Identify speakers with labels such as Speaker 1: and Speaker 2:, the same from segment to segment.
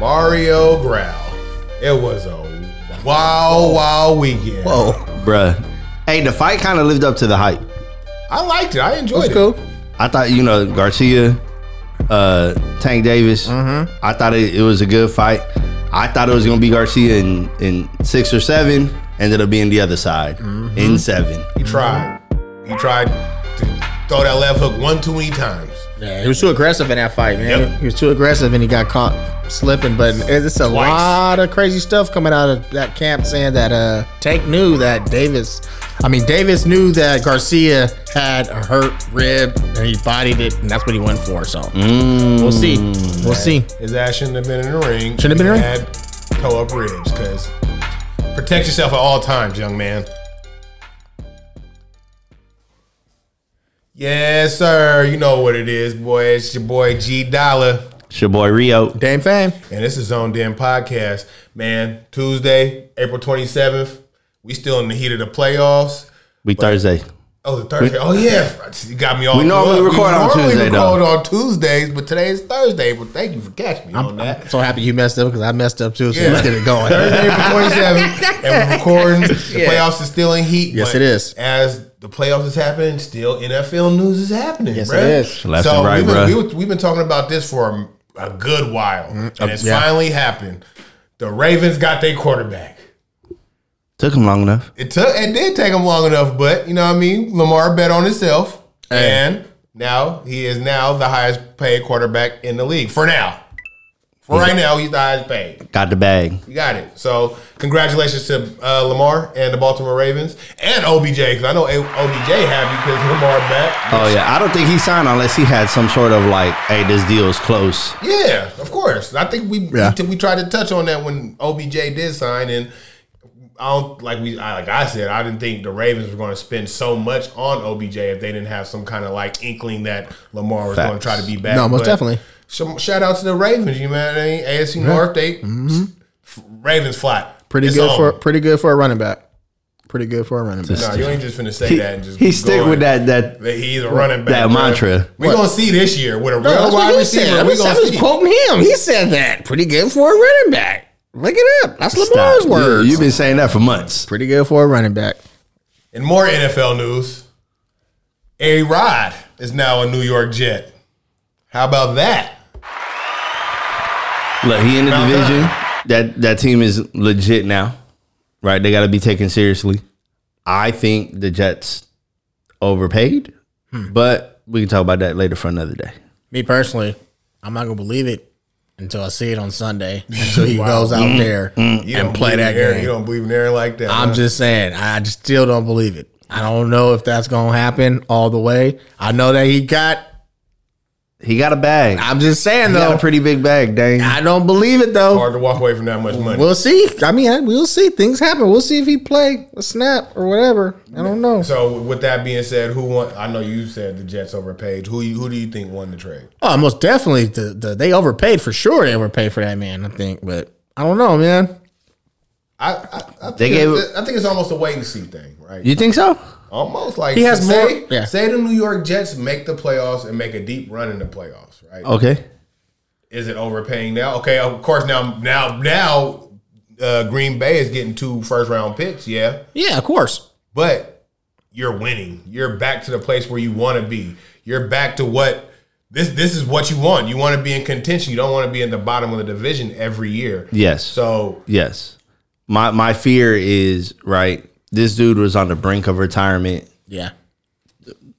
Speaker 1: Mario Growl. It was a wild, wild weekend.
Speaker 2: Whoa, bruh. Hey, the fight kind of lived up to the hype.
Speaker 1: I liked it. I enjoyed
Speaker 3: It's
Speaker 1: it.
Speaker 3: cool.
Speaker 2: I thought you know Garcia, uh, Tank Davis.
Speaker 1: Mm-hmm.
Speaker 2: I thought it, it was a good fight. I thought it was gonna be Garcia in in six or seven. Ended up being the other side
Speaker 1: Mm-hmm.
Speaker 2: in seven.
Speaker 1: He tried. He tried to throw that left hook one too many times.
Speaker 3: Yeah, he was too aggressive in that fight, man.
Speaker 1: Yep.
Speaker 3: He was too aggressive and he got caught slipping. But it's a lot of crazy stuff coming out of that camp saying that uh Tank knew that Davis, I mean Davis knew that Garcia had a hurt rib and he bodied it, and that's what he went for. So we'll see, we'll see.
Speaker 1: His ass shouldn't have been in the ring.
Speaker 3: Shouldn't have been in the ring.
Speaker 1: Had toe up ribs because protect yourself at all times, young man. Yes, sir. You know what it is, boy. It's your boy G Dollar,
Speaker 2: It's your boy Rio.
Speaker 3: Damn fame.
Speaker 1: and this is Zone Den Podcast. Man, Tuesday, April twenty seventh. We still in the heat of the playoffs.
Speaker 2: We Thursday.
Speaker 1: Oh, the Thursday. oh yeah, you got me all.
Speaker 2: We normally
Speaker 1: we
Speaker 2: record on
Speaker 1: normally
Speaker 2: Tuesday,
Speaker 1: record
Speaker 2: though.
Speaker 1: on Tuesdays, but today is Thursday. But thank you for catching me on that.
Speaker 3: So happy you messed up because I messed up too. So
Speaker 1: Yeah.
Speaker 3: let's get it going.
Speaker 1: Thursday, April 27th, and we're recording. The playoffs is still in heat.
Speaker 3: Yes,
Speaker 1: but
Speaker 3: it is.
Speaker 1: As the playoffs is happening, still NFL news is happening.
Speaker 3: Yes,
Speaker 1: bruh.
Speaker 3: it is.
Speaker 2: Left and right,
Speaker 1: we've been,
Speaker 2: bruh. Mm-hmm.
Speaker 1: we were- we've been talking about this for a, a good while,
Speaker 2: Uh,
Speaker 1: and it's
Speaker 3: yeah.
Speaker 1: finally happened. The Ravens got their quarterback.
Speaker 2: Took him long enough.
Speaker 1: It took it did take him long enough, but you know what I mean. Lamar bet on himself, and now he is now the highest paid quarterback in the league for now. For right now, he's the highest paid.
Speaker 2: Got the bag.
Speaker 1: You got it. So congratulations to uh, Lamar and the Baltimore Ravens and OBJ because I know A- OBJ happy because Lamar back.
Speaker 2: Oh yeah. I don't think he signed unless he had some sort of like, hey, this deal's close.
Speaker 1: Yeah, of course. I think we
Speaker 2: Yeah.
Speaker 1: we, tried to touch on that when OBJ did sign and. I don't like we I, like I said. I didn't think the Ravens were going to spend so much on OBJ if they didn't have some kind of like inkling that Lamar was going to
Speaker 2: Facts.
Speaker 1: try to be back.
Speaker 3: No, most
Speaker 1: But
Speaker 3: definitely.
Speaker 1: Some, shout out to the Ravens. You know what I mean? AFC North. They f- Ravens flat.
Speaker 3: Mm-hmm. Pretty
Speaker 1: It's
Speaker 3: good
Speaker 1: on.
Speaker 3: for pretty good for a running back. Pretty good for a running back.
Speaker 1: No, you ain't just finna say
Speaker 2: He,
Speaker 1: that and just
Speaker 2: he
Speaker 1: keep
Speaker 2: stick
Speaker 1: going.
Speaker 2: with that that
Speaker 1: That he's a running back.
Speaker 2: That
Speaker 1: bruh.
Speaker 2: mantra.
Speaker 1: We gonna see this year with a real
Speaker 3: No, Oh, that's what
Speaker 1: wide
Speaker 3: you
Speaker 1: receiver.
Speaker 3: said. I
Speaker 1: We
Speaker 3: was, I
Speaker 1: gonna
Speaker 3: was
Speaker 1: see.
Speaker 3: quoting him. He said that. Pretty good for a running back. Look it up. That's Lamar's
Speaker 2: Stop.
Speaker 3: words.
Speaker 2: You, have been saying that for months.
Speaker 3: Pretty good for a running back.
Speaker 1: In more NFL news, A Rod is now a New York Jet. How about that?
Speaker 2: Look, he in the
Speaker 1: About
Speaker 2: division. That that team is legit now. Right? They gotta be taken seriously. I think the Jets overpaid,
Speaker 3: Hmm.
Speaker 2: but we can talk about that later for another day.
Speaker 3: Me personally, I'm not gonna believe it until I see it on Sunday. Until he goes out there
Speaker 1: You
Speaker 3: and
Speaker 1: don't
Speaker 3: play
Speaker 1: believe
Speaker 3: that
Speaker 1: in Aaron- You
Speaker 3: game.
Speaker 1: don't believe in Aaron like that.
Speaker 3: I'm
Speaker 1: huh?
Speaker 3: just saying, I just still don't believe it. I don't know if that's gonna happen all the way. I know that he got.
Speaker 2: He got a bag.
Speaker 3: I'm just saying
Speaker 2: he got
Speaker 3: though.
Speaker 2: a pretty big bag, dang.
Speaker 3: I don't believe it though.
Speaker 1: hard to walk away from that much money.
Speaker 3: We'll see. I mean, we'll see. Things happen. We'll see if he play a snap or whatever. I don't know.
Speaker 1: so with that being said, who won? I know you said the Jets overpaid. Who you, who do you think won the trade?
Speaker 3: Oh, most definitely. The, the they overpaid for sure. They overpaid for that man. I think, but I don't know, man.
Speaker 1: I I, I think
Speaker 2: They gave-
Speaker 1: it's, I think it's almost a wait and see thing, right?
Speaker 2: You think so?
Speaker 1: Almost like
Speaker 3: He has
Speaker 1: say,
Speaker 3: more- yeah.
Speaker 1: say the New York Jets make the playoffs and make a deep run in the playoffs, right?
Speaker 3: Oh.
Speaker 2: Okay.
Speaker 1: is it overpaying now? Okay, of course now now now uh, Green Bay is getting two first round picks, yeah,
Speaker 3: Yeah, of course.
Speaker 1: but you're winning. You're back to the place where you want to be. You're back to what this this is what you want. You want to be in contention. You don't want to be in the bottom of the division every year.
Speaker 2: Yes.
Speaker 1: So
Speaker 2: Yes. My my fear is, right, this dude was on the brink of retirement
Speaker 3: Yeah,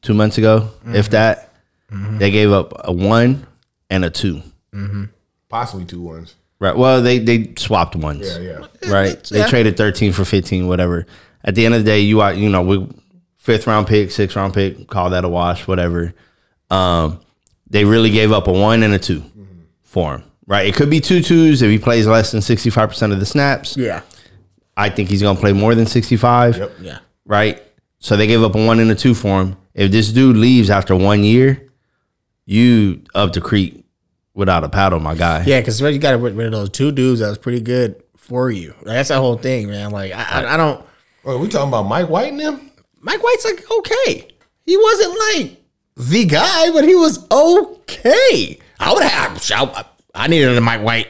Speaker 2: two months ago, if
Speaker 3: Mm-hmm.
Speaker 2: that. They gave up a one and a two.
Speaker 1: possibly two ones.
Speaker 2: Right. Well, they they swapped ones.
Speaker 1: Yeah, yeah.
Speaker 2: Right. They
Speaker 3: yeah.
Speaker 2: traded thirteen for fifteen, whatever. At the end of the day, you are you know we fifth round pick, sixth round pick, call that a wash, whatever. Um, they really gave up a one and a 2
Speaker 1: Mm-hmm.
Speaker 2: for him. Right. It could be two twos if he plays less than sixty five percent of the snaps.
Speaker 3: yeah,
Speaker 2: I think he's gonna play more than sixty five.
Speaker 1: Yep.
Speaker 3: yeah.
Speaker 2: Right. So they gave up a one and a two for him. If this dude leaves after one year, you up the creek without a paddle, my guy.
Speaker 3: Yeah, because you got to rid rid of those two dudes that was pretty good for you. Like, that's that whole thing, man. Like I, I, I don't.
Speaker 1: Wait, Oh, we talking about Mike White and them?
Speaker 3: Mike White's like okay. He wasn't like the guy, but he was okay. I would have. I, I needed a Mike White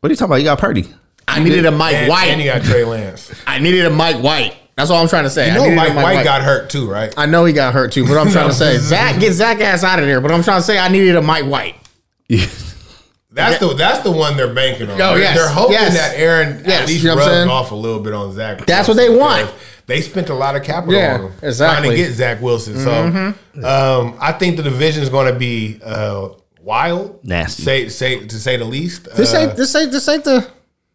Speaker 2: What are you talking about? You got Purdy.
Speaker 3: I needed a Mike
Speaker 1: And,
Speaker 3: White.
Speaker 1: and you got Trey Lance.
Speaker 3: I needed a Mike White. That's all I'm trying to say.
Speaker 1: You
Speaker 3: I
Speaker 1: know
Speaker 3: needed
Speaker 1: Mike
Speaker 3: a
Speaker 1: White got hurt too, right?
Speaker 3: I know he got hurt too, but I'm trying to say Zach get Zach ass out of there. But I'm trying to say I needed a Mike White.
Speaker 1: That's the that's the one they're banking on.
Speaker 3: Oh,
Speaker 1: they're,
Speaker 3: yes,
Speaker 1: they're hoping
Speaker 3: yes.
Speaker 1: that Aaron
Speaker 3: Yes,
Speaker 1: at least
Speaker 3: you know what I'm
Speaker 1: rubs
Speaker 3: saying?
Speaker 1: off a little bit on Zach.
Speaker 3: That's what they
Speaker 1: Wilson
Speaker 3: want.
Speaker 1: because They spent a lot of capital
Speaker 3: Yeah,
Speaker 1: on him
Speaker 3: exactly. Mm-hmm.
Speaker 1: trying to get Zach Wilson. So um, I think the division is going to be uh, wild,
Speaker 2: Nasty.
Speaker 1: say say to say the least.
Speaker 3: This
Speaker 1: Uh,
Speaker 3: ain't this ain't this ain't the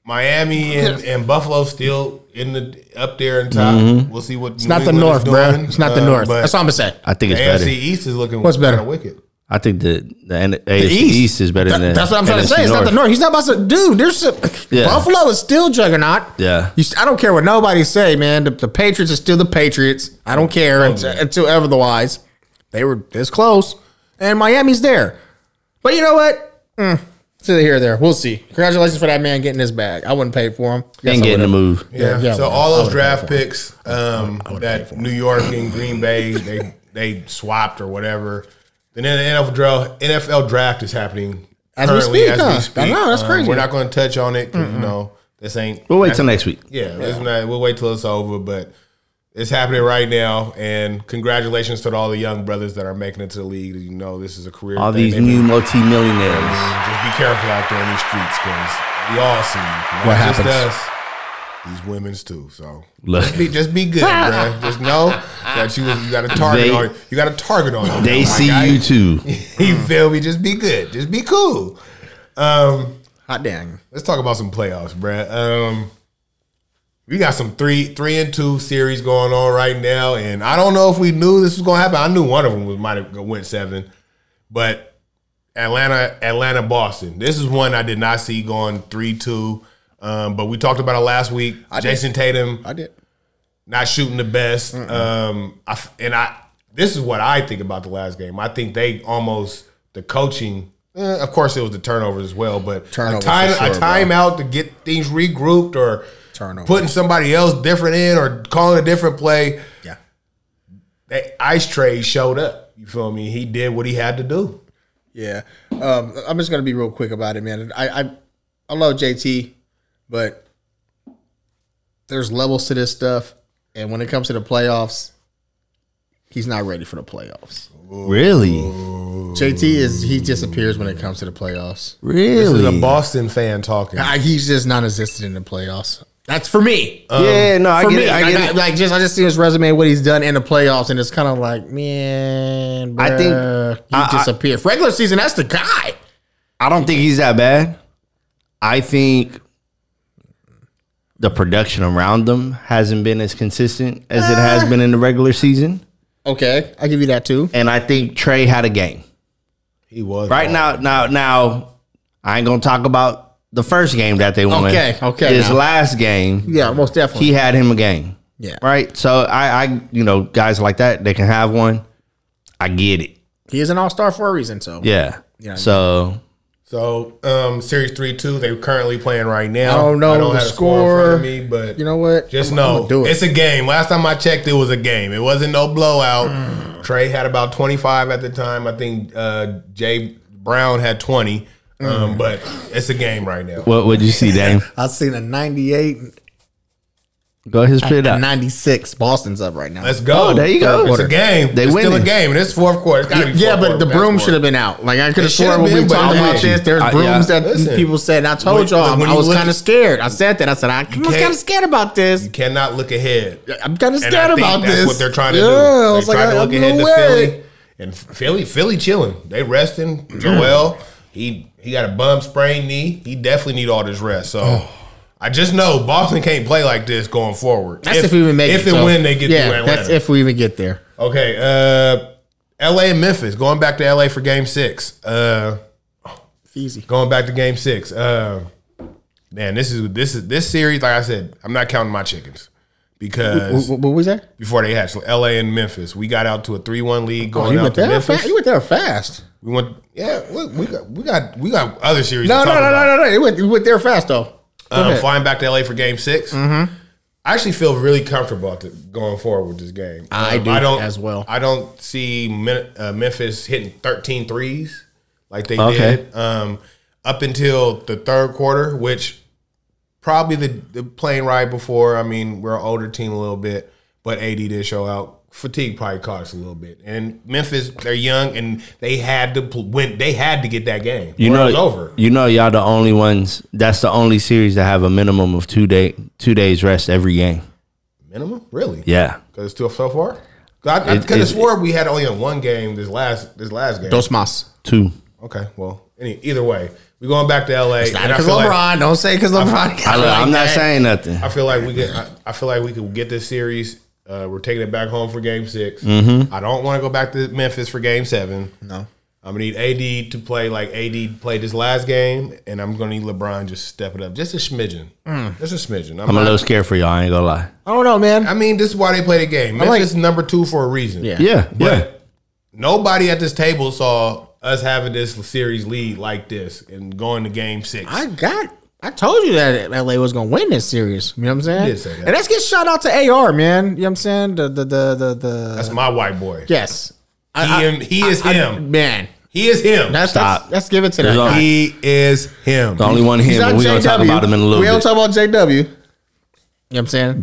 Speaker 1: Miami and, and Buffalo still in the up there in top. We'll see what
Speaker 3: it's not the North, bro. It's not the North. That's all I'm gonna say.
Speaker 2: I think
Speaker 1: Uh, The
Speaker 2: it's
Speaker 1: AFC
Speaker 2: better.
Speaker 1: East is looking
Speaker 3: What's better?
Speaker 1: kinda wicked.
Speaker 2: I think the the, N- AFC
Speaker 3: East.
Speaker 2: East. is better
Speaker 3: That-
Speaker 2: than
Speaker 3: that's what I'm trying to
Speaker 2: NFC
Speaker 3: say. It's not the North. He's not about to, dude. There's a,
Speaker 2: Yeah.
Speaker 3: Buffalo is still juggernaut.
Speaker 2: Yeah.
Speaker 3: You st- I don't care what nobody say, man. The, the Patriots are still the Patriots. I don't care until, until otherwise. They were this close, and Miami's there. But you know what? Mm, it's either here or there. We'll see. Congratulations for that man getting his bag. I wouldn't pay for him. Yes, I
Speaker 2: And getting
Speaker 3: would've.
Speaker 2: the move.
Speaker 1: Yeah.
Speaker 3: Yeah,
Speaker 1: so
Speaker 3: well,
Speaker 1: all those draft picks um, that New York and Green Bay they they swapped or whatever. And then the NFL draft NFL draft is happening
Speaker 3: As we
Speaker 1: currently
Speaker 3: speak, huh? I know, that's crazy.
Speaker 1: Um, We're not going to touch on it. 'cause, You know this ain't.
Speaker 2: We'll wait till next week.
Speaker 1: Yeah, This is not, we'll wait till it's over, but. It's happening right now, and congratulations to all the young brothers that are making it to the league. You know, this is a career.
Speaker 2: All
Speaker 1: thing.
Speaker 2: these
Speaker 1: They've
Speaker 2: new multimillionaires.
Speaker 1: just be careful out there in these streets, because we all see not
Speaker 3: What
Speaker 1: just
Speaker 3: happens?
Speaker 1: us, these women's too. So
Speaker 2: Look.
Speaker 1: just be, just be good, bruh. Just know that you you got a target
Speaker 2: They-
Speaker 1: on you got a target on you.
Speaker 2: They
Speaker 1: Oh my
Speaker 2: see
Speaker 1: guy.
Speaker 2: you too.
Speaker 1: You feel me? Just be good. Just be cool. Um,
Speaker 3: Hot dang.
Speaker 1: let's talk about some playoffs, bruh. Um, we got some three three and two series going on right now, and I don't know if we knew this was gonna happen. I knew one of them was might have went seven, but Atlanta, Atlanta, Boston. This is one I did not see going three two. Um, but we talked about it last week.
Speaker 3: did.
Speaker 1: Jason Tatum
Speaker 3: I did.
Speaker 1: not shooting the best. Um, I f and I this is what I think about the last game. I think they almost the coaching. eh, of course, it was the turnovers as well, but a
Speaker 3: Turnovers
Speaker 1: time
Speaker 3: for sure,
Speaker 1: a timeout to get things regrouped or
Speaker 3: Turnovers.
Speaker 1: putting somebody else different in or calling a different play.
Speaker 3: Yeah.
Speaker 1: That ice tray showed up. You feel me? He did what he had to do.
Speaker 3: Yeah. Um, I'm just gonna be real quick about it, man. I, I I love JT, but there's levels to this stuff, and when it comes to the playoffs, he's not ready for the playoffs.
Speaker 2: Really?
Speaker 3: JT is he disappears when it comes to the playoffs.
Speaker 1: This is a
Speaker 2: Really?
Speaker 1: Boston fan talking.
Speaker 3: I, he's just non-existent in the playoffs. That's for me.
Speaker 2: yeah, no, I
Speaker 3: for
Speaker 2: get
Speaker 3: me,
Speaker 2: it. I
Speaker 3: like,
Speaker 2: get
Speaker 3: I-
Speaker 2: it.
Speaker 3: like just I just see his resume, what he's done in the playoffs, and it's kind of like, man,
Speaker 2: I think-
Speaker 3: bruh, he
Speaker 2: I- I-
Speaker 3: disappeared. Regular season, that's the guy.
Speaker 2: I don't think he's that bad. I think the production around them hasn't been as consistent as it has been in the regular season.
Speaker 3: Okay, I'll give you that too.
Speaker 2: And I think Trey had a game.
Speaker 1: He was
Speaker 2: Right now, now, now, I ain't gonna talk about the first game that they won.
Speaker 3: Okay, okay,
Speaker 2: His
Speaker 3: now.
Speaker 2: last game,
Speaker 3: Yeah, most definitely.
Speaker 2: he had him a game.
Speaker 3: yeah,
Speaker 2: Right. So I, I, you know, guys like that, they can have one. I get it.
Speaker 3: He is an all star for a reason. So
Speaker 2: Yeah.
Speaker 3: Yeah.
Speaker 2: So
Speaker 1: So, um, series three two, they're currently playing right now.
Speaker 3: I don't know the
Speaker 1: in
Speaker 3: score.
Speaker 1: front of me, but
Speaker 3: you know what?
Speaker 1: just
Speaker 3: I'm- I'm
Speaker 1: know
Speaker 3: gonna do it.
Speaker 1: it's a game. Last time I checked, it was a game. It wasn't no
Speaker 3: Hmm.
Speaker 1: blowout. Trey had about twenty five at the time. I think uh, Jay Brown had twenty.
Speaker 3: Hmm.
Speaker 1: Um, but it's a game right now.
Speaker 2: what would you see, Dame?
Speaker 3: I've seen a 98
Speaker 2: Go ahead, spit it
Speaker 3: and
Speaker 2: up.
Speaker 3: 96. Boston's up right now.
Speaker 1: Let's go.
Speaker 2: Oh, there you go.
Speaker 1: It's a game.
Speaker 2: They
Speaker 1: it's still a
Speaker 2: winning.
Speaker 1: game, and it's fourth quarter. It's gotta be
Speaker 3: yeah,
Speaker 1: fourth
Speaker 3: but
Speaker 1: quarter
Speaker 3: the broom
Speaker 1: basketball.
Speaker 3: should have been out. Like I could
Speaker 1: It
Speaker 3: have sworn
Speaker 1: should've
Speaker 3: when we
Speaker 1: been, but
Speaker 3: talked
Speaker 1: I
Speaker 3: about
Speaker 1: mean-
Speaker 3: this, there's
Speaker 2: I-
Speaker 3: brooms
Speaker 2: yeah.
Speaker 3: that
Speaker 1: Listen.
Speaker 3: people said. And I told
Speaker 1: When-
Speaker 3: y'all,
Speaker 1: when
Speaker 3: I
Speaker 1: you
Speaker 3: was
Speaker 1: look-
Speaker 3: kind of scared. I said that. I said I, I was
Speaker 1: can't-
Speaker 3: kind of scared about this.
Speaker 1: Cannot look ahead.
Speaker 3: I'm kind of
Speaker 1: And I
Speaker 3: scared
Speaker 1: think
Speaker 3: about
Speaker 1: that's
Speaker 3: this.
Speaker 1: what they're trying to
Speaker 3: yeah,
Speaker 1: do.
Speaker 3: I
Speaker 1: They're
Speaker 3: was like,
Speaker 1: trying to
Speaker 3: I-
Speaker 1: look
Speaker 3: I'm
Speaker 1: ahead
Speaker 3: no
Speaker 1: to
Speaker 3: way.
Speaker 1: Philly. And Philly, Philly chilling. They resting. Joel, he he got a bum sprained knee. He definitely need all this rest. So
Speaker 3: Oh.
Speaker 1: I just know Boston can't play like this going forward.
Speaker 3: That's if, we even make
Speaker 1: if
Speaker 3: it.
Speaker 1: and
Speaker 3: so-
Speaker 1: when they get
Speaker 3: yeah,
Speaker 1: through Atlanta.
Speaker 3: that's if we even get there.
Speaker 1: Okay, uh, L.A. and Memphis going back to L.A. for Game Six. Uh,
Speaker 3: Easy.
Speaker 1: going back to Game Six. Uh, man, this is this is this series. Like I said, I'm not counting my chickens because
Speaker 3: What, what was that?
Speaker 1: before they hatched. LA and Memphis. We got out to a three one lead going
Speaker 3: Oh, You
Speaker 1: out
Speaker 3: went
Speaker 1: to
Speaker 3: there
Speaker 1: Memphis.
Speaker 3: fast. You went there fast.
Speaker 1: We went yeah, we, we got we got we got other series.
Speaker 3: No,
Speaker 1: to
Speaker 3: no,
Speaker 1: talk
Speaker 3: no,
Speaker 1: about.
Speaker 3: no, no, no. You went, you went there fast though.
Speaker 1: Um, flying back to LA for game 6
Speaker 3: Mm-hmm.
Speaker 1: I actually feel really comfortable about it going forward with this game.
Speaker 3: I
Speaker 1: Um,
Speaker 3: do as well.
Speaker 1: I don't see Men- uh, Memphis hitting 13 threes like they
Speaker 2: Okay.
Speaker 1: did. Um, up until the third quarter, which probably the, the plane ride before. I mean, we're an older team a little bit, but AD did show out. Fatigue probably caught us a little bit, and Memphis they're young and they had to pl- win. They had to get that game.
Speaker 2: You
Speaker 1: or
Speaker 2: know,
Speaker 1: it was over.
Speaker 2: You know, y'all the only ones. That's the only series that have a minimum of two day two days rest every game.
Speaker 1: Minimum, really?
Speaker 2: Yeah,
Speaker 1: because it's still so far. 'Cause I, I
Speaker 2: It-
Speaker 1: could
Speaker 2: it-
Speaker 1: have swore we had only one game this last this last game.
Speaker 3: Dos Mas.
Speaker 2: two.
Speaker 1: Okay, well, any, either way, we going back to LA. and I
Speaker 3: Because
Speaker 1: feel
Speaker 3: LeBron,
Speaker 1: like
Speaker 3: don't say because LeBron.
Speaker 2: I,
Speaker 3: like
Speaker 2: am not
Speaker 3: that.
Speaker 2: saying nothing.
Speaker 1: I feel like we get. I, I feel like we could get this series. Uh, we're taking it back home for Game 6
Speaker 2: Mm-hmm.
Speaker 1: I don't want to go back to Memphis for Game Seven.
Speaker 3: No.
Speaker 1: I'm gonna need AD to play like AD played this last game, and I'm gonna need LeBron just step it up, just a smidgen,
Speaker 3: Mm.
Speaker 1: just a smidgen. I'm,
Speaker 2: I'm a
Speaker 1: not,
Speaker 2: little scared for y'all. I ain't gonna lie.
Speaker 3: I don't know, man.
Speaker 1: I mean, this is why they play the game.
Speaker 3: like-
Speaker 1: Memphis is number two for a reason.
Speaker 3: Yeah.
Speaker 2: Yeah, yeah.
Speaker 1: But nobody at this table saw us having this series lead like this and going to game six.
Speaker 3: I got. I told you that LA was gonna win this series. You know what I'm saying?
Speaker 1: You did say that.
Speaker 3: And let's get shout out to AR, man. You know what I'm saying? The the the the, the
Speaker 1: that's my white boy.
Speaker 3: yes.
Speaker 1: He, am- he is him.
Speaker 3: man.
Speaker 1: he is him.
Speaker 3: That's,
Speaker 2: Stop.
Speaker 3: That's, let's give it to
Speaker 2: There's
Speaker 3: that.
Speaker 2: only-
Speaker 3: guy.
Speaker 1: he is him.
Speaker 2: The only one
Speaker 3: He's
Speaker 2: here,
Speaker 3: not
Speaker 2: but we're gonna talk
Speaker 3: JW.
Speaker 2: about him in a
Speaker 3: We don't
Speaker 2: little
Speaker 3: talk about JW. You know what I'm saying?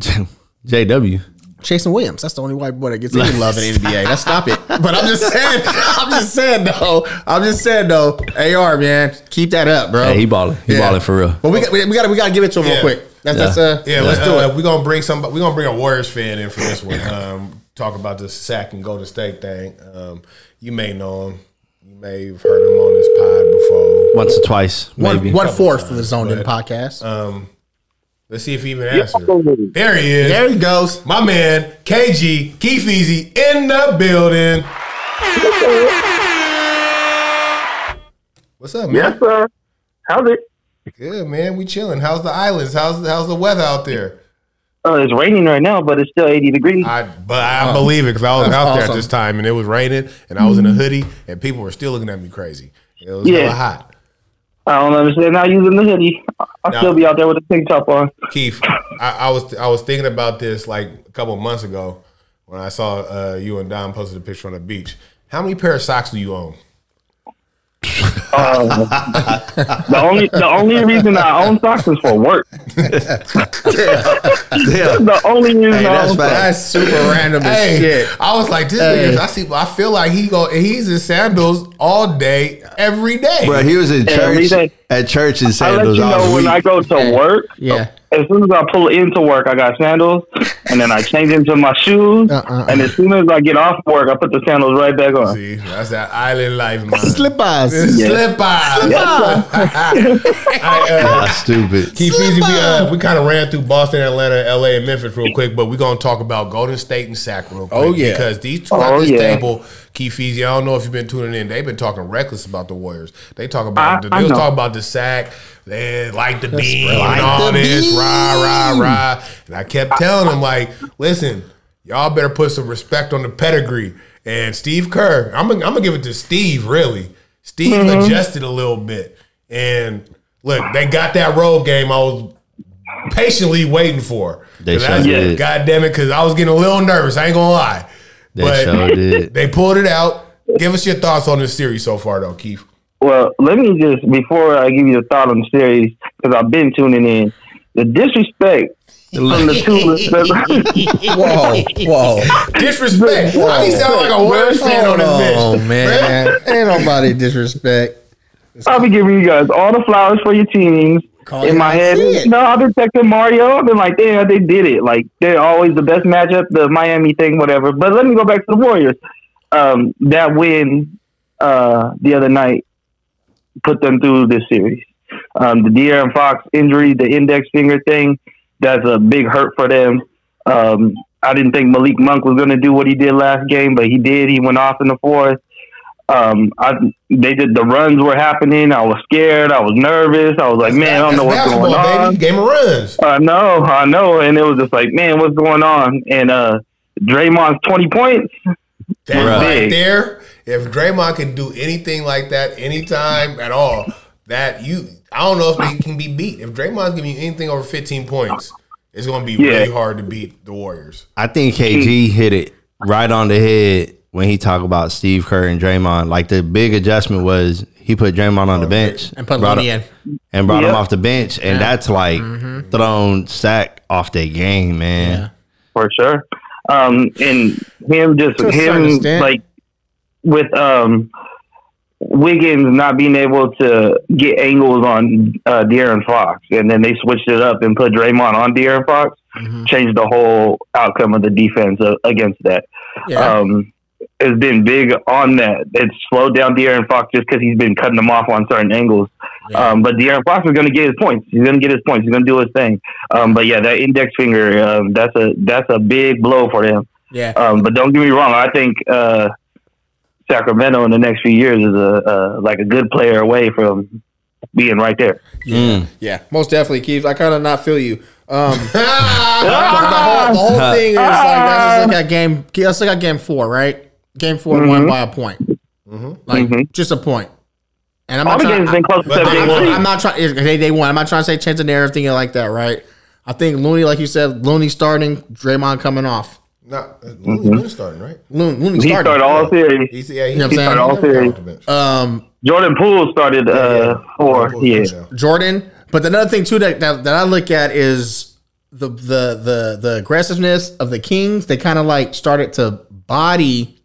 Speaker 2: bit. JW.
Speaker 3: Jason Williams. That's the only white boy that gets any love in the NBA. Let's stop it. But I'm just saying, I'm just saying though. I'm just saying though. AR man, keep that up, bro.
Speaker 2: Hey, he balling. He
Speaker 3: Yeah.
Speaker 2: balling for real.
Speaker 3: But we got we got we got to give it to him
Speaker 1: Yeah.
Speaker 3: real quick. That's
Speaker 2: Yeah.
Speaker 3: that's uh
Speaker 1: yeah, let's do it. We're gonna bring some. We're gonna bring a Warriors fan in for this one. Um, talk about the sack and Golden State thing. Um, you may know him. You may have heard him on this pod before.
Speaker 2: Once or twice, maybe.
Speaker 3: One, one fourth of
Speaker 1: uh,
Speaker 3: the Zoned In podcast.
Speaker 1: Let's see if he even answers. There he is.
Speaker 3: there he goes.
Speaker 1: My man, KG, Keith Easy in the building. What's up, man?
Speaker 4: Yes, sir. How's it?
Speaker 1: Good, man. We chilling. How's the islands? How's how's the weather out there?
Speaker 4: Uh, it's raining right now, but it's still 80 degrees.
Speaker 1: I but I believe it because I was out there at
Speaker 3: awesome.
Speaker 1: this time and it was raining and I was in a hoodie and people were still looking at me crazy. It was
Speaker 4: Yeah.
Speaker 1: hella hot.
Speaker 4: I don't understand how using the hoodie. I- I'll
Speaker 1: Nah.
Speaker 4: still be out there with a tank top on.
Speaker 1: Keith, I, I was I was thinking about this like a couple of months ago when I saw uh, you and Don posted a picture on the beach. How many pair of socks do you own?
Speaker 4: Um, the only the only reason I own socks is for work. the only reason I own socks.
Speaker 3: That's super random as
Speaker 1: Hey,
Speaker 3: shit.
Speaker 1: I was like, this
Speaker 3: Hey.
Speaker 1: nigga, I see. I feel like he go. He's in sandals all day, every day.
Speaker 5: Bro, he was in
Speaker 4: Every
Speaker 5: church
Speaker 4: day.
Speaker 5: at church in
Speaker 4: I let you
Speaker 5: sandals all
Speaker 4: know when
Speaker 5: week.
Speaker 4: I go to
Speaker 3: Yeah.
Speaker 4: work.
Speaker 3: Yeah.
Speaker 4: As soon as I pull into work, I got sandals, and then I change into my shoes.
Speaker 3: Uh-uh.
Speaker 4: And as soon as I get off work, I put the sandals right back on.
Speaker 1: See, that's that island life, man.
Speaker 3: Slippers.
Speaker 4: Yeah.
Speaker 1: Slip by.
Speaker 5: Ah, stupid.
Speaker 1: Keep easy. uh, We, uh, we kind of ran through Boston, Atlanta, LA, and Memphis real quick, but we're going to talk about Golden State and Sac real quick.
Speaker 3: Oh, yeah.
Speaker 1: Because these two
Speaker 4: Oh,
Speaker 1: at this
Speaker 4: yeah.
Speaker 1: table, Keith Easy, I don't know if you've been tuning in. They've been talking reckless about the Warriors. They talk about
Speaker 4: I-
Speaker 1: the,
Speaker 4: I
Speaker 1: they was
Speaker 4: know.
Speaker 1: talking about the sack, they like the beam,
Speaker 3: like
Speaker 1: and all
Speaker 3: the
Speaker 1: this,
Speaker 3: beam.
Speaker 1: rah, rah, rah. And I kept telling them, like, listen, y'all better put some respect on the pedigree. And Steve Kerr, I'm gonna I'm gonna give it to Steve, really. Steve
Speaker 2: Mm-hmm.
Speaker 1: adjusted a little bit. And look, they got that road game I was patiently waiting for.
Speaker 2: They
Speaker 1: 'Cause
Speaker 2: sure
Speaker 1: I-
Speaker 2: did.
Speaker 1: God damn it, because I was getting a little nervous. I ain't gonna lie.
Speaker 2: They showed it.
Speaker 1: they pulled it out. Give us your thoughts on this series so far, though, Keith.
Speaker 4: Well, let me just before I give you the thought on the series because I've been tuning in. The disrespect from the two.
Speaker 3: Whoa, whoa.
Speaker 1: Disrespect. Why he sound like a word fan on this bitch?
Speaker 3: Oh man, ain't nobody disrespect.
Speaker 4: I'll be giving you guys all the flowers for your teams.
Speaker 3: Call
Speaker 4: in
Speaker 3: it how
Speaker 4: my
Speaker 3: you
Speaker 4: head,
Speaker 3: see it.
Speaker 4: no, I've been texting Mario. I've been like, damn, they did it. Like they're always the best matchup, the Miami thing, whatever. But let me go back to the Warriors. Um, that win uh, the other night put them through this series. Um, the De'Aaron Fox injury, the index finger thing, that's a big hurt for them. Um, I didn't think Malik Monk was going to do what he did last game, but he did. He went off in the fourth. Um, I, they did the runs were happening. I was scared. I was nervous. I was like, man, I don't know what's going on.
Speaker 1: baby. Game of runs.
Speaker 4: I know, I know, and it was just like, man, what's going on? And uh, Draymond's twenty points.
Speaker 1: That
Speaker 2: Right.
Speaker 1: right there. If Draymond can do anything like that anytime at all, that you I don't know if they can be beat. If Draymond's giving you anything over 15 points, it's gonna be
Speaker 4: Yeah.
Speaker 1: really hard to beat the Warriors.
Speaker 2: I think KG hit it right on the head when he talked about Steve Kerr and Draymond. Like the big adjustment was he He put Draymond on the bench
Speaker 3: and put
Speaker 2: brought
Speaker 3: Looney in.
Speaker 2: him- and brought him
Speaker 4: Yep.
Speaker 2: off the bench, and that's like
Speaker 3: Mm-hmm.
Speaker 2: thrown sack off their game, man.
Speaker 4: for sure. Um, and him just
Speaker 3: To a certain
Speaker 4: him
Speaker 3: extent.
Speaker 4: like with um Wiggins not being able to get angles on uh, De'Aaron Fox, and then they switched it up and put Draymond on De'Aaron Fox, changed the whole outcome of the defense uh, against that.
Speaker 3: Yeah.
Speaker 4: Um, has been big on that. It's slowed down De'Aaron Fox just because he's been cutting them off on certain angles.
Speaker 3: Yeah.
Speaker 4: Um, but De'Aaron Fox is going to get his points. He's going to get his points. He's going to do his thing. Um, but yeah, that index finger, um, that's a that's a big blow for them.
Speaker 3: yeah.
Speaker 4: Um, but don't get me wrong. I think uh, Sacramento in the next few years is a uh, like a good player away from being right there.
Speaker 2: Mm.
Speaker 3: Yeah, most definitely, Keith. I kind of not feel you. Um, the, the whole, the whole thing is like let's look at game. Let's look at game four, right? Game 4
Speaker 4: Mm-hmm.
Speaker 3: won by a point, like just a point. And I'm
Speaker 4: All
Speaker 3: not
Speaker 4: the
Speaker 3: trying.
Speaker 4: games have been close to
Speaker 1: But
Speaker 4: seven
Speaker 1: they
Speaker 4: eight,
Speaker 3: I'm,
Speaker 1: won.
Speaker 4: one.
Speaker 3: I'm not trying. They, they won. I'm not trying to say chance and error, everything like that, right? I think Looney, like you said, Looney starting, Draymond coming off.
Speaker 1: Not uh, Looney's
Speaker 4: Mm-hmm.
Speaker 1: been starting, right?
Speaker 3: Looney, Looney
Speaker 4: He
Speaker 3: starting.
Speaker 4: started all series.
Speaker 1: He's, yeah, he,
Speaker 3: know what I'm
Speaker 1: he
Speaker 3: saying?
Speaker 1: started all
Speaker 4: He
Speaker 1: three.
Speaker 4: started
Speaker 3: Um,
Speaker 4: Jordan Poole started uh, four. Yeah.
Speaker 3: Jordan. But another thing too that, that that I look at is the the the the aggressiveness of the Kings. They kind of like started to body.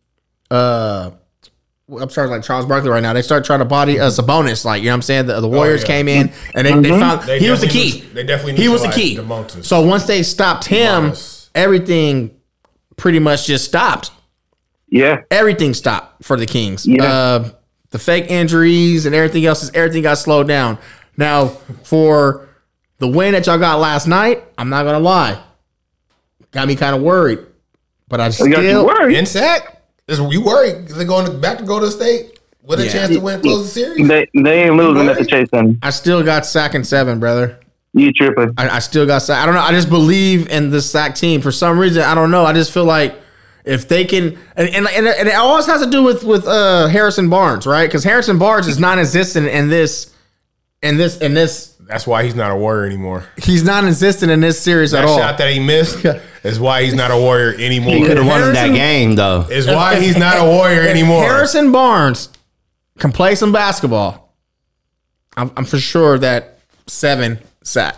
Speaker 3: uh I'm sorry, like Charles Barkley right now. They started trying to body uh, Sabonis, like you know what I'm saying. The, the Warriors
Speaker 1: yeah.
Speaker 3: came in and they, Mm-hmm. they found he was the key.
Speaker 1: They definitely
Speaker 3: he was the
Speaker 1: neutralized
Speaker 3: key.
Speaker 1: DeMontis.
Speaker 3: So once they stopped him,
Speaker 1: DeMontis.
Speaker 3: everything pretty much just stopped
Speaker 4: Yeah.
Speaker 3: everything stopped for the Kings.
Speaker 4: Yeah.
Speaker 3: Uh, the fake injuries and everything else is everything got slowed down. Now for the win that y'all got last night, I'm not gonna lie, got me kind of worried. But I
Speaker 4: We got you
Speaker 3: still
Speaker 4: worried.
Speaker 1: Insat? Is you worried? They're going to, back to Golden State with a
Speaker 3: Yeah.
Speaker 1: chance to win close the series?
Speaker 4: They, they ain't losing at the Chase Center.
Speaker 3: I still got sack and seven, brother.
Speaker 4: You tripping.
Speaker 3: I, I still got sack. I don't know. I just believe in this sack team for some reason. I don't know. I just feel like if they can, and and, and, and it always has to do with with uh, Harrison Barnes, right? Because Harrison Barnes is non-existent in this, in this, in this
Speaker 1: That's why he's not a warrior anymore.
Speaker 3: he's non-existent in this series
Speaker 1: That
Speaker 3: at all.
Speaker 1: shot that he missed is why he's not a warrior
Speaker 2: Could have
Speaker 1: anymore.
Speaker 2: won him that
Speaker 3: Harrison-
Speaker 2: game though.
Speaker 1: Is why he's not a warrior
Speaker 3: If
Speaker 1: anymore.
Speaker 3: Harrison Barnes can play some basketball. I'm, I'm for sure that seven sack.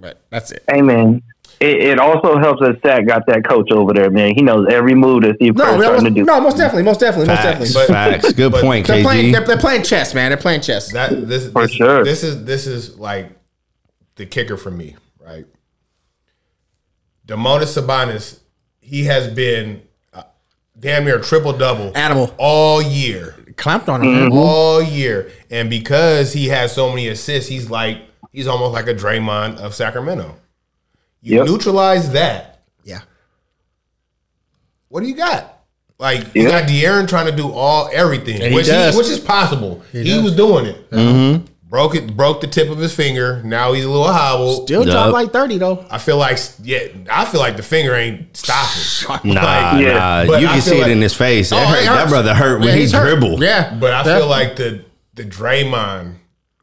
Speaker 3: But that's it.
Speaker 4: Hey man, it, it also helps that Sack got that coach over there, man. He knows every move that Steve Kerr's
Speaker 3: No, that
Speaker 4: trying
Speaker 3: was,
Speaker 4: to do.
Speaker 3: no, most definitely, most definitely, most
Speaker 2: Facts,
Speaker 3: definitely.
Speaker 1: But-
Speaker 2: facts. Good
Speaker 1: but
Speaker 2: point,
Speaker 3: they're playing. They're,
Speaker 2: KG.
Speaker 3: they're playing chess, man. They're playing chess.
Speaker 1: That this
Speaker 4: For
Speaker 1: this,
Speaker 4: sure.
Speaker 1: this is this is like the kicker for me, right? Demonis Sabonis, he has been uh, damn near triple double
Speaker 3: Animal
Speaker 1: all year.
Speaker 3: clamped on him. man.
Speaker 1: all year. And because he has so many assists, he's like he's almost like a Draymond of Sacramento. You
Speaker 4: Yep.
Speaker 1: neutralize that.
Speaker 3: Yeah.
Speaker 1: What do you got? Like you
Speaker 4: Yeah.
Speaker 1: got De'Aaron trying to do all everything,
Speaker 3: he
Speaker 1: which he-
Speaker 3: does.
Speaker 1: which is possible. He, was doing it. Broke it, broke the tip of his finger. Now he's a little hobbled.
Speaker 3: Still
Speaker 2: Yup.
Speaker 3: dropped like thirty though.
Speaker 1: I feel like yeah, I feel like the finger ain't stopping.
Speaker 2: Nah,
Speaker 1: Like,
Speaker 4: Yeah.
Speaker 2: nah.
Speaker 1: But
Speaker 2: You
Speaker 1: I
Speaker 2: can
Speaker 1: feel
Speaker 2: see
Speaker 1: like-
Speaker 2: it in his face. That,
Speaker 3: Oh,
Speaker 2: hurt-
Speaker 3: it
Speaker 2: that
Speaker 3: hurts.
Speaker 2: brother hurt when
Speaker 3: Yeah,
Speaker 2: he
Speaker 3: he's hurt.
Speaker 2: dribbled.
Speaker 3: Yeah,
Speaker 1: But I
Speaker 3: Def-
Speaker 1: feel like the the Draymond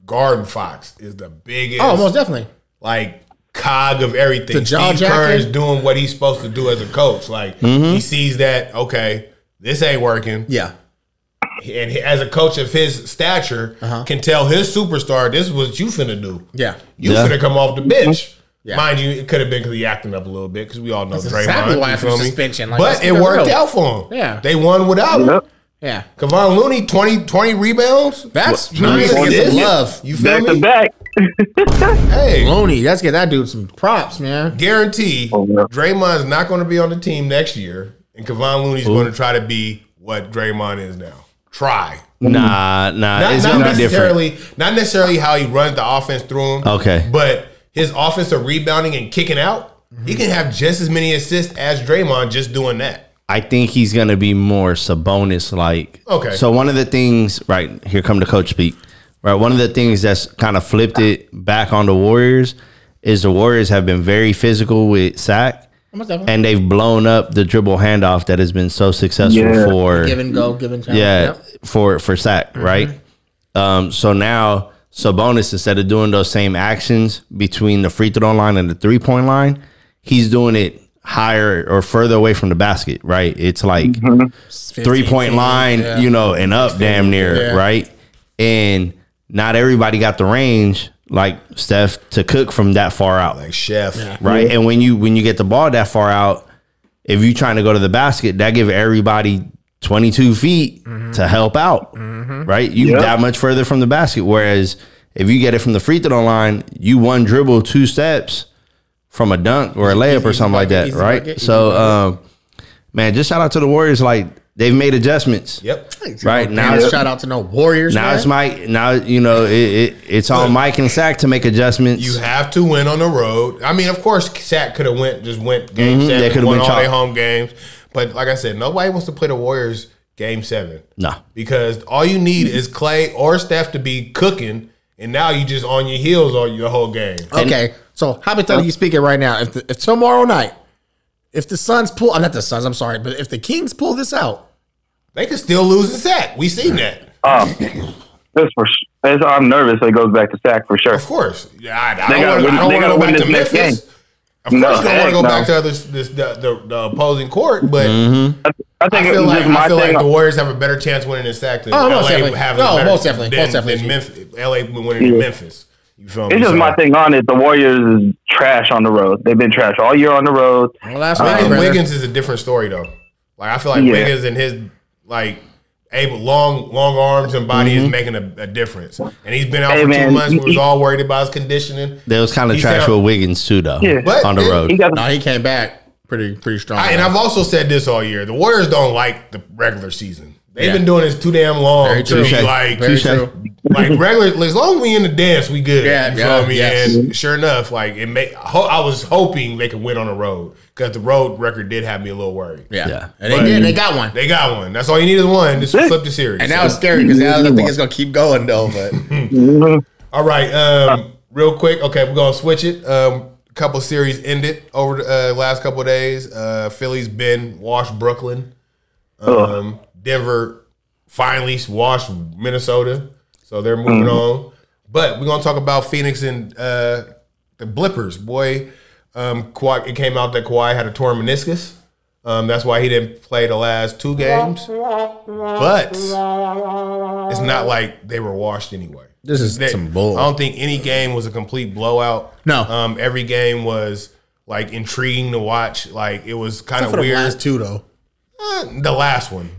Speaker 1: Garden Fox is the biggest.
Speaker 3: oh, most definitely.
Speaker 1: like cog of everything.
Speaker 3: The jaw Mm-hmm.
Speaker 1: Steve Kerr
Speaker 3: jacking?
Speaker 1: is doing what he's supposed to do as a coach. Like he sees that okay, this ain't working,
Speaker 3: Yeah,
Speaker 1: and he, as a coach of his stature, can tell his superstar, "This is what you finna do.
Speaker 3: Uh-huh. yeah.
Speaker 1: You
Speaker 2: Yeah.
Speaker 1: finna come off the bench."
Speaker 3: Yeah.
Speaker 1: Mind you, it could have been because he acting up a little bit because we all know
Speaker 3: That's
Speaker 1: Draymond.
Speaker 3: exactly why
Speaker 1: you
Speaker 3: it's a
Speaker 1: feel me?
Speaker 3: suspension, like, let's
Speaker 1: but it
Speaker 3: keep it
Speaker 1: worked
Speaker 3: real.
Speaker 1: out for him.
Speaker 3: Yeah.
Speaker 1: they won without him.
Speaker 4: Yep.
Speaker 3: Yeah,
Speaker 1: Kevon Looney 20, 20 rebounds.
Speaker 3: that's
Speaker 1: Well,
Speaker 3: nice.
Speaker 1: Looney
Speaker 3: Get
Speaker 1: is-
Speaker 3: some love.
Speaker 1: You
Speaker 4: Back
Speaker 1: feel
Speaker 4: to
Speaker 1: me?
Speaker 4: back.
Speaker 1: Hey,
Speaker 3: Looney, let's get that dude some props, man.
Speaker 1: guarantee
Speaker 4: Oh, yeah.
Speaker 1: Draymond's not going to be on the team next year, and Kevon Looney's going to try to be what Draymond is now. Try.
Speaker 2: Nah, nah.
Speaker 1: Not,
Speaker 2: it's
Speaker 1: not
Speaker 2: gonna be different.
Speaker 1: necessarily not necessarily how he runs the offense through him.
Speaker 2: Okay.
Speaker 1: But his offensive rebounding and kicking out, he can have just as many assists as Draymond just doing that.
Speaker 2: I think he's gonna be more Sabonis like.
Speaker 1: Okay.
Speaker 2: So one of the things, right here, come the coach speak. Right, one of the things that's kind of flipped it back on the Warriors is the Warriors have been very physical with sack,
Speaker 3: Most definitely.
Speaker 2: and they've blown up the dribble handoff that has been so successful
Speaker 4: Yeah.
Speaker 2: for
Speaker 3: give and go, give and take.
Speaker 2: yeah
Speaker 3: Yep. Mm-hmm.
Speaker 2: for for sack right. Um, so now Sabonis instead of doing those same actions between the free throw line and the three point line, he's doing it higher or further away from the basket. Right, it's like three point
Speaker 3: 15,
Speaker 2: line,
Speaker 3: yeah.
Speaker 2: you know, and up damn near,
Speaker 3: Yeah.
Speaker 2: right? and not everybody got the range like Steph to cook from that far out,
Speaker 1: Like chef.
Speaker 2: right? And when you when you get the ball that far out, if you're trying to go to the basket, that give everybody 22 feet
Speaker 3: Mm-hmm.
Speaker 2: to help out, right? You
Speaker 4: Yeah.
Speaker 2: that much further from the basket. Whereas if you get it from the free throw line, you one dribble two steps from a dunk or a layup or something like
Speaker 3: bucket,
Speaker 2: that,
Speaker 3: easy
Speaker 2: right?
Speaker 3: bucket, easy
Speaker 2: so, um, man, just shout out to the Warriors. Like they've made adjustments.
Speaker 1: Yep.
Speaker 2: Right now,
Speaker 3: Now,
Speaker 2: it's
Speaker 3: shout out to no Warriors.
Speaker 2: now
Speaker 3: man.
Speaker 2: it's Mike. Now you know it, it, it's on Mike and Sack to make adjustments.
Speaker 1: You have to win on the road. I mean, of course, Shaq could have went just went game
Speaker 2: Mhm, they
Speaker 1: seven,
Speaker 2: could've
Speaker 1: won
Speaker 2: been
Speaker 1: all their
Speaker 2: chopped.
Speaker 1: home games. But like I said, nobody wants to play the Warriors game seven
Speaker 2: nah,
Speaker 1: because all you need is Clay or Steph to be cooking, and now you just on your heels all your whole game.
Speaker 3: Okay, so hypothetically speaking, right now, if, the, if tomorrow night, if the Suns pull, I'm not the Suns, I'm sorry, but if the Kings pull this out,
Speaker 1: They could still lose the sack. We seen that,
Speaker 4: Um, that's for. s- That's, I'm nervous. That it goes back to sack for sure.
Speaker 1: of course. Yeah, I, I
Speaker 4: They gotta
Speaker 1: don't
Speaker 4: win-
Speaker 1: want
Speaker 4: they
Speaker 1: to
Speaker 4: gotta
Speaker 1: go
Speaker 4: win
Speaker 1: back
Speaker 4: this
Speaker 1: to
Speaker 4: next
Speaker 1: Memphis.
Speaker 4: game.
Speaker 1: Of course,
Speaker 4: No,
Speaker 1: you don't want to
Speaker 4: heck
Speaker 1: go
Speaker 4: no.
Speaker 1: back to other, this, the, the, the opposing court, but
Speaker 4: I think
Speaker 1: I feel
Speaker 4: it's
Speaker 1: like,
Speaker 4: just my
Speaker 1: I feel
Speaker 4: thing.
Speaker 1: like the Warriors have a better chance winning in sack than
Speaker 3: Oh, most
Speaker 1: LA
Speaker 3: definitely.
Speaker 1: have
Speaker 3: No,
Speaker 1: a better,
Speaker 3: most definitely.
Speaker 1: than,
Speaker 3: Most definitely.
Speaker 1: than Memphis. LA been winning in
Speaker 4: Yeah.
Speaker 1: Memphis. You feel me?
Speaker 4: it's just
Speaker 1: So,
Speaker 4: my thing on it. The Warriors is trash on the road. They've been trash all year on the road.
Speaker 3: well, that's
Speaker 1: I
Speaker 3: right,
Speaker 1: think
Speaker 3: brother.
Speaker 1: Wiggins is a different story though. Like I feel like
Speaker 4: Yeah.
Speaker 1: Wiggins and his like able long long arms and body is making a, a difference. And he's been out
Speaker 4: Mm-hmm. Hey,
Speaker 1: for two
Speaker 4: man,
Speaker 1: months. We
Speaker 4: he-
Speaker 1: was all worried about his conditioning.
Speaker 2: they was kind of
Speaker 1: He
Speaker 2: trash
Speaker 1: said-
Speaker 2: with Wiggins too, though.
Speaker 4: Yeah.
Speaker 1: But
Speaker 2: on the
Speaker 1: it-
Speaker 2: road,
Speaker 4: He got
Speaker 3: No, he came back pretty pretty strong.
Speaker 1: I, and I've also said this all year: the Warriors don't like the regular season. They've
Speaker 3: Yeah.
Speaker 1: been doing this too damn long
Speaker 3: Very
Speaker 1: to be
Speaker 3: true.
Speaker 1: like
Speaker 3: Very
Speaker 2: Touche.
Speaker 3: true.
Speaker 1: like regular like, as long as we in the dance we good
Speaker 3: Yeah,
Speaker 1: you feel
Speaker 3: yeah,
Speaker 1: me
Speaker 3: yes.
Speaker 1: and sure enough like it may I ho- i was hoping they could win on the road because the road record did have me a little worried
Speaker 3: Yeah,
Speaker 2: Yeah.
Speaker 3: and they
Speaker 1: But-
Speaker 3: did. They got one,
Speaker 1: they got one that's all you need is one just flip the series
Speaker 3: and that was scary because I don't think it's gonna keep going though. But
Speaker 1: all right um real quick okay we're gonna switch it um a couple series ended over the uh, last couple of days uh philly's been washed brooklyn um denver finally washed minnesota so they're moving on but we're gonna talk about phoenix and uh the blippers, boy. Um, Kawhi, it came out that Kawhi had a torn meniscus. Um, that's why he didn't play the last two games. But it's not like they were washed anyway.
Speaker 3: this is
Speaker 1: They- um,
Speaker 3: some bull.
Speaker 1: I don't think any game was a complete blowout.
Speaker 3: No.
Speaker 1: Um, every game was like intriguing to watch. Like it was kind
Speaker 3: for
Speaker 1: of
Speaker 3: the
Speaker 1: weird.
Speaker 3: last two though.
Speaker 1: Eh, the last one.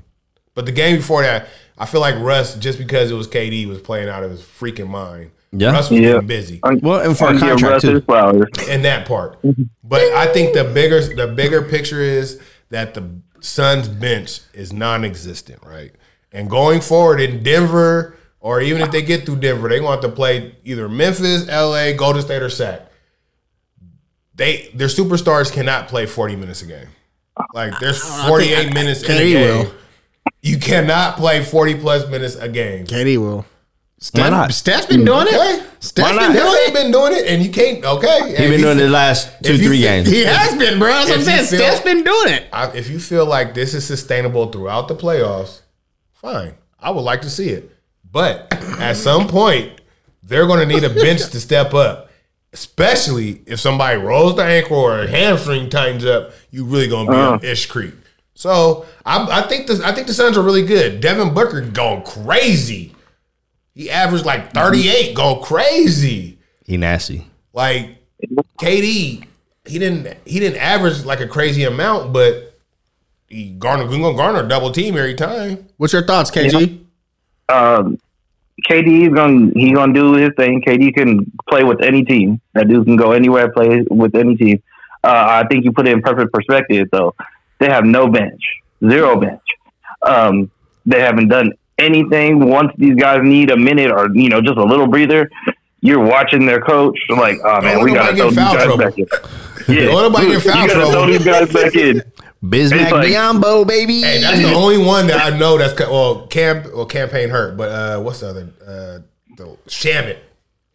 Speaker 1: But the game before that, I feel like Russ, just because it was KD, was playing out of his freaking mind.
Speaker 2: Yeah.
Speaker 1: Russ was
Speaker 4: Yeah.
Speaker 1: getting busy
Speaker 2: well, and for a
Speaker 4: to give
Speaker 2: contract
Speaker 4: Russ
Speaker 2: too.
Speaker 4: his flowers.
Speaker 1: in that part. But I think the bigger the bigger picture is that the Suns bench is non-existent, right? And going forward in Denver, or even if they get through Denver, they're gonna have to play either Memphis, LA, Golden State, or Sac. They their superstars cannot play 40 minutes a game. Like there's 48 minutes in a
Speaker 3: Katie
Speaker 1: game.
Speaker 3: will.
Speaker 1: You cannot play 40 plus minutes a game.
Speaker 3: Katie will.
Speaker 2: Why not?
Speaker 3: Steph's been doing
Speaker 1: Okay.
Speaker 3: it. Steph's
Speaker 1: He
Speaker 3: been doing
Speaker 1: ain't
Speaker 3: it.
Speaker 1: been doing it, and you can't. Okay,
Speaker 2: He been doing it the last two,
Speaker 1: if you
Speaker 2: three
Speaker 1: see-
Speaker 2: games.
Speaker 3: He has been, bro. That's what I'm
Speaker 1: If
Speaker 3: saying.
Speaker 1: you feel-
Speaker 3: Steph's been doing it.
Speaker 1: I, if you feel like this is sustainable throughout the playoffs, fine. I would like to see it. But at some point, they're going to need a bench to step up, especially if somebody rolls the ankle or a hamstring tightens up. You really going to be on ish creek. So I, I think the I think the Suns are really good. Devin Booker going crazy. He averaged like thirty eight, going crazy.
Speaker 2: He nasty.
Speaker 1: Like KD, he didn't he didn't average like a crazy amount, but he garner we gonna garner a double team every time.
Speaker 3: What's your thoughts, KG?
Speaker 4: Um, KD is going. He going to do his thing. KD can play with any team. That dude can go anywhere. Play with any team. Uh, I think you put it in perfect perspective. Though they have no bench, zero bench. Um, they haven't done anything. Once these guys need a minute or you know just a little breather, you're watching their coach. Like, oh man,
Speaker 1: want
Speaker 4: we got to
Speaker 1: nobody
Speaker 4: throw
Speaker 1: in
Speaker 4: these
Speaker 1: foul
Speaker 4: guys
Speaker 1: trouble.
Speaker 4: back in. Yeah,
Speaker 1: Don't want nobody in
Speaker 4: you
Speaker 1: foul
Speaker 4: got to
Speaker 1: trouble.
Speaker 4: throw these guys back in.
Speaker 2: Bismack
Speaker 4: It's like-
Speaker 2: Biombo, baby.
Speaker 1: Hey, that's the only one that I know that's ca- well camp well campaign hurt, but uh what's the other uh the Shamit.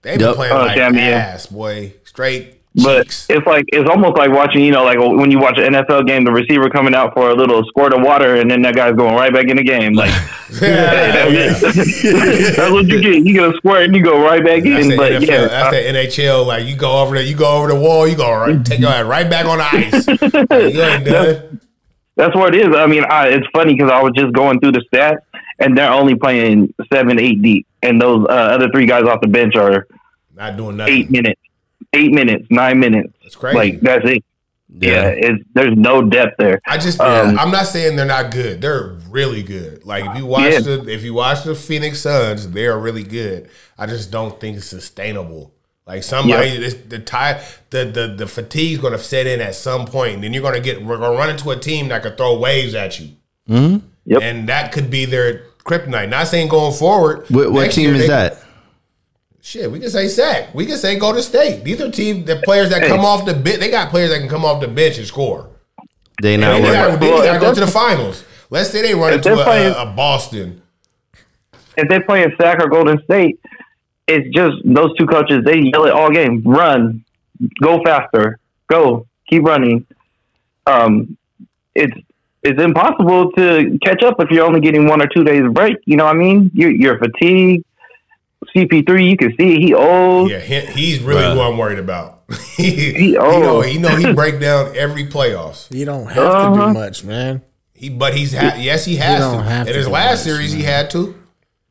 Speaker 1: They been
Speaker 2: Yup.
Speaker 1: playing
Speaker 4: Oh,
Speaker 1: like
Speaker 4: Shamit, yeah.
Speaker 1: ass, boy. Straight
Speaker 4: But
Speaker 1: cheeks.
Speaker 4: it's like it's almost like watching, you know, like when you watch an NFL game, the receiver coming out for a little squirt of water, and then that guy's going right back in the game. Like hey,
Speaker 1: Yeah, yeah.
Speaker 4: that's, it. that's what you get. You get a squirt, and you go right back
Speaker 1: That's
Speaker 4: in.
Speaker 1: the
Speaker 4: But
Speaker 1: NFL,
Speaker 4: yeah,
Speaker 1: that's
Speaker 4: uh,
Speaker 1: the NHL. Like you go over there, you go over the wall, you go right, take your ass right back on the ice. Like, you ain't done.
Speaker 4: that's what it is. I mean, I, it's funny because I was just going through the stats, and they're only playing seven, eight deep, and those uh, other three guys off the bench are
Speaker 1: Not doing
Speaker 4: eight
Speaker 1: nothing.
Speaker 4: minutes, eight minutes, nine minutes.
Speaker 1: That's crazy.
Speaker 4: Like that's it. Yeah, it's there's no depth there.
Speaker 1: I just
Speaker 4: Um,
Speaker 1: I'm not saying they're not good. They're really good. Like if you watch
Speaker 4: Yeah.
Speaker 1: the if you watch the Phoenix Suns, they are really good. I just don't think it's sustainable. Like somebody this, the tie the the the fatigue's gonna set in at some point, and then you're gonna get we're gonna run into a team that could throw waves at you.
Speaker 2: Mm-hmm.
Speaker 4: Yep.
Speaker 1: And that could be their kryptonite. Not saying going forward.
Speaker 2: What, what
Speaker 1: next
Speaker 2: team
Speaker 1: year
Speaker 2: is
Speaker 1: they-
Speaker 2: that?
Speaker 1: Shit, we can say sack. We can say go to state. These are teams the players that come off the bench. They got players that can come off the bench and score.
Speaker 2: They not
Speaker 1: They
Speaker 2: working.
Speaker 1: gotta, they
Speaker 4: Well,
Speaker 1: gotta go
Speaker 4: if they're-
Speaker 1: to the finals. Let's say they run
Speaker 4: If
Speaker 1: into
Speaker 4: they're
Speaker 1: a,
Speaker 4: playing-
Speaker 1: a, a Boston.
Speaker 4: if they're playing Sac or Golden State, it's just those two coaches. They yell it all game: run, go faster, go, keep running. Um, it's it's impossible to catch up if you're only getting one or two days break. You know what I mean? You're, you're fatigued. CP3, you can see he old.
Speaker 1: Yeah, he, he's really
Speaker 2: Bruh.
Speaker 1: who I'm worried about. he,
Speaker 4: old.
Speaker 1: know, he know he break down every playoffs.
Speaker 3: You don't have to
Speaker 4: Uh-huh.
Speaker 3: do much, man.
Speaker 1: He, but he's ha- yes, he has
Speaker 3: don't
Speaker 1: to.
Speaker 3: have
Speaker 1: In
Speaker 3: to
Speaker 1: his
Speaker 3: do
Speaker 1: last
Speaker 3: much,
Speaker 1: series, he had to.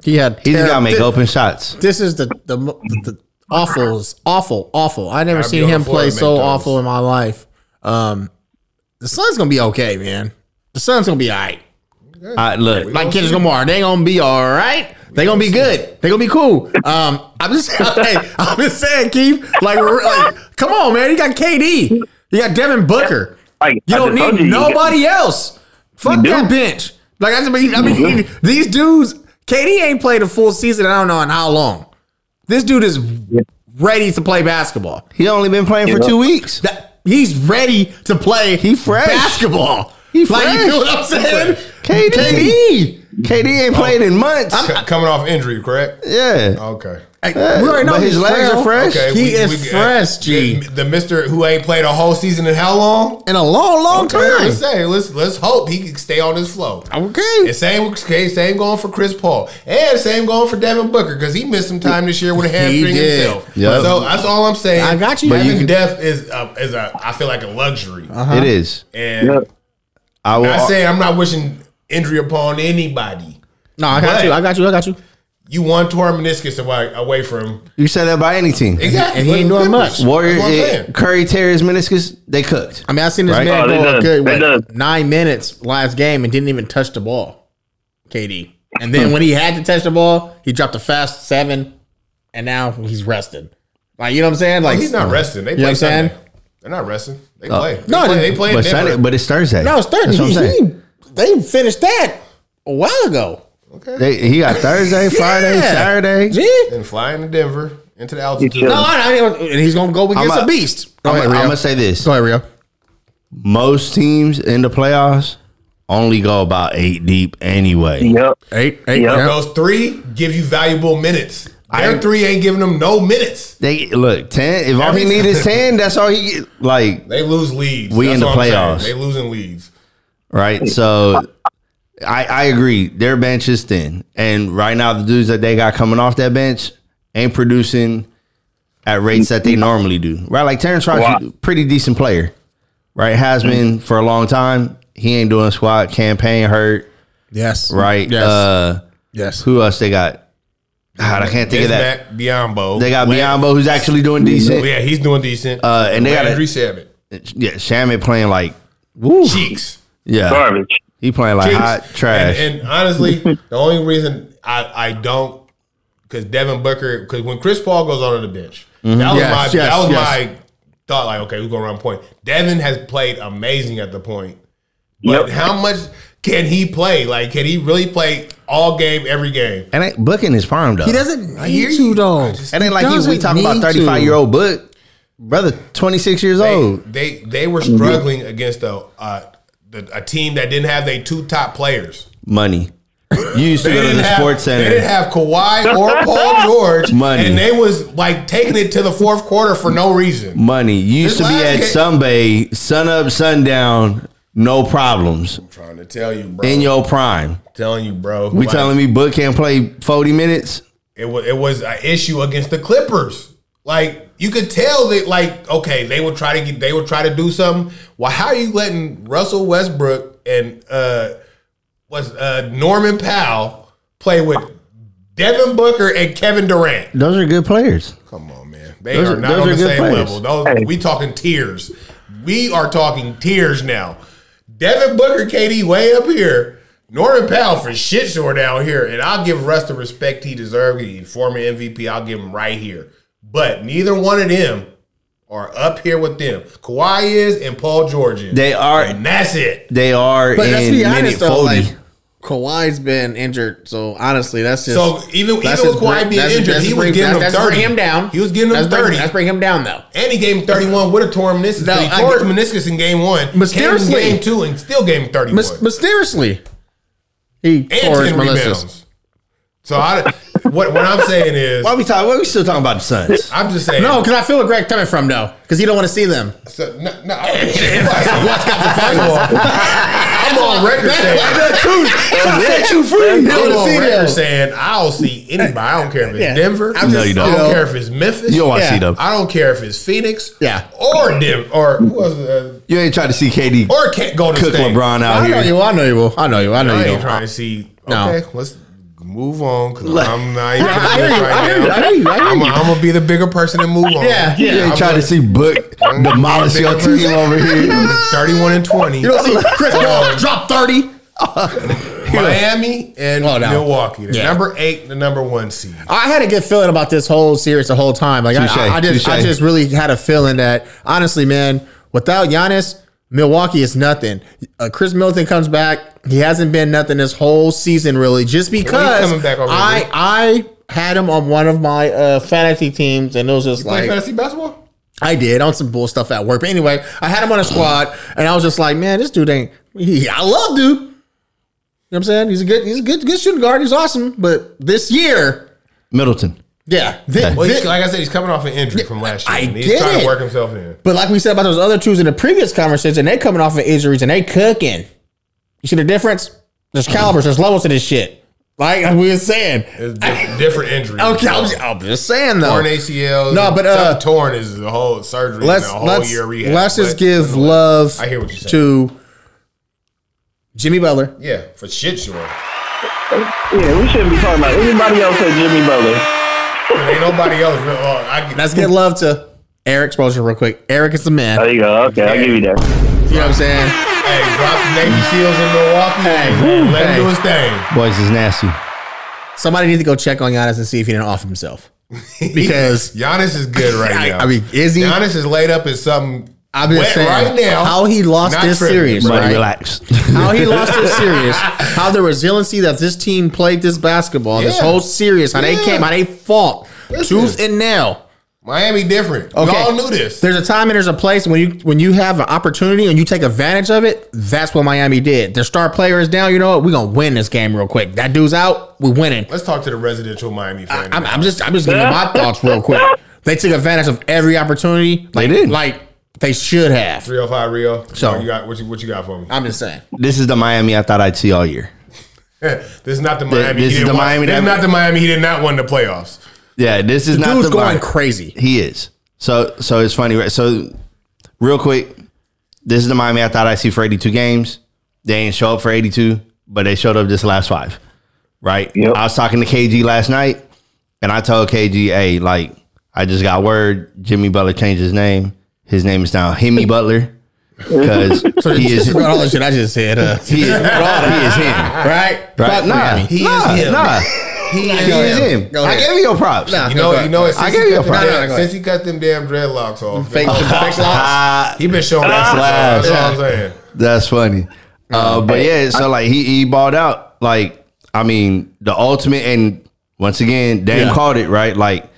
Speaker 3: He had.
Speaker 2: He's got to make
Speaker 3: thi-
Speaker 2: open shots.
Speaker 3: This is the the mo- the awfuls awful awful. I never
Speaker 1: I'd be
Speaker 3: seen
Speaker 1: on
Speaker 3: him
Speaker 1: the floor
Speaker 3: play
Speaker 1: to make
Speaker 3: so
Speaker 1: those.
Speaker 3: awful in my life. Um, the Suns gonna be okay, man. The Suns gonna be all right.
Speaker 2: I, look,
Speaker 3: Like Kendrick Lamar, they gonna be all right. They gonna be good. They gonna be cool. Um, I'm just hey, I'm just saying, Keith. Like, we're- like, come on, man. You got KD. You got Devin Booker.
Speaker 4: Like,
Speaker 3: You
Speaker 4: I
Speaker 3: don't
Speaker 4: just told
Speaker 3: need
Speaker 4: you, you
Speaker 3: nobody else. Fuck
Speaker 4: do.
Speaker 3: that bench. Like I mean, I mean these dudes. KD ain't played a full season. I don't know in how long. This dude is ready to play basketball.
Speaker 2: he only been playing for two weeks.
Speaker 3: That- he's ready to play. He
Speaker 2: fresh.
Speaker 3: basketball. He Like you
Speaker 2: fresh.
Speaker 3: feel what I'm saying?
Speaker 2: KD. KD.
Speaker 3: Oh.
Speaker 2: ain't played in months.
Speaker 1: C- coming off injury, correct?
Speaker 2: yeah.
Speaker 1: Okay.
Speaker 3: Like,
Speaker 2: Yeah,
Speaker 3: we already know
Speaker 2: but his
Speaker 3: he's
Speaker 2: legs
Speaker 3: frail.
Speaker 2: are fresh.
Speaker 1: Okay. uh,
Speaker 3: He is fresh, G.
Speaker 1: The, the Mister who ain't played a whole season in how long?
Speaker 3: in a long, long time.
Speaker 1: Let's say let's let's hope he can stay on his flow.
Speaker 3: Okay.
Speaker 1: And same, okay, same going for Chris Paul, and same going for Devin Booker because he missed some time this year with a hamstring
Speaker 3: did.
Speaker 1: himself.
Speaker 2: Yep.
Speaker 1: So that's all I'm saying.
Speaker 3: I got you.
Speaker 1: But
Speaker 3: But you
Speaker 1: Having
Speaker 3: can-
Speaker 1: death is a, is a I feel like a luxury,
Speaker 3: Uh-huh.
Speaker 2: It is.
Speaker 1: and
Speaker 4: Yeah.
Speaker 2: I will.
Speaker 1: I say I'm not wishing injury upon anybody.
Speaker 3: No, I got
Speaker 1: But-
Speaker 3: you. I got you. I got you.
Speaker 1: You want torn meniscus away, away from
Speaker 2: you said that by any team.
Speaker 1: exactly,
Speaker 3: and he ain't
Speaker 1: Look at
Speaker 3: doing
Speaker 1: Clippers.
Speaker 3: much.
Speaker 2: Warriors,
Speaker 1: That's what I'm
Speaker 2: it-
Speaker 1: saying.
Speaker 2: Curry, Terry's meniscus, they cooked.
Speaker 3: I mean, I seen this
Speaker 2: Right.
Speaker 3: man
Speaker 4: Oh, they
Speaker 3: go a
Speaker 4: done.
Speaker 3: good
Speaker 4: They
Speaker 3: what,
Speaker 4: done.
Speaker 3: nine minutes last game and didn't even touch the ball, KD. And then when he had to touch the ball, he dropped a fast seven, and now he's rested. Like you know what I'm saying? Like
Speaker 1: He's not resting. They
Speaker 3: know what
Speaker 1: play
Speaker 3: I'm saying? Uh,
Speaker 1: Sunday. They're not resting. They play. They
Speaker 3: no,
Speaker 1: play,
Speaker 3: they-
Speaker 1: they play in
Speaker 2: But
Speaker 1: Denver.
Speaker 2: Sunday, but it's Thursday.
Speaker 3: No, it's Thursday.
Speaker 2: That's what I'm saying.
Speaker 3: He- they finished that a while ago.
Speaker 2: They, he got Thursday, Friday,
Speaker 3: Yeah.
Speaker 2: Saturday.
Speaker 3: Gee.
Speaker 1: and flying to Denver into the altitude.
Speaker 4: should.
Speaker 3: No, I, I, and he's gonna go against
Speaker 2: I'm
Speaker 3: a,
Speaker 2: a-
Speaker 3: beast. Go
Speaker 2: I'm,
Speaker 3: ahead, Rio.
Speaker 2: gonna say this:
Speaker 3: go ahead, Rio.
Speaker 2: most teams in the playoffs only go about eight deep anyway.
Speaker 4: Yep.
Speaker 1: Uh,
Speaker 3: Eight, eight.
Speaker 4: Yeah.
Speaker 3: yeah.
Speaker 1: Those three give you valuable minutes. Their three ain't giving them no minutes.
Speaker 2: They look ten. If all he
Speaker 1: Every-
Speaker 2: need is ten, that's all he get. Like
Speaker 1: They lose leads.
Speaker 2: We in the
Speaker 1: what I'm saying.
Speaker 2: playoffs.
Speaker 1: They losing leads.
Speaker 2: right? So I I agree. Their bench is thin, and right now the dudes that they got coming off that bench ain't producing at rates that they normally do. Right, like Terrence Ross,
Speaker 4: Wow.
Speaker 2: pretty decent player, right? Has been for a long time. He ain't doing squat. Campaign hurt,
Speaker 3: Yes.
Speaker 2: right?
Speaker 3: Yes.
Speaker 2: Uh,
Speaker 3: yes.
Speaker 2: who else they got? God, I can't think
Speaker 1: Is
Speaker 2: of that.
Speaker 1: that Biombo?
Speaker 2: They got
Speaker 1: Lan-
Speaker 2: Biombo, who's actually doing decent.
Speaker 1: Yeah, he's doing decent.
Speaker 2: Uh, and they got
Speaker 1: Landry
Speaker 2: a,
Speaker 1: Shabbat.
Speaker 2: yeah, Shaman playing like, woo,
Speaker 1: Cheeks.
Speaker 2: yeah,
Speaker 4: Garbage.
Speaker 2: he playing like
Speaker 1: Cheeks.
Speaker 2: hot trash.
Speaker 1: And, and honestly, the only reason I, I don't because Devin Booker because when Chris Paul goes onto the bench,
Speaker 2: Mm-hmm.
Speaker 1: that was
Speaker 3: Yes,
Speaker 1: my
Speaker 3: yes,
Speaker 1: that was
Speaker 3: yes.
Speaker 1: my thought. Like, okay, who's gonna run point? Devin has played amazing at the point, but
Speaker 4: Yep.
Speaker 1: how much can he play? Like, can he really play all game, every game?
Speaker 2: And ain't Book in his prime though.
Speaker 3: He doesn't
Speaker 1: I hear
Speaker 3: need
Speaker 1: you.
Speaker 3: to
Speaker 1: I
Speaker 3: though.
Speaker 1: just-
Speaker 2: And then like he, we
Speaker 3: doesn't
Speaker 2: talking about
Speaker 3: need
Speaker 2: thirty five
Speaker 3: to.
Speaker 2: year old Book, brother, twenty six years
Speaker 1: they,
Speaker 2: old.
Speaker 1: they they were struggling against a uh, the, a team that didn't have their two top players.
Speaker 2: Money. You used to
Speaker 1: They
Speaker 2: go to
Speaker 1: didn't
Speaker 2: the
Speaker 1: have,
Speaker 2: Sports
Speaker 1: They
Speaker 2: Center.
Speaker 1: didn't have Kawhi or Paul George.
Speaker 2: Money.
Speaker 1: and they was like taking it to the fourth quarter for no reason.
Speaker 2: Money. You used to
Speaker 1: This
Speaker 2: be
Speaker 1: last game-
Speaker 2: at Sunbay, sun up, sundown, no problems.
Speaker 1: I'm trying to tell you, bro.
Speaker 2: In your prime.
Speaker 1: telling you, bro.
Speaker 2: We telling me Book can't play forty minutes?
Speaker 1: it was it was an issue against the Clippers. Like you could tell that, like okay, they would try to get, they would try to do something. Why? How are you letting Russell Westbrook and uh, was uh, Norman Powell play with Devin Booker and Kevin Durant.
Speaker 2: Those are good players.
Speaker 1: Come on, man. They
Speaker 2: Those
Speaker 1: are
Speaker 2: are-
Speaker 1: not
Speaker 2: those
Speaker 1: on
Speaker 2: are
Speaker 1: the
Speaker 2: good
Speaker 1: same
Speaker 2: players.
Speaker 1: level. Those,
Speaker 4: Hey.
Speaker 1: We talking tiers. We are talking tiers now. Devin Booker, KD, way up here. Norman Powell for shit sure down here, and I'll give Russ the respect he deserves. He's former MVP. I'll give him right here. But neither one of them are up here with them. Kawhi is and Paul George is.
Speaker 2: They are.
Speaker 1: and that's it.
Speaker 2: They are
Speaker 3: But let's
Speaker 2: in
Speaker 3: be
Speaker 2: minute
Speaker 3: honest though,
Speaker 2: forty.
Speaker 3: like Kawhi's been injured, so honestly, that's just
Speaker 1: So even even with
Speaker 3: that's his
Speaker 1: Kawhi
Speaker 3: bring-
Speaker 1: being
Speaker 3: that's-
Speaker 1: injured,
Speaker 3: that's
Speaker 1: he
Speaker 3: his
Speaker 1: was
Speaker 3: bring-
Speaker 1: giving him
Speaker 3: that's- that's
Speaker 1: thirty.
Speaker 3: bring him down.
Speaker 1: He was giving him
Speaker 3: That's bring-
Speaker 1: thirty.
Speaker 3: That's bring him down though.
Speaker 1: And he gave him 31 with a torn meniscus.
Speaker 3: No,
Speaker 1: but he
Speaker 3: I
Speaker 1: tore
Speaker 3: get-
Speaker 1: his meniscus in game one.
Speaker 3: Mysteriously.
Speaker 1: Came in game two and still gave him 31.
Speaker 3: Mys- mysteriously, he
Speaker 1: and
Speaker 3: tore his
Speaker 1: 10
Speaker 3: meniscus.
Speaker 1: rebounds. So I, what, what I'm saying is,
Speaker 2: Why we talking? Why we still talking about the Suns?
Speaker 1: I'm just saying.
Speaker 3: No, because I feel where Greg coming from though, because he don't want to see them.
Speaker 1: So, no, no I, first of all, I'm on record saying.
Speaker 2: set you free.
Speaker 1: I'm
Speaker 3: wanna
Speaker 1: on
Speaker 3: see
Speaker 1: record
Speaker 3: them.
Speaker 1: saying I'll see anybody. I don't care if it's
Speaker 3: Yeah.
Speaker 1: Denver.
Speaker 3: I'm
Speaker 2: No, you
Speaker 1: I don't
Speaker 2: don't.
Speaker 3: you know,
Speaker 1: care if it's Memphis.
Speaker 2: You don't want to
Speaker 3: Yeah.
Speaker 2: see them.
Speaker 1: I don't care if it's Phoenix.
Speaker 3: Yeah.
Speaker 1: Or Denver. Or who was it? Uh,
Speaker 5: You ain't trying to see KD
Speaker 2: Oh,
Speaker 1: or can't go to
Speaker 2: Cook
Speaker 1: State.
Speaker 2: LeBron out
Speaker 3: I know
Speaker 2: here.
Speaker 3: you. I know you will. I know you. I know
Speaker 1: I
Speaker 3: you.
Speaker 1: ain't
Speaker 3: don't.
Speaker 1: trying to see.
Speaker 3: No.
Speaker 1: Okay, let's move on. Cause I'm not even
Speaker 3: I hear
Speaker 1: gonna do
Speaker 3: you.
Speaker 1: this
Speaker 3: I
Speaker 1: right
Speaker 3: hear you.
Speaker 1: now.
Speaker 3: I hear you. I hear
Speaker 1: I'm
Speaker 3: you.
Speaker 1: gonna be the bigger person and move on.
Speaker 3: Yeah,
Speaker 5: You
Speaker 3: yeah.
Speaker 5: ain't trying to see Book demolish your team over here.
Speaker 1: 31 and 20.
Speaker 3: You don't see Chris Paul drop thirty.
Speaker 1: Miami and
Speaker 3: Oh, no.
Speaker 1: Milwaukee. The
Speaker 3: Yeah.
Speaker 1: number eight, the number one seed.
Speaker 3: I had a good feeling about this whole series the whole time. Like I-
Speaker 5: Touche,
Speaker 3: I, I just, I
Speaker 5: touche.
Speaker 3: just really had a feeling that honestly, man, without Giannis, Milwaukee is nothing. Uh, Chris Middleton comes back. He hasn't been nothing this whole season, really, just because
Speaker 1: coming back already.
Speaker 3: I, I had him on one of my uh, fantasy teams, and it was just
Speaker 1: Play
Speaker 3: like
Speaker 1: fantasy basketball?
Speaker 3: I did on some bull stuff at work. But anyway, I had him on a squad, and I was just like, man, this dude ain't. He, I love dude. You know what I'm saying? He's a good, he's a good, good shooting guard. He's awesome. But this year,
Speaker 2: Middleton.
Speaker 3: yeah, thi-
Speaker 1: Well,
Speaker 3: thi-
Speaker 1: he's- like I said, he's coming off an injury from last year.
Speaker 3: I
Speaker 1: and he's
Speaker 3: get
Speaker 1: trying
Speaker 3: it.
Speaker 1: to work himself in.
Speaker 3: but like we said about those other twos in the previous conversation, they coming off of injuries and they cooking. You see the difference? There's calibers, there's levels to this shit. Like we were saying.
Speaker 1: It's di- different injuries.
Speaker 3: Okay, I'm just, I'm just saying though.
Speaker 1: torn ACLs.
Speaker 3: No,
Speaker 1: and
Speaker 3: but, uh,
Speaker 1: something torn is the whole surgery. and
Speaker 3: let's
Speaker 1: a whole
Speaker 3: let's,
Speaker 1: year rehab.
Speaker 3: let's just
Speaker 1: But-
Speaker 3: give love
Speaker 1: I hear what you're saying.
Speaker 3: to Jimmy Butler.
Speaker 1: Yeah, for shit sure.
Speaker 4: Yeah, we shouldn't be talking about anybody else at Jimmy Butler. Oh,
Speaker 1: Ain't nobody else. real- oh, I get-
Speaker 3: Let's give love to Eric Spoelstra real quick. Eric is the man.
Speaker 4: There you go. Okay, I'll give you that.
Speaker 3: You know what I'm saying?
Speaker 1: Hey, drop the Navy SEAls in Milwaukee.
Speaker 3: Hey,
Speaker 1: let
Speaker 3: hey.
Speaker 1: him do his thing.
Speaker 2: Boys is nasty.
Speaker 3: Somebody needs to go check on Giannis and see if he didn't off himself. Because
Speaker 1: Giannis is good right
Speaker 3: I,
Speaker 1: now.
Speaker 3: I mean, is he?
Speaker 1: Giannis is laid up in something
Speaker 3: I'm just
Speaker 1: wet
Speaker 3: saying
Speaker 1: right now.
Speaker 3: how he lost
Speaker 1: Not
Speaker 3: this
Speaker 1: tripping,
Speaker 3: series,
Speaker 2: Buddy,
Speaker 3: right?
Speaker 2: relax.
Speaker 3: how he lost this series, how the resiliency that this team played this basketball, this
Speaker 1: Yeah.
Speaker 3: whole series, how
Speaker 1: Yeah.
Speaker 3: they came, how they fought,
Speaker 1: Listen.
Speaker 3: tooth and nail.
Speaker 1: Miami different. We
Speaker 3: Okay.
Speaker 1: all knew this.
Speaker 3: There's a time and there's a place when you when you have an opportunity and you take advantage of it. That's what Miami did. Their star player is down. You know what? We're gonna win this game real quick. That dude's out. We're winning.
Speaker 1: Let's talk to the residential Miami fan.
Speaker 3: I'm, I'm just I'm just giving you my thoughts real quick. They took advantage of every opportunity. Like,
Speaker 2: did.
Speaker 3: Like they should have.
Speaker 1: 305 Rio.
Speaker 3: So-
Speaker 1: what you got? What you, what you got for me?
Speaker 3: I'm just saying.
Speaker 2: this is the Miami I thought I'd see all year.
Speaker 1: this is not the Miami.
Speaker 2: this
Speaker 1: he
Speaker 2: is
Speaker 1: didn't
Speaker 2: the
Speaker 1: want,
Speaker 2: Miami
Speaker 1: This is
Speaker 2: that-
Speaker 1: not the Miami. He did not win the playoffs.
Speaker 2: Yeah, this is not
Speaker 3: Dude's
Speaker 2: the
Speaker 3: going
Speaker 2: Miami-
Speaker 3: crazy.
Speaker 2: He is. So so it's funny. right? So real quick, this is the Miami I thought I'd see for 82 games. They ain't show up for 82, but they showed up this last five. Right?
Speaker 4: Yep.
Speaker 2: I was talking to KG last night, and I told KG, hey, like, I just got word Jimmy Butler changed his name. His name is now Hemi Butler. Because he is
Speaker 3: Forgot all the shit I just said. Uh,
Speaker 2: he is, he is him.
Speaker 3: right?
Speaker 2: Right? Nah,
Speaker 3: Miami.
Speaker 2: he is him. Nah,
Speaker 1: He
Speaker 2: he is him.
Speaker 3: Go
Speaker 2: I
Speaker 3: ahead.
Speaker 2: gave you your props.
Speaker 3: Nah.
Speaker 1: You know,
Speaker 3: Okay.
Speaker 1: you know. Since,
Speaker 2: I
Speaker 1: he
Speaker 2: give you
Speaker 1: cut
Speaker 2: a
Speaker 1: them
Speaker 2: pro-
Speaker 1: damn-
Speaker 3: No, no, no, go
Speaker 1: since he cut them damn dreadlocks off,
Speaker 3: Fake, fake locks.
Speaker 2: Ah,
Speaker 1: he been showing us.
Speaker 2: Slash.
Speaker 1: That's all I'm saying.
Speaker 2: That's funny. Uh, but yeah, so like he he balled out. Like I mean, the ultimate, and once again, Dame
Speaker 3: Yeah.
Speaker 2: called it right. Like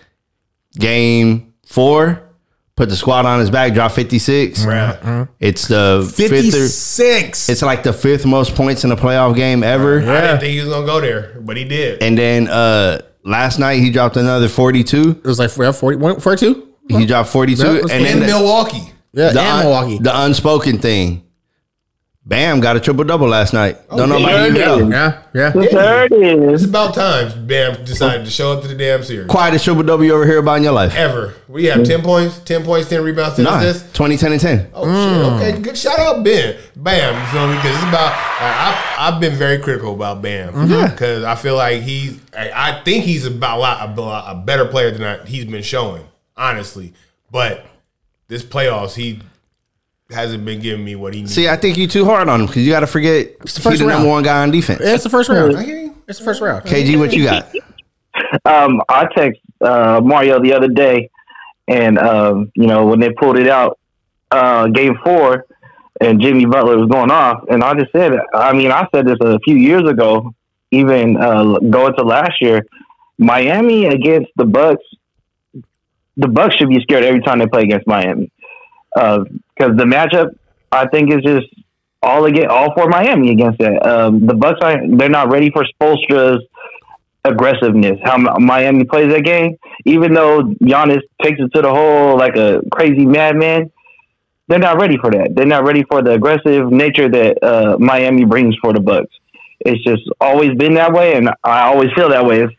Speaker 2: game four, put the squad on his back, dropped fifty six.
Speaker 1: Right.
Speaker 2: It's the fifth.
Speaker 3: Fifty-six.
Speaker 2: It's like the fifth most points in a playoff game ever.
Speaker 1: I didn't think he was gonna go there, but he did.
Speaker 2: And then uh last night he dropped another forty two.
Speaker 3: It was like yeah, 41, 42?
Speaker 2: He dropped forty
Speaker 3: Yeah,
Speaker 2: two,
Speaker 3: that's
Speaker 2: and
Speaker 1: in
Speaker 2: then the,
Speaker 1: Milwaukee.
Speaker 3: Yeah,
Speaker 2: the
Speaker 3: and
Speaker 2: un-
Speaker 3: Milwaukee.
Speaker 2: the unspoken thing. Bam got a triple double last night. Don't
Speaker 1: Okay.
Speaker 2: nobody even know.
Speaker 3: Yeah, yeah.
Speaker 4: There it is.
Speaker 1: It's about time Bam decided to show up to the damn series.
Speaker 2: Quietest triple double you ever hear about in your life.
Speaker 1: Ever. We have 10 points, 10 points, 10 rebounds, 10
Speaker 2: Nah,
Speaker 1: assists.
Speaker 2: 20, 10, and 10.
Speaker 1: Oh
Speaker 3: Mm.
Speaker 1: shit! Okay, good. Shout out Ben. Bam, you feel me? Because it's about I, I, I've been very critical about Bam
Speaker 3: Mm-hmm.
Speaker 1: because I feel like he's I, I think he's about a lot a, lot- a better player than I, he's been showing honestly. But this playoffs, he hasn't been giving me what he needs.
Speaker 2: See, I think you too hard on him because you got to forget he's the,
Speaker 3: first round.
Speaker 2: number one guy on defense.
Speaker 3: It's the first round.
Speaker 1: I hear you.
Speaker 3: It's the first round.
Speaker 2: KG, what you got?
Speaker 4: Um, I text uh, Mario the other day, and um, you know when they pulled it out, uh, game four, and Jimmy Butler was going off, and I just said, I mean, I said this a few years ago, even uh, going to last year, Miami against the Bucks, the Bucks should be scared every time they play against Miami, because the matchup, I think, is just all again, all for Miami against that. Um, the Bucks, are, they're not ready for Spolstra's aggressiveness. How Mi- Miami plays that game, even though Giannis takes it to the hole like a crazy madman, they're not ready for that. They're not ready for the aggressive nature that uh, Miami brings for the Bucks. It's just always been that way, and I always feel that way. It's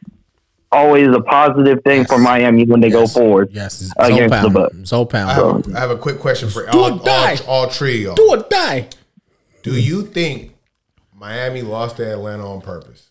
Speaker 4: always a positive thing for Miami when they go forward.
Speaker 3: Yes,
Speaker 4: Against the Bucks.
Speaker 3: Zopound.
Speaker 1: I
Speaker 3: Zopound.
Speaker 1: have, I have a quick question for
Speaker 3: Do or
Speaker 1: all, all,
Speaker 3: die.
Speaker 1: all three of y'all.
Speaker 3: Do or die.
Speaker 1: Do you think Miami lost to Atlanta on purpose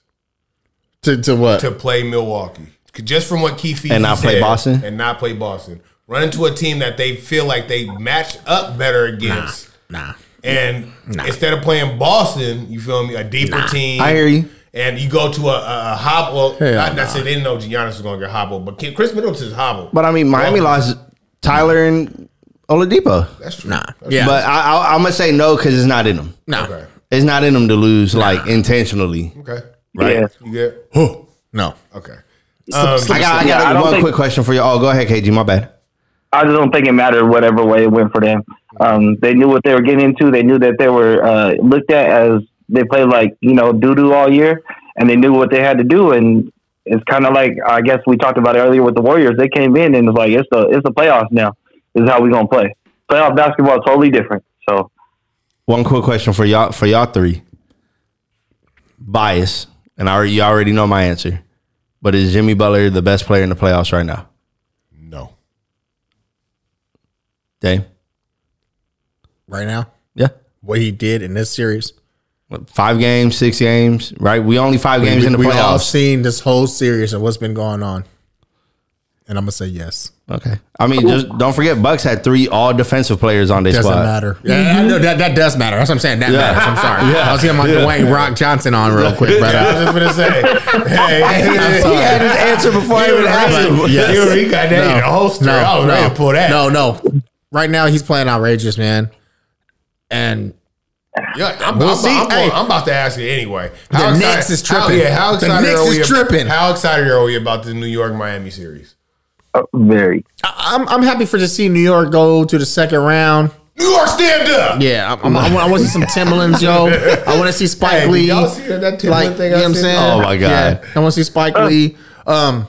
Speaker 5: To, to what?
Speaker 1: to play Milwaukee? Just from what Keith
Speaker 2: And not play
Speaker 1: said,
Speaker 2: Boston?
Speaker 1: and not play Boston, run into a team that they feel like they match up better against.
Speaker 3: Nah.
Speaker 1: And instead of playing Boston, you feel me, a deeper team.
Speaker 2: I hear you.
Speaker 1: And you go to a, a, a hobble.
Speaker 5: Hell
Speaker 1: not not say they didn't know Giannis was going to get hobbled, but Ken- Chris Middleton's hobbled.
Speaker 2: But I mean, Miami
Speaker 1: Well-
Speaker 2: lost Tyler and Oladipo.
Speaker 1: That's true.
Speaker 3: Nah. Yeah.
Speaker 2: But I, I, I'm going to say no because it's not in them.
Speaker 3: nah.
Speaker 1: Okay.
Speaker 2: It's not in them to lose like intentionally.
Speaker 1: Okay.
Speaker 2: Right.
Speaker 4: Yeah.
Speaker 1: You get
Speaker 3: No.
Speaker 1: okay. Um,
Speaker 2: I got, I got
Speaker 4: Yeah, I don't
Speaker 2: one
Speaker 4: think-
Speaker 2: quick question for you. Oh, go ahead, KG. My bad.
Speaker 4: I just don't think it mattered whatever way it went for them. Um, they knew what they were getting into. They knew that they were uh, looked at as they played like you know doo doo all year, and they knew what they had to do. And it's kind of like I guess we talked about it earlier with the Warriors. They came in and it's like it's the it's the playoffs now. This is how we gonna play. Playoff basketball is totally different. So
Speaker 2: One quick question for y'all for y'all three. Bias, and I already, you already know my answer, but is Jimmy Butler the best player in the playoffs right now?
Speaker 1: no.
Speaker 2: Dame,
Speaker 3: Right now,
Speaker 2: yeah,
Speaker 3: what he did in this series.
Speaker 2: What, five games, six games, right? We only five games in the
Speaker 3: we all
Speaker 2: playoffs.
Speaker 3: seen this whole series and what's been going on. And I'm gonna say yes.
Speaker 2: Okay, I mean, just don't forget, Bucks had three all defensive players on this
Speaker 3: Doesn't
Speaker 2: squad.
Speaker 3: matter. Yeah, I know that, that does matter. That's what I'm saying. That matters. I'm sorry. I was getting my Dwayne Rock Johnson on real quick, uh, brother.
Speaker 1: I was just gonna say, hey,
Speaker 3: I'm sorry.
Speaker 2: his answer before I
Speaker 1: even asked him.
Speaker 3: Yes.
Speaker 1: You already got that in the holster. I was ready to Oh, pull that.
Speaker 3: No, no. Right now he's playing outrageous, man. And
Speaker 1: Yeah, I'm,
Speaker 3: We'll
Speaker 1: I'm,
Speaker 3: see.
Speaker 1: I'm,
Speaker 3: Hey.
Speaker 1: I'm about to ask you anyway.
Speaker 3: The Knicks is
Speaker 1: how-
Speaker 3: tripping.
Speaker 1: yeah, how
Speaker 3: The
Speaker 1: excited
Speaker 3: Knicks
Speaker 1: are
Speaker 3: is
Speaker 1: we? ab-
Speaker 3: tripping.
Speaker 1: How excited are we about the New York Miami series?
Speaker 4: uh, very
Speaker 3: I- I'm I'm happy for to see New York go to the second round.
Speaker 1: New York, stand up.
Speaker 3: Yeah, I'm, I'm, I, want, I want to see some Timberlands, yo. I want to see Spike
Speaker 1: Hey, did
Speaker 3: Lee.
Speaker 1: y'all see that- that Timberland
Speaker 3: like,
Speaker 1: thing
Speaker 3: you know
Speaker 1: I
Speaker 3: what I'm
Speaker 1: sent
Speaker 3: saying?
Speaker 2: you? Oh, my God.
Speaker 3: Yeah, I want to see Spike Lee. Um,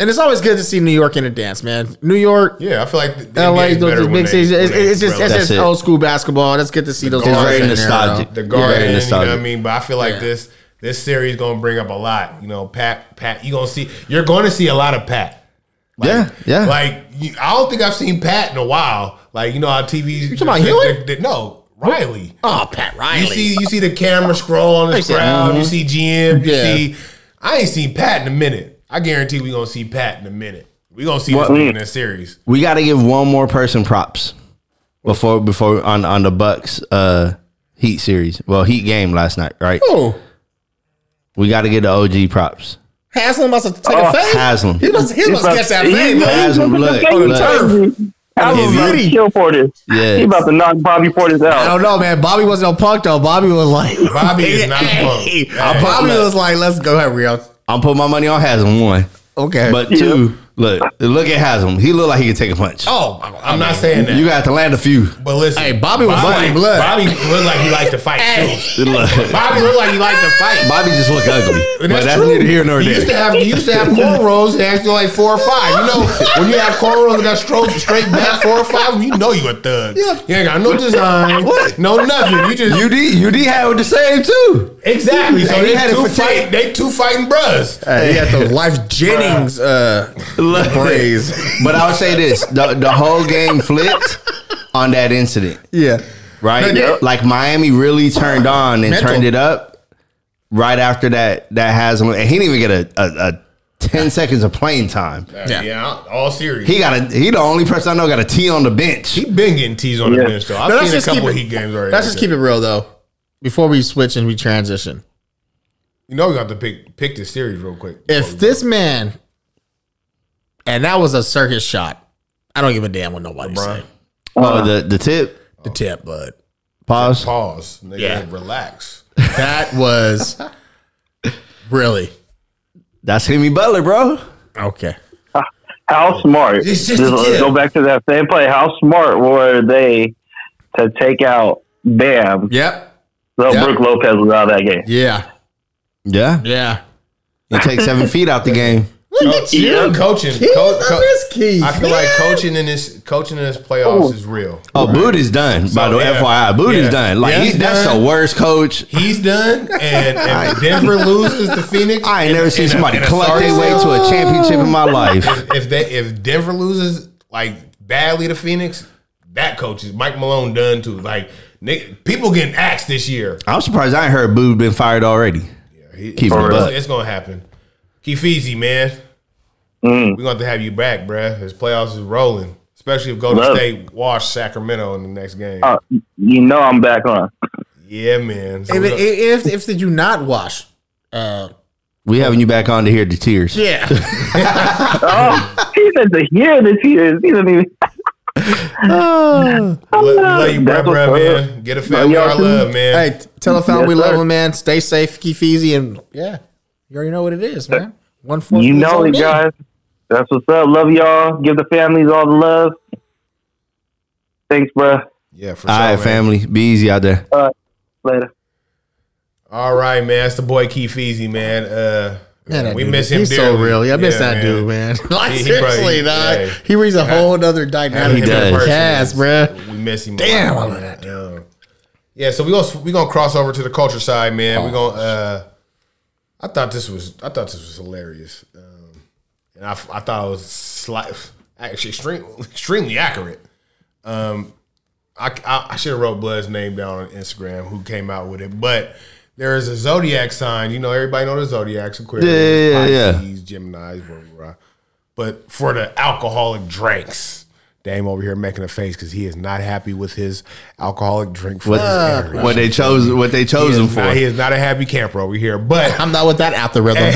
Speaker 3: and it's always good to see New York in a dance, man. New York,
Speaker 1: Yeah, I feel like the, the
Speaker 3: LA,
Speaker 1: NBA is
Speaker 3: those
Speaker 1: better when
Speaker 3: big
Speaker 1: they-
Speaker 3: cities.
Speaker 1: when
Speaker 3: It's,
Speaker 1: they
Speaker 3: it's just
Speaker 1: relish
Speaker 3: it's
Speaker 2: That's it.
Speaker 3: just old school basketball. That's good to see those.
Speaker 1: It's
Speaker 3: guys
Speaker 1: very
Speaker 3: in there,
Speaker 2: nostalgic.
Speaker 3: though.
Speaker 1: the garden. you
Speaker 2: Yeah,
Speaker 1: know what I
Speaker 2: nostalgic.
Speaker 1: mean? But I feel like this this series gonna bring up a lot. You know, Pat, Pat, you gonna see, you're gonna see a lot of Pat. Like-
Speaker 2: Yeah, yeah.
Speaker 1: Like you, I don't think I've seen Pat in a while. Like you know how TV. You
Speaker 3: talking about Hewitt?
Speaker 1: No, Riley.
Speaker 3: Oh, Pat Riley.
Speaker 1: You see, you see the camera scroll on the
Speaker 3: see-
Speaker 1: crowd. You see GM. You
Speaker 3: Yeah.
Speaker 1: see, I ain't seen Pat in a minute. I guarantee we gonna see Pat in a minute. We gonna see this
Speaker 2: What-
Speaker 1: dude in this series.
Speaker 2: We got to give one more person props before before on on the Bucks uh, Heat series. Well, Heat game last night, right?
Speaker 3: oh,
Speaker 2: We got to get the OG props.
Speaker 3: Haslam must have taken a fade.
Speaker 2: Oh, Haslam.
Speaker 3: He must he must
Speaker 4: about-
Speaker 3: catch that
Speaker 4: he-
Speaker 3: fade, man.
Speaker 2: Haslam, look,
Speaker 3: look.
Speaker 4: I was about to kill Porter.
Speaker 2: Yeah.
Speaker 4: He about to knock Bobby Portis
Speaker 3: I
Speaker 4: out.
Speaker 3: don't know, man. Bobby wasn't no punk though. Bobby was like,
Speaker 1: Bobby is not punk.
Speaker 3: Hey,
Speaker 1: Hey.
Speaker 3: Bobby was like, let's go ahead, Rio.
Speaker 2: I'm putting my money on Haslam one,
Speaker 3: Okay,
Speaker 2: but two, Look, look at Haslam. He look like he can take a punch.
Speaker 1: Oh, I'm not saying that.
Speaker 2: You got to land a few.
Speaker 1: but listen,
Speaker 3: Hey, Bobby was fighting blood.
Speaker 1: Bobby looked like he liked to fight too.
Speaker 2: Look,
Speaker 1: Bobby looked like he liked to fight.
Speaker 2: Bobby just look ugly, but
Speaker 1: And
Speaker 2: that's, neither here nor
Speaker 1: He
Speaker 2: there.
Speaker 1: used to have he used to have cornrows. They actually like four or five. You know, when you have cornrows and got straight straight back four or five, you know you a thug. Yeah, you ain't got no design, no nothing. You just
Speaker 2: UD UD had the same too.
Speaker 1: exactly. So
Speaker 2: Hey,
Speaker 1: they
Speaker 2: he had it
Speaker 1: two
Speaker 2: for ten.
Speaker 1: fight. They two fighting bros.
Speaker 3: Hey, he got those Life Jennings uh,
Speaker 2: Look.
Speaker 3: braids.
Speaker 2: But I would say this: the the whole game flipped on that incident,
Speaker 3: Yeah.
Speaker 2: right?
Speaker 3: Yep.
Speaker 2: Like Miami really turned on and
Speaker 3: Mental.
Speaker 2: turned it up right after that. That Haslam and he didn't even get a, a, a ten seconds of playing time.
Speaker 1: Yeah, all series.
Speaker 2: He got a he the only person I know got a T on the bench.
Speaker 1: He been getting teased on the bench though. I've
Speaker 3: No, let's
Speaker 1: seen a
Speaker 3: just keep
Speaker 1: couple
Speaker 3: it-
Speaker 1: heat games already.
Speaker 3: Let's just keep it real though. Before we switch and we transition,
Speaker 1: You know we got to pick pick this series real quick.
Speaker 3: if this man, and that was a circus shot, I don't give a damn what nobody said.
Speaker 2: Oh, the the tip.
Speaker 3: The tip, bud.
Speaker 2: Pause.
Speaker 1: pause, nigga,
Speaker 3: Yeah.
Speaker 1: relax.
Speaker 3: That was really
Speaker 2: That's Hemi Butler, bro.
Speaker 3: okay.
Speaker 4: How smart?
Speaker 1: It's just a
Speaker 4: let's
Speaker 1: tip.
Speaker 4: go back to that same play. How smart were they to take out Bam?
Speaker 3: Yep.
Speaker 4: So
Speaker 3: Yeah.
Speaker 4: Brooke Lopez was out of that game.
Speaker 3: Yeah.
Speaker 2: Yeah,
Speaker 3: Yeah.
Speaker 2: you take seven feet out the game.
Speaker 1: Coach, yeah, coaching. Co- co- I feel like coaching in this coaching in this playoffs is real.
Speaker 2: Oh, Boot is done. by the way,
Speaker 1: yeah.
Speaker 2: FYI, Boot
Speaker 1: Yeah.
Speaker 2: is done. Like
Speaker 1: Yeah,
Speaker 2: he,
Speaker 1: he's
Speaker 2: that's
Speaker 1: done.
Speaker 2: the worst coach.
Speaker 1: He's done, and if Denver loses to Phoenix,
Speaker 2: I ain't
Speaker 1: in-
Speaker 2: never seen
Speaker 1: in a-
Speaker 2: somebody
Speaker 1: in a
Speaker 2: cluck
Speaker 1: sorry
Speaker 2: their way
Speaker 1: series,
Speaker 2: to a championship in my life.
Speaker 1: If they if Denver loses like badly to Phoenix, that coach is Mike Malone done too. Like nigga, people getting axed this year.
Speaker 2: I'm surprised I ain't heard Boo been fired already.
Speaker 1: He-
Speaker 2: Keep it
Speaker 1: it's,
Speaker 2: up.
Speaker 1: it's gonna happen. Keep easy, man.
Speaker 4: Mm.
Speaker 1: We're gonna have to have you back, bruh. His playoffs is rolling. Especially if Golden
Speaker 4: Love.
Speaker 1: State wash Sacramento in the next game.
Speaker 4: Uh, you know I'm back on.
Speaker 1: yeah, man. So
Speaker 3: If,
Speaker 1: we gonna-
Speaker 3: if, if did you not wash? Uh,
Speaker 2: We having you back on to hear the tears.
Speaker 3: yeah.
Speaker 4: Oh, he said to hear the tears. He didn't even.
Speaker 1: Love, love you, bruh,
Speaker 4: That's what's
Speaker 1: bruh,
Speaker 4: up.
Speaker 1: man. Get a family
Speaker 4: y'all
Speaker 1: our
Speaker 4: too.
Speaker 1: love, man.
Speaker 3: hey, tell a family
Speaker 4: Yes,
Speaker 3: we love
Speaker 4: sir.
Speaker 3: him, man. Stay safe, keep easy, and yeah, you already know what it is, man. One fourth.
Speaker 4: You
Speaker 3: of the
Speaker 4: know it,
Speaker 3: zone in.
Speaker 4: guys. That's what's up. Love y'all. Give the families all the love. Thanks, bruh.
Speaker 1: Yeah, for
Speaker 2: All
Speaker 1: sure.
Speaker 2: right,
Speaker 1: man.
Speaker 2: family, be easy out there.
Speaker 4: Later.
Speaker 1: All right, man. It's the boy Keith Easy, man. Uh,
Speaker 3: Man, that
Speaker 1: we
Speaker 3: dude,
Speaker 1: miss him
Speaker 3: He's
Speaker 1: dearly.
Speaker 3: so real. Yeah, I miss that dude, man. like
Speaker 1: He- he probably-
Speaker 3: seriously, dog.
Speaker 1: yeah.
Speaker 3: He brings a whole other
Speaker 1: Having
Speaker 3: dynamic
Speaker 2: He
Speaker 1: him in
Speaker 2: does.
Speaker 1: person
Speaker 3: Yes,
Speaker 1: is-
Speaker 3: bruh.
Speaker 1: We miss him.
Speaker 3: Damn,
Speaker 1: I
Speaker 3: I love that
Speaker 1: Yeah, so we gonna we gonna cross over to the culture side, man. We gonna. Uh, I thought this was I thought this was hilarious, um, and I, I thought it was slight, actually extremely extremely accurate. Um, I I, I should have wrote Blood's name down on Instagram who came out with it, but there is a zodiac sign. You know, everybody know the zodiacs, Aquarius,
Speaker 2: Yeah, yeah, yeah,
Speaker 1: Pisces, Gemini's, blah, blah, blah. But for the alcoholic drinks, Dame over here making a face because he is not happy with his alcoholic drink. For
Speaker 2: What,
Speaker 1: his area.
Speaker 2: what they chose, what they
Speaker 1: he
Speaker 2: chose him
Speaker 1: is,
Speaker 2: for.
Speaker 1: not, he is not a happy camper over here, but
Speaker 3: I'm not with that after rhythm.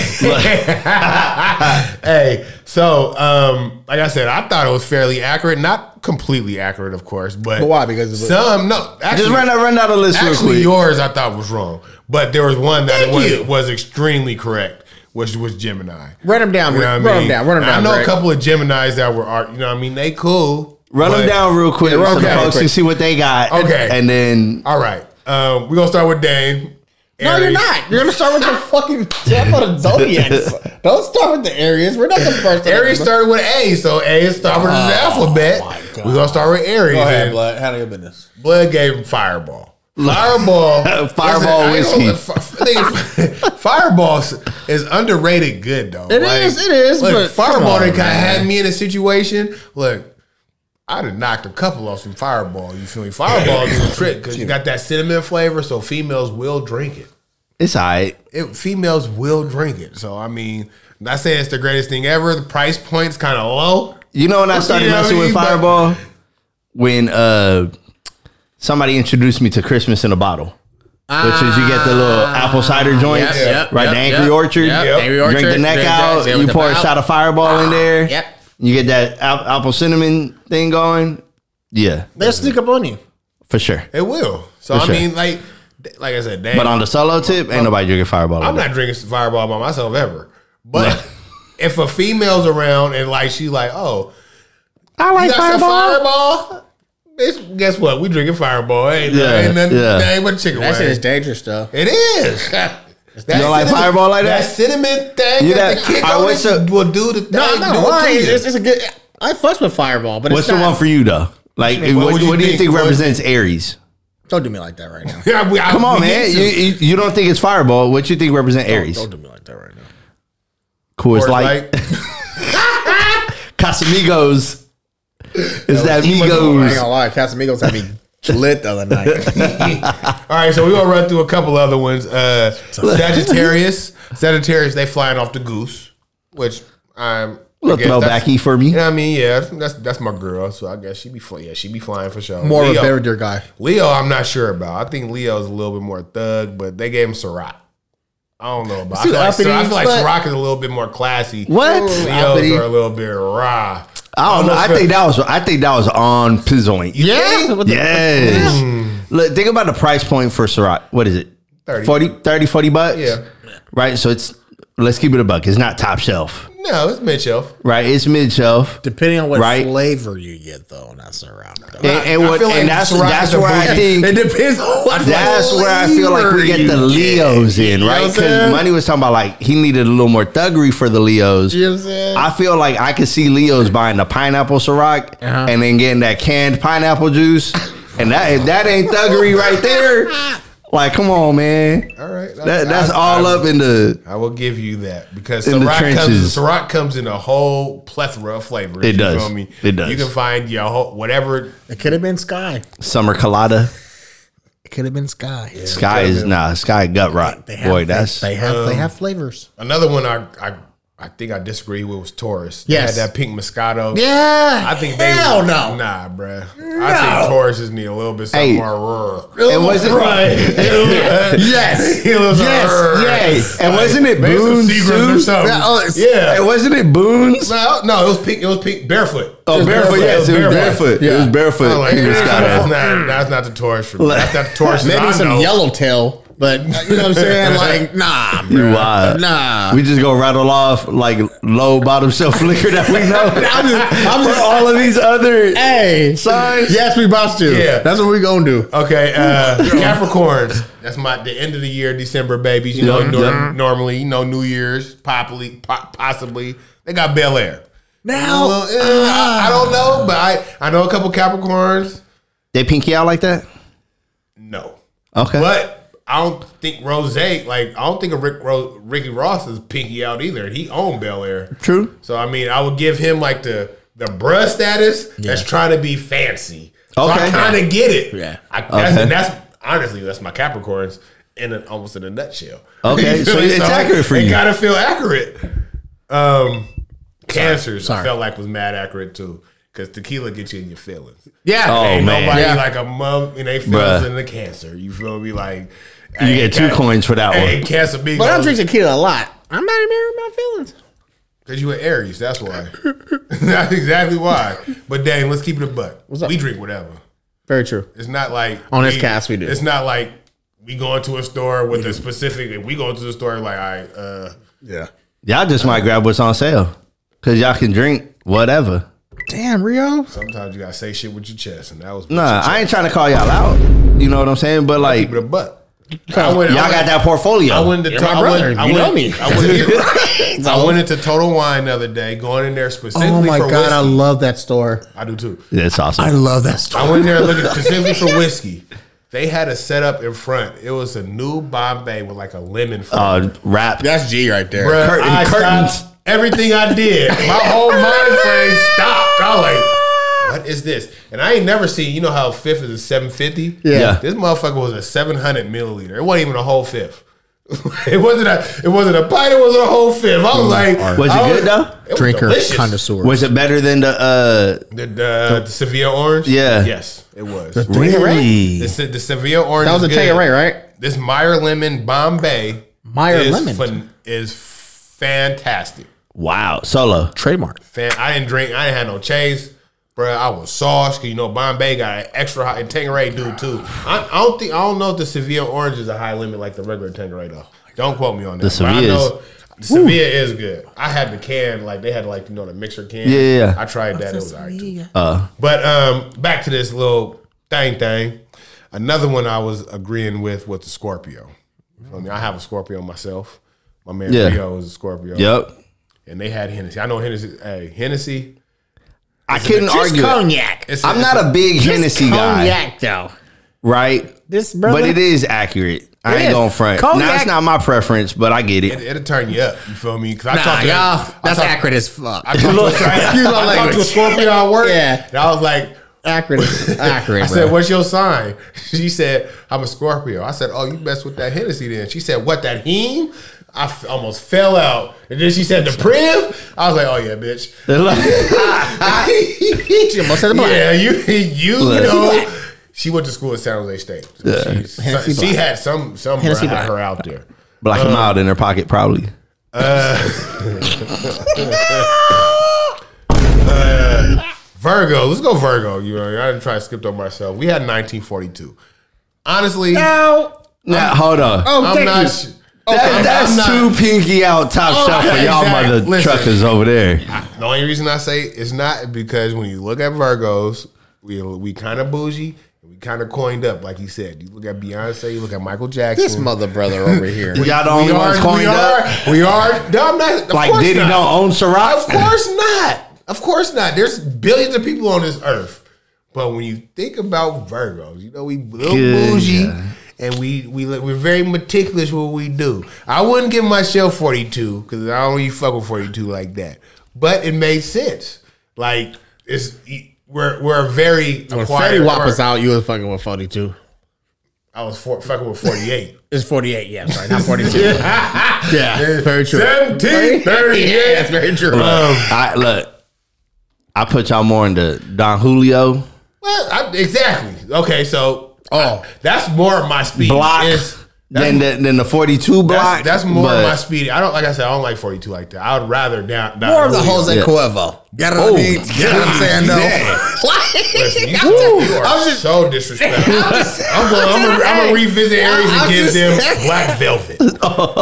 Speaker 1: hey, so um, like I said, I thought it was fairly accurate, not completely accurate, of course, but,
Speaker 3: But why? Because of-
Speaker 1: some no, actually,
Speaker 2: Just run out, run out a list real
Speaker 1: actually
Speaker 2: quick.
Speaker 1: yours I thought was wrong, but there was one that
Speaker 3: Thank
Speaker 1: was
Speaker 3: you.
Speaker 1: was extremely correct, which was Gemini.
Speaker 3: Run him down,
Speaker 1: You know
Speaker 3: Rick.
Speaker 1: what I
Speaker 3: run
Speaker 1: mean?
Speaker 3: him down, run him
Speaker 1: And
Speaker 3: down.
Speaker 1: I know
Speaker 3: Rick.
Speaker 1: a couple of Geminis that were art. You know, what I mean, they cool.
Speaker 2: Run
Speaker 1: but-
Speaker 2: them down real quick
Speaker 3: run
Speaker 2: so
Speaker 3: 'em
Speaker 2: the
Speaker 3: down real
Speaker 2: folks can
Speaker 3: quick.
Speaker 2: see what they got.
Speaker 1: Okay.
Speaker 2: and then
Speaker 1: All right, um, we're gonna start with Dane.
Speaker 3: No, you're
Speaker 1: Aries.
Speaker 3: not. You're gonna start with the fucking tip of the zodiacs. Don't start with the areas. We're not the first.
Speaker 1: Aries started with A, so A is started with the alphabet.
Speaker 3: Oh my God.
Speaker 1: We're gonna start with Aries. and-
Speaker 3: blood. Handle your business.
Speaker 1: Blood gave him Fireball. Fireball,
Speaker 2: Fireball
Speaker 1: Listen, I ain't
Speaker 2: whiskey.
Speaker 1: gonna- fi- fi- Fireball is- is underrated good though. It is.
Speaker 3: is, it is,
Speaker 1: Look,
Speaker 3: but come
Speaker 1: Fireball
Speaker 3: on,
Speaker 1: kind of
Speaker 3: man.
Speaker 1: had me in a situation. Look, I'd have knocked a couple off some Fireball. You feel me? Fireball is a trick because you got that cinnamon flavor, so females will drink it.
Speaker 2: it's all right.
Speaker 1: It females will drink it. So I mean, not saying it's the greatest thing ever. The price point's kind of low.
Speaker 2: You know when I started
Speaker 1: You know
Speaker 2: messing
Speaker 1: what I mean?
Speaker 2: with
Speaker 1: But-
Speaker 2: Fireball? When uh somebody introduced me to Christmas in a bottle. Which is you get the little apple cider joints,
Speaker 3: yes, yep,
Speaker 2: right?
Speaker 3: yep,
Speaker 2: the Angry
Speaker 3: yep,
Speaker 2: Orchard.
Speaker 3: yep, Yep. Angry
Speaker 2: Drink
Speaker 3: Orchard,
Speaker 2: the neck
Speaker 3: Graham
Speaker 2: out.
Speaker 3: Jackson,
Speaker 2: you
Speaker 3: with the
Speaker 2: pour a
Speaker 3: pop.
Speaker 2: shot of Fireball in there.
Speaker 3: Yep.
Speaker 2: You get that al- apple cinnamon thing going. Yeah,
Speaker 3: They'll sneak up on you.
Speaker 2: for sure.
Speaker 1: It will. So
Speaker 2: For
Speaker 1: I
Speaker 2: sure.
Speaker 1: mean, like, like I said, dang,
Speaker 2: But on the solo tip, ain't nobody drinking Fireball.
Speaker 1: I'm
Speaker 2: like
Speaker 1: not drinking Fireball by myself ever. But if a female's around and like she like, oh,
Speaker 3: I
Speaker 1: you
Speaker 3: like
Speaker 1: got some
Speaker 3: fireball.
Speaker 1: fireball. Bitch, guess what? We drinking fireball. Ain't,
Speaker 2: Yeah,
Speaker 1: ain't nothing.
Speaker 2: yeah.
Speaker 1: that ain't but chicken
Speaker 3: That shit
Speaker 1: wings.
Speaker 3: is dangerous stuff.
Speaker 1: It is. That
Speaker 5: don't like
Speaker 1: cinnamon-
Speaker 5: Fireball like that?
Speaker 1: cinnamon thing
Speaker 5: You
Speaker 1: that,
Speaker 5: that-
Speaker 1: the kick
Speaker 5: I
Speaker 1: on
Speaker 5: wish
Speaker 1: it
Speaker 5: a-
Speaker 1: will do the thing.
Speaker 3: No, I'm
Speaker 1: do
Speaker 3: not
Speaker 1: it to
Speaker 3: lying.
Speaker 1: you.
Speaker 3: It's, it's a good. I fuss with Fireball, but
Speaker 2: What's
Speaker 3: it's
Speaker 2: the
Speaker 3: not,
Speaker 2: one for you though? Like, what,
Speaker 1: What would you
Speaker 2: what do you
Speaker 1: think,
Speaker 2: think
Speaker 1: boy?
Speaker 2: represents Aries?
Speaker 3: Don't do me like that right now.
Speaker 1: Yeah, we- I-
Speaker 2: Come on,
Speaker 1: we
Speaker 2: man.
Speaker 1: need
Speaker 2: You,
Speaker 1: to.
Speaker 2: you you don't think it's Fireball? What you think represents Aries?
Speaker 3: Don't do me like that right now.
Speaker 2: Coors
Speaker 1: Or
Speaker 2: Light,
Speaker 1: like-
Speaker 2: Casamigos. Is that
Speaker 3: I ain't
Speaker 2: Migos?
Speaker 3: gonna lie, Casamigos had me lit the other night.
Speaker 1: All right, so we're gonna run through a couple other ones. Uh, Sagittarius, Sagittarius, they flying off the goose, which I'm I
Speaker 2: Little
Speaker 1: guess that's-
Speaker 2: throwbacky for me.
Speaker 1: You know what I mean? Yeah, that's that's my girl. So I guess she be fly, yeah, she be flying for sure.
Speaker 3: More of a
Speaker 1: Leo,
Speaker 3: Bear Deer guy.
Speaker 1: Leo, I'm not sure about. I think Leo's a little bit more thug, but they gave him Ciroc. I don't know about. I
Speaker 3: too
Speaker 1: feel, like,
Speaker 3: uppity,
Speaker 1: I feel like
Speaker 3: but-
Speaker 1: Ciroc is a little bit more classy.
Speaker 2: What?
Speaker 1: Leos
Speaker 3: uppity.
Speaker 1: are a little bit raw.
Speaker 2: I don't know. I think that was I think that was on point.
Speaker 3: Yeah, What the-
Speaker 2: Yes.
Speaker 1: Hmm.
Speaker 2: Look, think about the price point for Ciroc. What is it?
Speaker 1: 30.
Speaker 2: 40, 30, 40 bucks?
Speaker 1: Yeah.
Speaker 2: Right? So it's, let's keep it a buck. It's not top shelf,
Speaker 1: No, it's mid shelf.
Speaker 2: right? It's mid shelf.
Speaker 3: Depending on what
Speaker 2: Right.
Speaker 3: flavor you get, though, that's around.
Speaker 2: And, and
Speaker 1: I
Speaker 2: what,
Speaker 1: feel like
Speaker 2: and that's,
Speaker 1: Ciroc
Speaker 2: that's
Speaker 1: is a
Speaker 2: where I
Speaker 1: bougie.
Speaker 2: think,
Speaker 3: It depends on what.
Speaker 2: that's where I feel like we get the Leos in, right?
Speaker 3: what I'm saying?
Speaker 2: Because Money was talking about like he needed a little more thuggery for the Leos.
Speaker 3: You know what I'm saying?
Speaker 2: I feel like I could see Leo's buying the pineapple Ciroc
Speaker 3: Uh-huh.
Speaker 2: and then getting that canned pineapple juice. And that if that ain't thuggery right there, like come on, man.
Speaker 1: All right,
Speaker 2: That, that's
Speaker 1: I-
Speaker 2: all
Speaker 1: I-
Speaker 2: up in the.
Speaker 1: I will give you that because
Speaker 2: In the
Speaker 1: Ciroc comes,
Speaker 2: trenches.
Speaker 1: Ciroc comes in a whole plethora of flavors.
Speaker 2: It
Speaker 1: you
Speaker 2: does.
Speaker 1: Feel me?
Speaker 2: It does.
Speaker 1: You can find your whole, whatever.
Speaker 3: it could have been Sky.
Speaker 2: Summer colada.
Speaker 3: It could have been Sky.
Speaker 2: Sky is nah. Sky gut rot.
Speaker 3: They have,
Speaker 2: Boy, that's
Speaker 3: they, have they have flavors.
Speaker 1: Another one I I, I think I disagree with was Taurus. They
Speaker 3: Yes.
Speaker 1: had that pink Moscato.
Speaker 3: Yeah,
Speaker 1: I think they
Speaker 3: hell no.
Speaker 1: Nah, bruh. I think Tauruses need a little bit something
Speaker 2: Hey.
Speaker 1: more raw.
Speaker 2: and wasn't
Speaker 1: yes,
Speaker 3: Yes, yes.
Speaker 2: and wasn't it
Speaker 1: Maybe some
Speaker 2: Boone's
Speaker 1: Seagrams or
Speaker 2: suit?
Speaker 1: something.
Speaker 3: Yeah, oh, it's-
Speaker 1: yeah.
Speaker 2: And wasn't it Boone's?
Speaker 1: Well, no, it was pink. It was pink. Barefoot.
Speaker 2: Oh, barefoot. Yes, it was barefoot. It was
Speaker 1: I
Speaker 2: barefoot.
Speaker 1: was like,
Speaker 2: Pink
Speaker 1: eh,
Speaker 2: Moscato.
Speaker 1: that's, not, that's not the Taurus for me. That's not the Taurus. that I
Speaker 3: Maybe some
Speaker 1: know.
Speaker 3: yellowtail, but you know what I'm saying? Like, nah,
Speaker 2: You
Speaker 3: bruh.
Speaker 2: wild.
Speaker 3: nah.
Speaker 2: We just gonna rattle off like low bottom shelf liquor that we know.
Speaker 3: I'm just, I'm
Speaker 2: For
Speaker 3: just,
Speaker 2: all of these other
Speaker 3: hey,
Speaker 2: signs.
Speaker 3: yes, we about to.
Speaker 1: Yeah.
Speaker 3: that's what we gonna do.
Speaker 1: Okay, uh, Capricorns. That's my the end of the year, December babies. You know,
Speaker 2: Yup,
Speaker 1: nor-
Speaker 2: yup.
Speaker 1: normally, you know, New Year's, probably, po- possibly. They got Bel Air.
Speaker 3: Now,
Speaker 1: Well, eh, I, I don't know, but I, I know a couple Capricorns.
Speaker 2: They pinky out like that?
Speaker 1: No,
Speaker 2: Okay.
Speaker 1: but I don't think Rose like I don't think of Rick Ro- Ricky Ross is pinky out either. He owned Bel Air.
Speaker 2: True.
Speaker 1: So I mean, I would give him like the the bruh status that's trying to be fancy. So I
Speaker 2: Okay.
Speaker 1: kind of get it.
Speaker 3: Yeah.
Speaker 1: I, that's,
Speaker 2: Okay.
Speaker 1: that's honestly that's my Capricorns in an, almost in a nutshell.
Speaker 2: Okay,
Speaker 1: You feel
Speaker 2: so
Speaker 1: me?
Speaker 2: it's accurate for
Speaker 1: it
Speaker 2: you.
Speaker 1: gotta feel accurate. Um, cancers I
Speaker 3: Sorry.
Speaker 1: felt like was mad accurate too. Cause tequila gets you in your feelings.
Speaker 3: yeah,
Speaker 2: Oh,
Speaker 1: Ain't
Speaker 2: man.
Speaker 1: nobody
Speaker 3: Yeah.
Speaker 1: like a mum in their feelings
Speaker 2: Bruh.
Speaker 1: in the cancer. You feel me? Like
Speaker 2: You get two coins for that
Speaker 1: Hey,
Speaker 2: one.
Speaker 1: cancer big.
Speaker 3: but I drink tequila a lot. I'm not even married my feelings.
Speaker 1: Cause you an Aries, that's why. that's exactly why. But dang, let's keep it a buck.
Speaker 3: up?
Speaker 1: We drink whatever.
Speaker 3: Very true.
Speaker 1: It's not like
Speaker 3: On this cast, we do.
Speaker 1: It's not like we go into a store with a specific. If we go into the store, like I, uh,
Speaker 3: Yeah.
Speaker 2: Y'all just might grab what's on sale. Cause y'all can drink whatever.
Speaker 3: Damn, Rio.
Speaker 1: sometimes you gotta say shit with your chest, and that was
Speaker 2: Nah, I ain't trying to call y'all out. You know what I'm saying? But like
Speaker 1: keep it a buck.
Speaker 2: y'all got that portfolio.
Speaker 1: I went to
Speaker 3: You're
Speaker 1: to-
Speaker 3: my
Speaker 1: I
Speaker 3: brother.
Speaker 1: went- I
Speaker 3: You
Speaker 1: went-
Speaker 3: know me.
Speaker 1: I went- I went into Total Wine the other day, going in there specifically.
Speaker 3: Oh my
Speaker 1: for
Speaker 3: god, I
Speaker 1: whiskey.
Speaker 3: love that store.
Speaker 1: I do too.
Speaker 2: Yeah, it's awesome.
Speaker 3: I love that store.
Speaker 1: I went there looking specifically for whiskey. They had a setup in front. It was a new Bombay with like a lemon. flavor.
Speaker 2: uh rap.
Speaker 3: That's G right there.
Speaker 1: Bruh,
Speaker 2: Curtain-
Speaker 1: I
Speaker 2: curtains.
Speaker 1: stopped everything I did. My whole mind frame stopped. I was like, what is this? And I ain't never seen, you know how a fifth is a 750?
Speaker 2: Yeah.
Speaker 1: This motherfucker was a 700 milliliter. It wasn't even a whole fifth. it wasn't a it wasn't a pint, it wasn't a whole fifth. I was like,
Speaker 2: Was it
Speaker 1: I
Speaker 2: good, though?
Speaker 1: It was
Speaker 3: Drinker
Speaker 1: delicious.
Speaker 3: connoisseur.
Speaker 2: Was it better than the uh
Speaker 1: The, the, the Sevilla orange?
Speaker 2: Yeah.
Speaker 1: Yes, it was. The,
Speaker 2: really?
Speaker 1: Se- the Sevilla orange.
Speaker 3: that was a
Speaker 1: is good.
Speaker 3: Taylor Ray, right?
Speaker 1: This Meyer Lemon Bombay
Speaker 3: Meyer
Speaker 1: is,
Speaker 3: Lemon.
Speaker 1: fan- is fantastic.
Speaker 2: Wow. Solo.
Speaker 3: Trademark.
Speaker 1: Fan, I didn't drink. I didn't have no chase, bruh. I was sauce because you know Bombay got an extra high and Tangeray do too. I, I don't think I don't know if the Sevilla orange is a high limit like the regular Tangeray though. Don't quote me on that.
Speaker 2: The
Speaker 1: but I
Speaker 2: Sevilla
Speaker 1: know,
Speaker 2: is
Speaker 1: Sevilla is good. I had the can, like they had like you know the mixer can.
Speaker 2: Yeah, yeah, yeah.
Speaker 1: I tried that. It was alright. too.
Speaker 2: Uh,
Speaker 1: But um, back to this little thing thing. Another one I was agreeing with was the Scorpio. I mean, I have a Scorpio myself. My man
Speaker 2: Yeah.
Speaker 1: Rio is a Scorpio.
Speaker 2: yep.
Speaker 1: And they had Hennessy. I know Hennessy. Hey, Hennessy.
Speaker 2: I couldn't
Speaker 3: Just
Speaker 2: argue. it.
Speaker 3: cognac.
Speaker 1: It's
Speaker 2: I'm not a big
Speaker 3: Just
Speaker 2: Hennessy guy,
Speaker 3: cognac, though.
Speaker 2: right?
Speaker 3: This brother.
Speaker 2: But it is accurate. I
Speaker 3: It
Speaker 2: ain't
Speaker 3: is.
Speaker 2: going front. now
Speaker 3: Cognac-
Speaker 2: it's not my preference, but I get it.
Speaker 1: It, will turn you up. You feel me? Because I
Speaker 3: Nah,
Speaker 1: talked to
Speaker 3: y'all,
Speaker 1: I
Speaker 3: that's
Speaker 1: talked-
Speaker 3: accurate as fuck.
Speaker 1: I talked, to,
Speaker 3: Excuse my
Speaker 1: I talked to a
Speaker 3: language.
Speaker 1: Scorpio at work.
Speaker 3: Yeah.
Speaker 1: And I was like,
Speaker 3: accurate, as- accurate.
Speaker 1: I said,
Speaker 3: bro.
Speaker 1: "What's your sign?" She said, "I'm a Scorpio." I said, "Oh, you mess with that Hennessy then." She said, "What that heme?" I f- almost fell out, and then she said, "The priv." I was like, "Oh yeah, bitch."
Speaker 3: She almost said the black.
Speaker 1: Yeah, you you
Speaker 2: Look.
Speaker 1: know. She went to school at San Jose State. She's-
Speaker 3: Hennessy
Speaker 1: she
Speaker 3: Black.
Speaker 1: had some some bruh
Speaker 3: Hennessy
Speaker 1: had
Speaker 3: Black.
Speaker 1: her out there.
Speaker 2: Black him out in their pocket, probably.
Speaker 1: Virgo, let's go Virgo. You know, I didn't try to skip on myself. We had 1942. Honestly,
Speaker 3: Oh,
Speaker 2: Now, hold on.
Speaker 3: oh,
Speaker 1: I'm
Speaker 3: thank
Speaker 1: not.
Speaker 3: you.
Speaker 1: sh-
Speaker 2: That-
Speaker 1: I'm-
Speaker 2: that's
Speaker 1: I'm not-
Speaker 2: too pinky out top
Speaker 1: Oh,
Speaker 2: shelf for
Speaker 1: yeah,
Speaker 2: y'all
Speaker 1: exactly.
Speaker 2: mother
Speaker 1: Listen.
Speaker 2: truckers over there.
Speaker 1: The only reason I say it's not because when you look at Virgos, we we kind of bougie and we kind of coined up, like you said. You look at Beyonce, you look at Michael Jackson.
Speaker 3: This mother brother over here.
Speaker 2: Y'all the only ones
Speaker 1: we
Speaker 2: coined
Speaker 1: are,
Speaker 2: up.
Speaker 1: we are. No, I'm not. Of
Speaker 2: Like
Speaker 1: course
Speaker 2: Diddy
Speaker 1: not.
Speaker 2: don't own
Speaker 1: Of
Speaker 2: Ciroc.
Speaker 1: course not. Of course not. There's billions of people on this earth, but when you think about Virgos, you know we little
Speaker 2: Good
Speaker 1: bougie.
Speaker 2: God.
Speaker 1: And we we li- we're very meticulous with what we do. I wouldn't give myself forty two because I don't really fuck with forty two like that. But it made sense. Like it's we're we're a very
Speaker 3: When
Speaker 1: acquired.
Speaker 3: Fetty Wap was
Speaker 1: or-
Speaker 3: out, you was fucking with 42.
Speaker 1: I was for, fucking with forty eight.
Speaker 3: It's 48, yeah, I'm sorry, not 42. yeah, very true.
Speaker 1: 17, 38.
Speaker 3: Yeah, that's very true.
Speaker 1: Um,
Speaker 2: I, look, I put y'all more into Don Julio.
Speaker 1: Well, I, exactly. Okay, so uh,
Speaker 3: oh,
Speaker 1: that's more of my speed.
Speaker 2: Block.
Speaker 1: is-
Speaker 2: Than the, than the 42
Speaker 1: That's,
Speaker 2: block.
Speaker 1: that's more
Speaker 2: but
Speaker 1: of my speed. I don't like I said. I don't like forty two like that. I would rather down. down
Speaker 3: more Oh, of the
Speaker 1: Julio.
Speaker 3: Jose
Speaker 2: Yeah.
Speaker 3: Cuervo. You know what I mean? You know what I'm saying,
Speaker 1: Yeah. Listen, you,
Speaker 3: though?
Speaker 1: you are
Speaker 3: I'm just-
Speaker 1: so disrespectful. I'm going. I'm gonna- I'm gonna revisit Aries
Speaker 3: I'm
Speaker 1: and give
Speaker 3: just-
Speaker 1: them black velvet.
Speaker 3: Oh,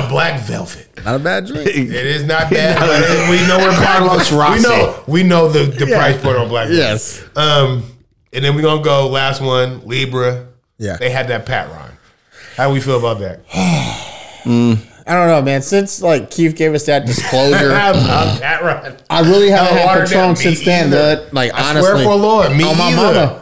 Speaker 1: The black velvet.
Speaker 3: not a bad drink.
Speaker 1: It is not bad. but it- we know where
Speaker 2: Carlos
Speaker 1: We
Speaker 2: Rossi.
Speaker 1: know. We know the, the price point on black. velvet.
Speaker 3: Yes.
Speaker 1: Um, and then we're gonna go last one Libra.
Speaker 3: Yeah.
Speaker 1: They had that Pat Ron. How we feel about that?
Speaker 3: I don't know, man. Since like Keith gave us that disclosure,
Speaker 1: I'm Pat Ron.
Speaker 3: I really haven't
Speaker 1: Hell,
Speaker 3: had
Speaker 1: water down
Speaker 3: Patron
Speaker 1: me
Speaker 3: since then,
Speaker 1: either.
Speaker 3: bud. Like
Speaker 1: I
Speaker 3: honestly,
Speaker 1: swear for Lord, me
Speaker 3: on my
Speaker 1: either.
Speaker 3: mama.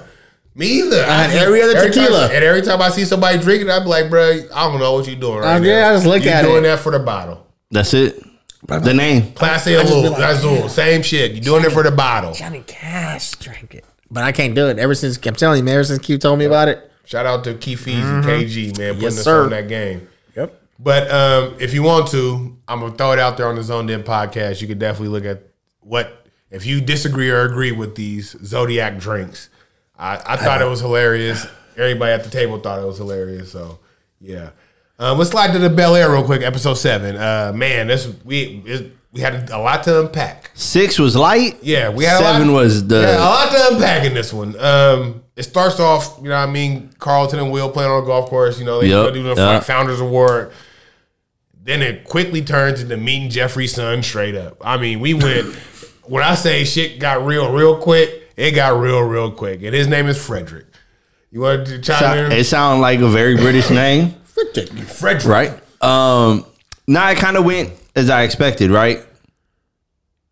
Speaker 1: Me either.
Speaker 3: I had every other
Speaker 1: time-
Speaker 3: tequila.
Speaker 1: and every time I see somebody drinking, I'm like, bruh, I don't know what you're doing right
Speaker 3: Uh,
Speaker 1: now.
Speaker 3: yeah, I just look
Speaker 1: you
Speaker 3: at
Speaker 1: doing
Speaker 3: it.
Speaker 1: that for the bottle.
Speaker 2: That's it. The name.
Speaker 1: Class A Azul, Azul, same shit. You're doing it for the bottle.
Speaker 3: Johnny Cash drank it, but I can't do it. Ever since I'm telling you, man. Ever since Keith told me about it,
Speaker 1: Shout out to Keith Fees and KG, man, putting
Speaker 3: Mm-hmm. Yes,
Speaker 1: us
Speaker 3: sir.
Speaker 1: on that game.
Speaker 3: Yep.
Speaker 1: But um, if you want to, I'm gonna throw it out there on the Zoned In podcast. You can definitely look at what if you disagree or agree with these zodiac drinks. I, I thought it was hilarious. Everybody at the table thought it was hilarious. So yeah, um, let's slide to the Bel Air real quick. Episode seven. Uh, man, this we it, we had a lot to unpack.
Speaker 2: Six was light.
Speaker 1: Yeah, we had
Speaker 2: Seven
Speaker 1: a lot,
Speaker 2: was the-
Speaker 1: yeah, a lot to unpack in this one. Um, it starts off, you know, what I mean, Carlton and Will playing on a golf course. You know, they
Speaker 2: Yep,
Speaker 1: do the
Speaker 2: yeah.
Speaker 1: Founders Award. Then it quickly turns into meeting Jeffrey Sun straight up. I mean, we went when I say shit got real real quick. It got real real quick, and his name is Frederick. You want to chime in,
Speaker 2: It sounded like a very British name.
Speaker 1: Frederick?
Speaker 2: Right. Um now it kind of went as I expected, right?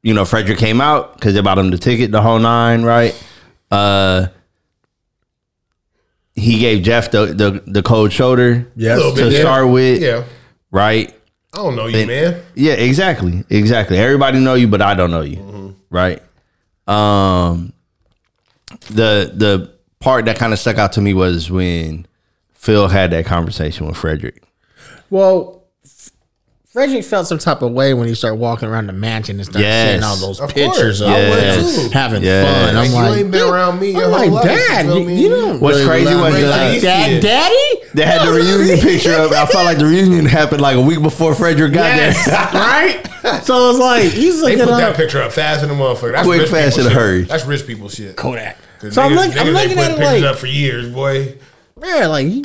Speaker 2: You know, Frederick came out because they bought him the ticket, the whole nine, right? Uh he gave Jeff the the, the cold shoulder
Speaker 3: yes,
Speaker 1: Little
Speaker 2: to
Speaker 1: bit, yeah.
Speaker 2: start with,
Speaker 1: Yeah,
Speaker 2: right?
Speaker 1: I don't know you, man.
Speaker 2: Yeah, exactly, exactly. Everybody know you, but I don't know you,
Speaker 3: Mm-hmm.
Speaker 2: right? Um, the the part that kind of stuck out to me was when Phil had that conversation with Frederick.
Speaker 3: Well, F- Frederick felt some type of way when he started walking around the mansion and started
Speaker 2: Yes.
Speaker 3: seeing all those
Speaker 1: Of course.
Speaker 3: pictures of
Speaker 1: I would
Speaker 2: Yes.
Speaker 1: too.
Speaker 3: having
Speaker 2: Yes.
Speaker 3: fun.
Speaker 1: Like,
Speaker 3: I'm
Speaker 1: you
Speaker 3: like,
Speaker 1: ain't been around me your whole
Speaker 3: I'm like,
Speaker 1: life, you
Speaker 3: Dad,
Speaker 1: feel
Speaker 3: you,
Speaker 1: me?
Speaker 3: you don't.
Speaker 2: What's
Speaker 3: really
Speaker 2: crazy
Speaker 3: love
Speaker 2: was
Speaker 3: me
Speaker 2: they-
Speaker 3: like
Speaker 1: Yeah.
Speaker 3: that, Daddy.
Speaker 2: They had the reunion picture up. I felt like the reunion happened like a week before Frederick got there.
Speaker 3: right? So it's like he's
Speaker 1: They
Speaker 3: looking
Speaker 1: put that
Speaker 3: up
Speaker 1: picture up fast in the motherfucker. That's
Speaker 2: Quick,
Speaker 1: rich
Speaker 2: fast,
Speaker 1: people
Speaker 2: in a
Speaker 1: shit.
Speaker 2: hurry.
Speaker 1: That's rich people shit.
Speaker 3: Kodak.
Speaker 1: Cause
Speaker 3: So I'm
Speaker 1: niggas-
Speaker 3: look- I'm
Speaker 1: niggas ain't
Speaker 3: looking
Speaker 1: putting
Speaker 3: at it
Speaker 1: pictures
Speaker 3: like-
Speaker 1: up for years, boy.
Speaker 3: Yeah, like you-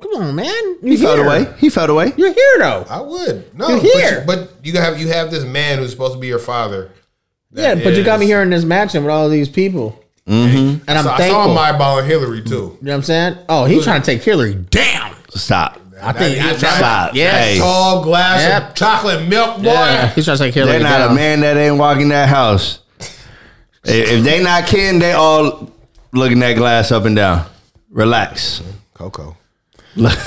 Speaker 3: Come on, man.
Speaker 2: He
Speaker 3: You
Speaker 2: felt away. He felt away.
Speaker 3: You're here though.
Speaker 1: I would. No,
Speaker 3: You're
Speaker 1: but you-
Speaker 3: here.
Speaker 1: But, you, have you have this man who's supposed to be your father.
Speaker 3: yeah, but you got me
Speaker 1: is-
Speaker 3: here in this matchup with all these people. Mm-hmm. And I'm
Speaker 1: So I
Speaker 3: thankful.
Speaker 1: saw him eyeballing Hillary too.
Speaker 3: you know what I'm saying? Oh, he's trying to take Hillary. Damn.
Speaker 2: Stop.
Speaker 3: I think
Speaker 1: That- that-
Speaker 3: he's trying
Speaker 2: Stop.
Speaker 3: to, yes.
Speaker 2: Hey.
Speaker 1: Tall glass
Speaker 3: Yep.
Speaker 1: of chocolate milk, boy.
Speaker 3: Yeah, he's trying to take Hillary.
Speaker 2: They're not a
Speaker 3: down.
Speaker 2: man that ain't walking that house. if if they not kidding, they all looking that glass up and down. Relax.
Speaker 1: Coco.
Speaker 2: Look.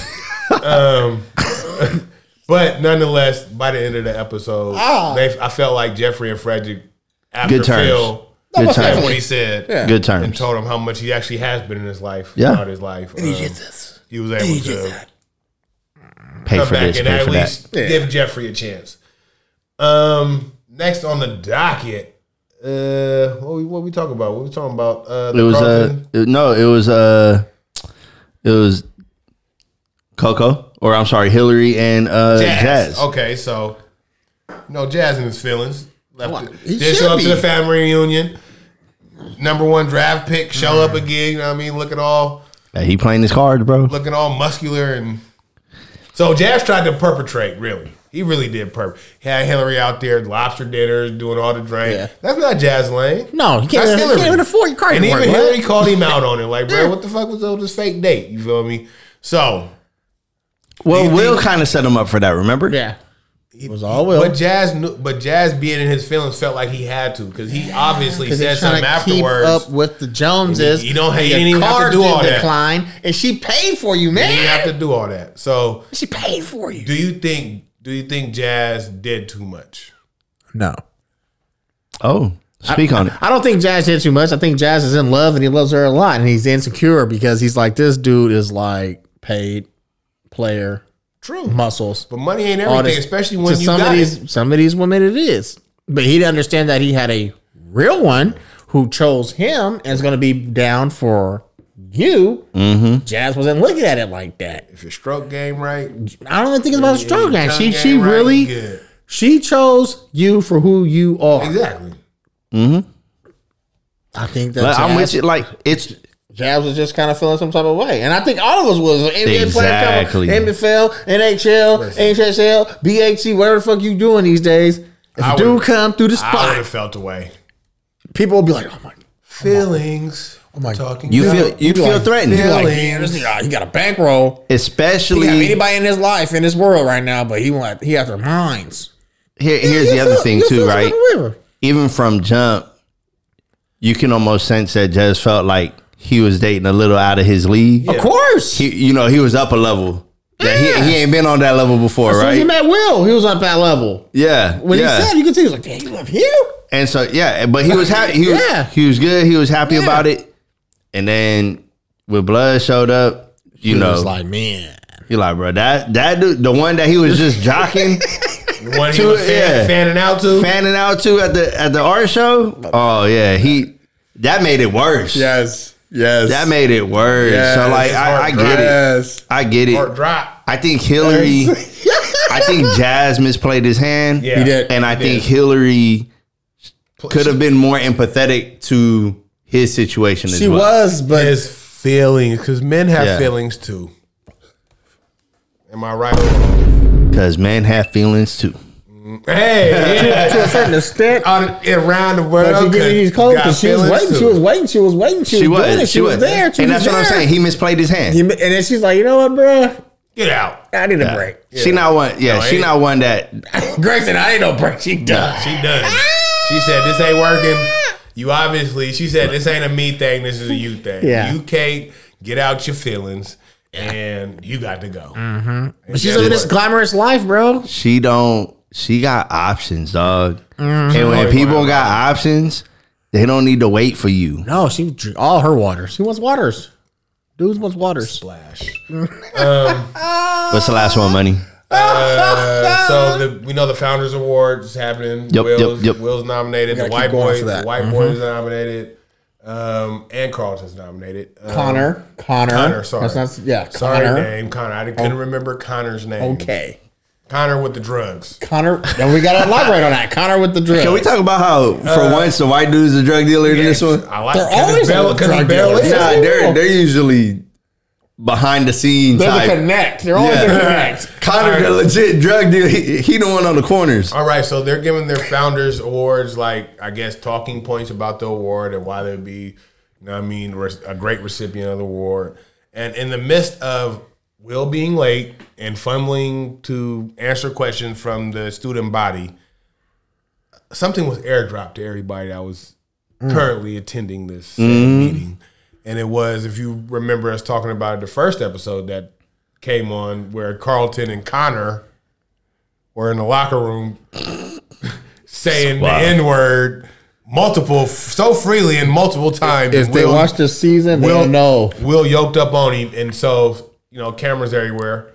Speaker 1: Um, But nonetheless, by the end of the episode,
Speaker 3: Ah.
Speaker 1: they, I felt like Jeffrey and Frederick after
Speaker 2: Good terms.
Speaker 1: Phil
Speaker 2: Good
Speaker 3: most
Speaker 1: said
Speaker 2: terms.
Speaker 1: what he said
Speaker 2: Good
Speaker 1: and
Speaker 2: terms.
Speaker 1: told him how much he actually has been in his life
Speaker 2: Yeah.
Speaker 1: throughout his life. Um, he was able to
Speaker 2: Pay
Speaker 1: come
Speaker 2: for
Speaker 1: back
Speaker 2: this.
Speaker 1: and
Speaker 2: Pay
Speaker 1: at
Speaker 2: for that.
Speaker 1: least give Jeffrey a chance. Um, next on the docket, uh, what we what we talking about? What we talking about? Uh, the
Speaker 2: It was uh,
Speaker 1: Carlton?
Speaker 2: it- no. It was uh, it was Coco, or I'm sorry, Hillary and uh, Jazz.
Speaker 1: Jazz. Okay, so you know, Jazz and his feelings. Left
Speaker 3: Well,
Speaker 1: it-
Speaker 3: he
Speaker 1: Didn't
Speaker 3: should
Speaker 1: show up
Speaker 3: be.
Speaker 1: to the family reunion. Number one draft pick, show up again. You know what I mean? Looking all
Speaker 2: Hey, he playing his cards, bro.
Speaker 1: looking all muscular and so Jazz tried to perpetrate, really. He really did perp. He had Hillary out there, lobster dinners, doing all the drink.
Speaker 3: Yeah.
Speaker 1: That's not Jazz Lane.
Speaker 3: No, he
Speaker 1: That's
Speaker 3: can't, even, he
Speaker 1: Hillary.
Speaker 3: can't even afford. He can't
Speaker 1: And
Speaker 3: even
Speaker 1: even
Speaker 3: afford that.
Speaker 1: Hillary called him out on it. Like, bro, what the fuck was all this fake date? You feel me? So
Speaker 2: Well, Will kind of set him up for that. Remember?
Speaker 3: Yeah. It was all Will.
Speaker 1: But Jazz, knew, but Jazz being in his feelings felt like he had to because he obviously
Speaker 3: Because
Speaker 1: said
Speaker 3: he's trying
Speaker 1: something
Speaker 3: to keep
Speaker 1: afterwards.
Speaker 3: up with the Joneses.
Speaker 1: You don't-
Speaker 3: and
Speaker 1: you
Speaker 3: your
Speaker 1: didn't even have to
Speaker 3: car
Speaker 1: do
Speaker 3: did
Speaker 1: all that.
Speaker 3: decline, and she paid for you,
Speaker 1: He didn't have
Speaker 3: man.
Speaker 1: to do all that. So,
Speaker 3: She paid for you.
Speaker 1: do you think? Do you think Jazz did too much?
Speaker 3: No.
Speaker 2: Oh, speak on it.
Speaker 3: I don't think Jazz did too much. I think Jazz is in love and he loves her a lot, and he's insecure because he's like, this dude is like paid player
Speaker 1: True,
Speaker 3: muscles.
Speaker 1: but money ain't
Speaker 3: All
Speaker 1: everything,
Speaker 3: this-
Speaker 1: especially when
Speaker 3: to
Speaker 1: you
Speaker 3: some
Speaker 1: got
Speaker 3: of
Speaker 1: it.
Speaker 3: these some of these women it is, but he didn't understand that he had a real one who chose him and is going to be down for you.
Speaker 2: Mm-hmm.
Speaker 3: Jazz wasn't looking at it like that.
Speaker 1: If your stroke game right,
Speaker 3: I don't even think it's about a stroke.
Speaker 1: your
Speaker 3: man.
Speaker 1: tongue
Speaker 3: She
Speaker 1: game
Speaker 3: she
Speaker 1: right,
Speaker 3: really
Speaker 1: you good.
Speaker 3: she chose you for who you are.
Speaker 1: exactly.
Speaker 3: I think that
Speaker 2: Like,
Speaker 3: Jazz,
Speaker 2: I'm with you. Like it's
Speaker 3: Jazz was just kind of feeling some type of way, and I think all of us was NBA
Speaker 2: Exactly.
Speaker 3: player, NFL, NHL, HSL, BHC, whatever the fuck you doing these days. If
Speaker 1: I
Speaker 3: a dude
Speaker 1: would-
Speaker 3: come through the
Speaker 1: I would
Speaker 3: spot,
Speaker 1: have felt away.
Speaker 3: people will be like, "Oh my
Speaker 1: Feelings. Oh
Speaker 3: my-
Speaker 1: Talking.
Speaker 2: you
Speaker 1: about-
Speaker 2: feel you feel threatened,
Speaker 1: feel
Speaker 3: Like,
Speaker 1: Feelings.
Speaker 3: man, this nigga, he got a bankroll. He
Speaker 2: especially
Speaker 3: got anybody in his life in this world right now, but he want he after mines.
Speaker 2: Here, here's the
Speaker 3: You
Speaker 2: other
Speaker 3: feel-
Speaker 2: thing
Speaker 3: you
Speaker 2: too,
Speaker 3: feel some
Speaker 2: right?
Speaker 3: kind of river.
Speaker 2: Even from jump, you can almost sense that Jazz felt like he was dating a little out of his league.
Speaker 3: Of course.
Speaker 2: He, you know, he was up a level. Yeah. He, he ain't been on that level before,
Speaker 3: So
Speaker 2: right?
Speaker 3: he met Will. He was on that level.
Speaker 2: yeah,
Speaker 3: When
Speaker 2: yeah.
Speaker 3: he said, it, you could see he was like, "Damn, you live here."
Speaker 2: and so yeah, but he was happy. He, was-
Speaker 3: Yeah.
Speaker 2: he was good. He was happy
Speaker 3: Yeah.
Speaker 2: about it. And then when Blood showed up, you
Speaker 3: He
Speaker 2: know,
Speaker 3: was like, "Man,
Speaker 2: you're like, bro, that that dude, the one that he was just jocking,
Speaker 1: the one he was fan,
Speaker 2: yeah.
Speaker 1: fanning out to.
Speaker 2: fanning out to at the at the art show. Oh yeah, he that made it worse.
Speaker 3: yes, yes,
Speaker 2: That made it worse. so
Speaker 3: Yes.
Speaker 2: like I, I get it.
Speaker 3: yes."
Speaker 2: I get
Speaker 1: Heart
Speaker 2: it.
Speaker 1: drop.
Speaker 2: I think Hillary I think Jazz misplayed his hand.
Speaker 1: Yeah. He
Speaker 3: did.
Speaker 2: And I
Speaker 1: He
Speaker 2: think
Speaker 1: did.
Speaker 2: Hillary could have been more empathetic to his situation as
Speaker 3: She
Speaker 2: well.
Speaker 3: was, but
Speaker 1: His feelings, because men have
Speaker 2: Yeah.
Speaker 1: feelings too. Am I right? or wrong?
Speaker 2: Because men have feelings too.
Speaker 1: Hey, yeah.
Speaker 3: to a certain extent.
Speaker 1: out around the world.
Speaker 3: But you get in these codes because she was waiting. She was waiting. She was waiting. She, was, doing it. She, was, there. She
Speaker 2: and
Speaker 3: was
Speaker 2: that's what I'm
Speaker 3: there.
Speaker 2: saying. He misplayed his hand.
Speaker 3: You- And then she's like, you know what, bruh?
Speaker 1: Get out.
Speaker 3: I need a break.
Speaker 2: She not one. Yeah, she
Speaker 1: ain't-
Speaker 2: not one that.
Speaker 3: Grayson, I ain't no break. She done.
Speaker 1: She done. She said this ain't working. You obviously. She said this ain't a me thing. This is a you thing.
Speaker 3: Yeah.
Speaker 1: You can't get out your feelings, and you got to go.
Speaker 3: But she's living this glamorous life, bro.
Speaker 2: She don't. She got options, dog.
Speaker 3: Mm-hmm.
Speaker 2: And when
Speaker 1: Always
Speaker 2: people
Speaker 1: wanted
Speaker 2: got options, they don't need to wait for you.
Speaker 3: No, she drink all her waters. She wants waters. Dudes wants waters.
Speaker 1: Splash.
Speaker 2: What's the last one, money?
Speaker 1: Uh, so the, we know the Founders Award is happening.
Speaker 2: Yep,
Speaker 1: Will's,
Speaker 2: yep, Mm-hmm. yep.
Speaker 1: Will's nominated. The
Speaker 3: gotta
Speaker 1: white
Speaker 3: keep going
Speaker 1: boy.
Speaker 3: for
Speaker 1: The
Speaker 3: that.
Speaker 1: white boy is nominated. Um, and Carlton's nominated. Um,
Speaker 3: Connor. Connor.
Speaker 1: Connor, sorry.
Speaker 3: That's not, yeah,
Speaker 1: Sorry,
Speaker 3: Connor. Oh.
Speaker 1: name Connor. I couldn't remember Connor's name.
Speaker 3: Okay.
Speaker 1: Connor with the drugs.
Speaker 3: Connor. Then we got to elaborate on that. Connor with the drill.
Speaker 2: Can we talk about how, for
Speaker 3: Uh,
Speaker 2: once, the white dude's a drug dealer in this one?
Speaker 1: I like
Speaker 3: They're
Speaker 1: Kenneth
Speaker 3: always
Speaker 1: Bell.
Speaker 3: with
Speaker 1: Kenneth
Speaker 3: drug
Speaker 1: Bell
Speaker 3: dealers.
Speaker 1: is.
Speaker 2: Nah, they're they're usually behind the scenes
Speaker 3: They're the
Speaker 2: type.
Speaker 3: connect. They're always the
Speaker 2: Yeah.
Speaker 3: connect.
Speaker 2: Connor, the legit drug dealer, he, he the one on the corners.
Speaker 1: All right, so they're giving their founders awards, like I guess talking points about the award and why they'd be, you know, what I mean, res- a great recipient of the award. And in the midst of Will being late and fumbling to answer questions from the student body, something was airdropped to everybody that was
Speaker 3: Mm.
Speaker 1: currently attending this said meeting, and it was, if you remember us talking about it, the first episode that came on where Carlton and Connor were in the locker room saying
Speaker 2: Wow.
Speaker 1: the N word multiple, so freely and multiple times.
Speaker 3: If
Speaker 1: And
Speaker 3: they
Speaker 1: Will-
Speaker 3: watch this season,
Speaker 1: Will-
Speaker 3: they'll know.
Speaker 1: Will yoked up on him, and so you know cameras everywhere.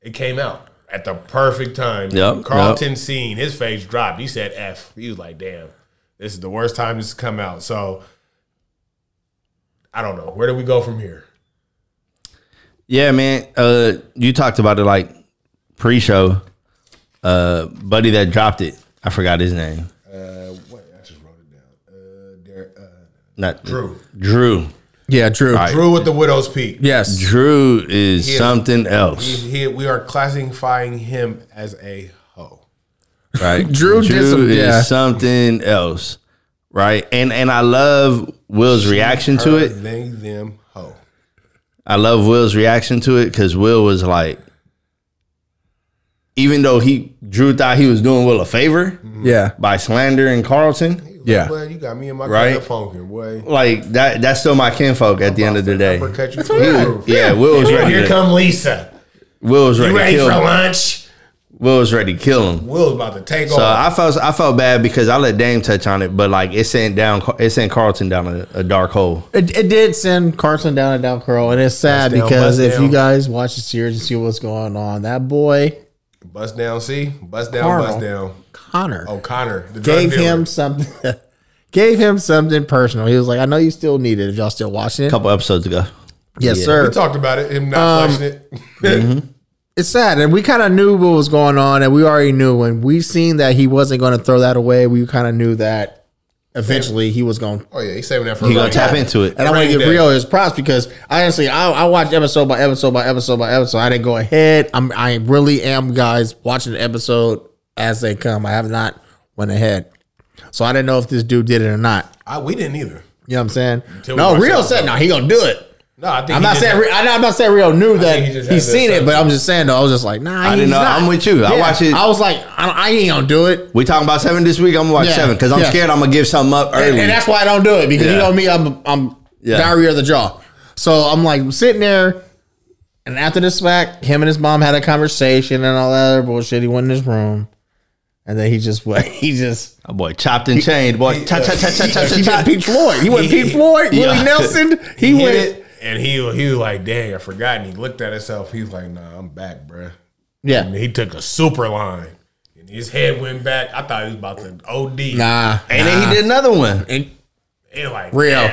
Speaker 1: It came out at the perfect time.
Speaker 2: Yep,
Speaker 1: Carlton seen his face dropped. He said "f." He was like, "Damn, this is the worst time this has come out." So I don't know where do we go from here.
Speaker 2: Yeah, man. Uh, you talked about it like pre-show. Uh, buddy that dropped it. I forgot his name.
Speaker 1: Uh, what I just wrote it down. Uh, Derek, uh,
Speaker 2: Not
Speaker 1: Drew.
Speaker 2: Drew.
Speaker 3: Yeah, Drew.
Speaker 1: Drew with the widow's peak.
Speaker 3: Yes.
Speaker 2: Drew is
Speaker 1: He is-
Speaker 2: something else,
Speaker 1: He, he- we are classifying him as a hoe.
Speaker 2: right?
Speaker 3: Drew did some-
Speaker 2: is
Speaker 3: yeah.
Speaker 2: something else, right? And and I love Will's reaction to
Speaker 1: Her,
Speaker 2: it.
Speaker 1: They, them, hoe.
Speaker 2: I love Will's reaction to it because Will was like, even though he Drew thought he was doing Will a favor
Speaker 3: Yeah.
Speaker 2: by slandering Carlton,
Speaker 3: Yeah.
Speaker 1: Well, you got me in my
Speaker 2: Right.
Speaker 1: right? phone here, boy.
Speaker 2: like that that's still my kinfolk at the end of the day.
Speaker 1: Uppercut you through the roof.
Speaker 2: Yeah, Will was ready.
Speaker 1: Here
Speaker 2: to,
Speaker 1: come Lisa.
Speaker 2: Will was ready,
Speaker 1: You ready
Speaker 2: to
Speaker 1: for
Speaker 2: kill him.
Speaker 1: lunch?
Speaker 2: Will was ready to kill him.
Speaker 1: Will's about to take
Speaker 2: So
Speaker 1: off.
Speaker 2: I felt I felt bad because I let Dame touch on it, but like it sent down it sent Carlton down a, a dark hole.
Speaker 3: It, it did send Carson down and down curl, and it's sad
Speaker 1: Bust down,
Speaker 3: because
Speaker 1: bust
Speaker 3: if
Speaker 1: down.
Speaker 3: you guys watch the series and see what's going on, that boy
Speaker 1: bust down, see? Bust down,
Speaker 3: Carl.
Speaker 1: bust down.
Speaker 3: Connor
Speaker 1: Oh, O'Connor. The drug
Speaker 3: gave
Speaker 1: dealer.
Speaker 3: him something. gave him something personal. He was like, "I know you still need it. If y'all still watching it,
Speaker 2: A couple episodes ago.
Speaker 3: yes,
Speaker 1: We
Speaker 3: sir." Um,
Speaker 1: talked about it, him not flushing it.
Speaker 2: mm-hmm.
Speaker 3: it's sad, and we kind of knew what was going on, and we already knew when we seen that he wasn't going to throw that away. We kind of knew that eventually he was going. to
Speaker 1: oh, yeah, he's saving that for
Speaker 2: He
Speaker 1: a
Speaker 2: gonna
Speaker 1: rainy
Speaker 2: tap
Speaker 1: day.
Speaker 2: into it.
Speaker 3: And I want
Speaker 1: Rainy
Speaker 3: to give
Speaker 1: day.
Speaker 3: Rio his props because honestly, I, I watched episode by episode by episode by episode. I didn't go ahead. I'm I really am guys watching the episode as they come. I have not went ahead, so I didn't know if this dude did it or not.
Speaker 1: I, we didn't either.
Speaker 3: You know what I'm saying?
Speaker 1: we
Speaker 3: no,
Speaker 1: watched
Speaker 3: Rio
Speaker 1: that
Speaker 3: said no. He gonna do it.
Speaker 1: No, I think
Speaker 3: I'm
Speaker 1: he
Speaker 3: not
Speaker 1: did
Speaker 3: saying
Speaker 1: that.
Speaker 3: Rio, I, I'm not saying Rio knew that
Speaker 1: think he
Speaker 3: he
Speaker 1: just had
Speaker 3: he's
Speaker 1: that
Speaker 3: seen it, but I'm just saying though. I was just like, nah,
Speaker 2: I
Speaker 3: he's
Speaker 2: didn't know.
Speaker 3: not.
Speaker 2: I'm with you. I
Speaker 3: Yeah.
Speaker 2: watch it.
Speaker 3: I was like, I, don't- I ain't gonna do it.
Speaker 2: we talking about seven this week. I'm gonna watch
Speaker 3: Yeah.
Speaker 2: seven because I'm
Speaker 3: Yeah.
Speaker 2: scared I'm gonna give something up early.
Speaker 3: and, and that's why I don't do it because you
Speaker 2: Yeah.
Speaker 3: know me, I'm I'm
Speaker 2: Yeah.
Speaker 3: diarrhea of the jaw. So I'm like sitting there, and after this fact, him and his mom had a conversation and all that other bullshit. He went in his room, and then he just went. He just
Speaker 2: Oh boy, chopped and chained, boy. Cha cha cha cha cha
Speaker 3: he
Speaker 2: cha.
Speaker 3: went Pete Floyd. He went Pete Floyd. Willie
Speaker 2: Yeah.
Speaker 3: Nelson. He,
Speaker 1: Hit
Speaker 3: went.
Speaker 1: it, and he, he was like, dang, I forgot. And he looked at himself. He was like, nah, I'm back, bruh. And
Speaker 3: Yeah.
Speaker 1: he took a super line. And his head went back. I thought he was about to OD.
Speaker 3: Nah.
Speaker 2: And then he did another one.
Speaker 3: And
Speaker 1: He like,
Speaker 3: Rio.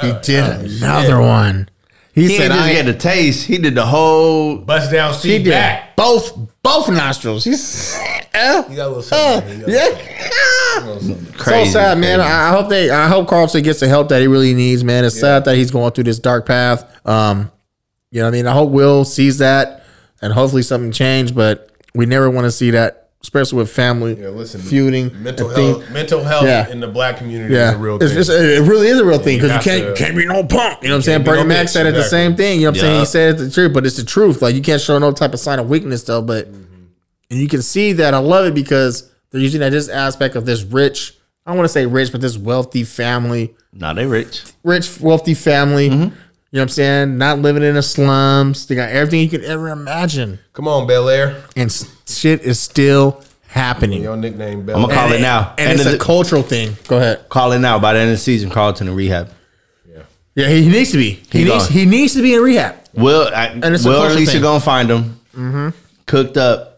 Speaker 3: He did
Speaker 1: Oh,
Speaker 3: another one. He,
Speaker 2: He
Speaker 3: said
Speaker 2: didn't just
Speaker 3: I
Speaker 2: get the taste. He did the whole.
Speaker 1: bust down,
Speaker 3: he
Speaker 1: see
Speaker 3: did
Speaker 1: back.
Speaker 3: both both nostrils. He's
Speaker 1: You got a little something. in there. You got a little
Speaker 3: uh." yeah.
Speaker 2: Crazy,
Speaker 3: so sad, man. I I hope they. I hope Carlson gets the help that he really needs, man. It's sad that he's going through this dark path. Um, you know, what I mean, I hope Will sees that, and hopefully something changed. But we never want to see that, especially with family
Speaker 1: Yeah, listen,
Speaker 3: feuding.
Speaker 1: mental
Speaker 3: and thing-
Speaker 1: health, mental health
Speaker 3: Yeah.
Speaker 1: in the black community
Speaker 3: Yeah,
Speaker 1: is a real
Speaker 3: It's-
Speaker 1: thing.
Speaker 3: it's- it really is a real thing because
Speaker 1: have
Speaker 3: you can't you
Speaker 1: to-
Speaker 3: can't be no punk. You know what I'm saying?
Speaker 1: can't be
Speaker 3: Bernie
Speaker 1: no
Speaker 3: Mac
Speaker 1: bitch,
Speaker 3: said it the
Speaker 1: exactly.
Speaker 3: same thing. You know what I'm saying?
Speaker 2: Yeah.
Speaker 3: He said it's the truth, but it's the truth. Like you can't show no type of sign of weakness though. But and you can see that. I love it because they're using that this aspect of this rich. I don't want to say rich, but this wealthy family,
Speaker 2: Nah, they rich.
Speaker 3: rich wealthy family.
Speaker 2: Mm-hmm.
Speaker 3: You know what I'm saying? Not living in the slums. They got everything you could ever imagine,
Speaker 1: Come on, Bel Air.
Speaker 3: and s- shit is still happening.
Speaker 1: Your nickname
Speaker 2: I'm
Speaker 1: Bel
Speaker 2: gonna
Speaker 1: Air.
Speaker 2: call it now.
Speaker 3: and
Speaker 2: End
Speaker 3: it's
Speaker 2: of
Speaker 3: a
Speaker 2: the-
Speaker 3: cultural thing. Go ahead.
Speaker 2: call it now. By the end of the season, Carlton in rehab.
Speaker 3: Yeah, he, he needs to be. He,
Speaker 2: He
Speaker 3: needs.
Speaker 2: gone.
Speaker 3: He needs to be in rehab.
Speaker 2: Will I,
Speaker 3: And it's a
Speaker 2: Will
Speaker 3: culture
Speaker 2: and Lisa
Speaker 3: thing. Mm-hmm.
Speaker 2: gonna find him. Cooked up.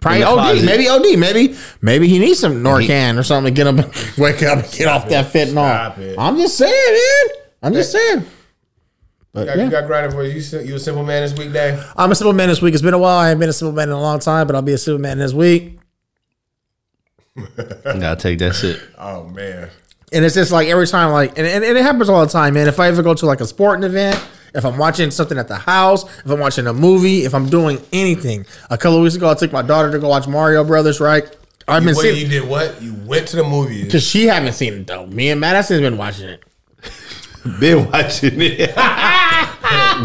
Speaker 3: Probably
Speaker 2: in the
Speaker 3: OD.
Speaker 2: closet.
Speaker 3: Maybe OD. Maybe maybe he needs some Narcan or something to get him wake up and get off that
Speaker 1: Stop
Speaker 3: fentanyl.
Speaker 1: it.
Speaker 3: I'm just saying, man. I'm just saying.
Speaker 1: You got, you got grinding for you. You si- You a simple man this week, Dave.
Speaker 3: I'm a simple man this week. It's been a while. I ain't been a simple man in a long time, but I'll be a simple man this week.
Speaker 2: I gotta take that shit.
Speaker 1: Oh man,
Speaker 3: And it's just like every time, like, and, and, and it happens all the time, man. If I ever go to like a sporting event If I'm watching something at the house, if I'm watching a movie, if I'm doing anything. A couple of weeks ago, I took my daughter to go watch Mario Brothers. Right? I've been
Speaker 1: Wait,
Speaker 3: seeing
Speaker 1: you did what? You went to the movies.
Speaker 3: because she haven't seen it though. Me and Madison's been watching it.
Speaker 2: Been watching it.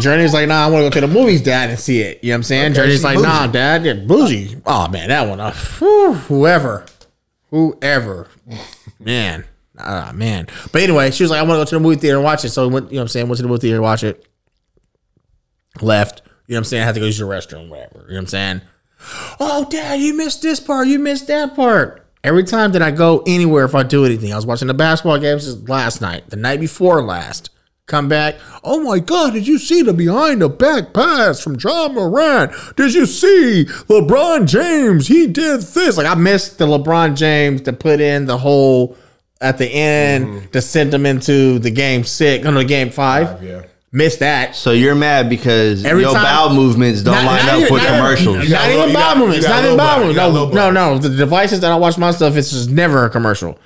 Speaker 3: Journey's like, nah, I want to go to the movies, dad, and see it. You know what I'm saying? Journey's
Speaker 1: she's
Speaker 3: like, nah, dad, you're bougie. Oh man, that one, uh, whew, whoever, whoever, man, ah man. But anyway, she was like, I want to go to the movie theater and watch it. So we went, you know what I'm saying? Went to the movie theater, and watch it. Left, you know what I'm saying? I had to go use the restroom, whatever. You know what I'm saying? Oh, dad, you missed this part. You missed that part. Every time that I go anywhere, if I do anything, I was watching the basketball games just last night, the night before last. Come back. Oh my God, did you see the behind the back pass from John Moran? Did you see LeBron James? He did this. Like, I missed the LeBron James to put in the whole at the end to send them into the game six, no, the game five.
Speaker 1: Yeah.
Speaker 3: Missed that.
Speaker 2: So you're mad because
Speaker 3: Every
Speaker 2: your
Speaker 3: time-
Speaker 2: bowel movements don't
Speaker 3: Not-
Speaker 2: line
Speaker 3: not
Speaker 2: up
Speaker 3: even-
Speaker 2: with
Speaker 3: not even-
Speaker 2: commercials.
Speaker 1: got
Speaker 3: Not
Speaker 1: a
Speaker 3: even
Speaker 1: little- you
Speaker 3: Bob
Speaker 1: got-
Speaker 3: movies.
Speaker 1: you got
Speaker 3: Not
Speaker 1: a
Speaker 3: even
Speaker 1: little
Speaker 3: Bob
Speaker 1: body,
Speaker 3: movies.
Speaker 1: you got a
Speaker 3: No,
Speaker 1: little
Speaker 3: no,
Speaker 1: body.
Speaker 3: no. The devices that I watch my stuff, it's just never a commercial.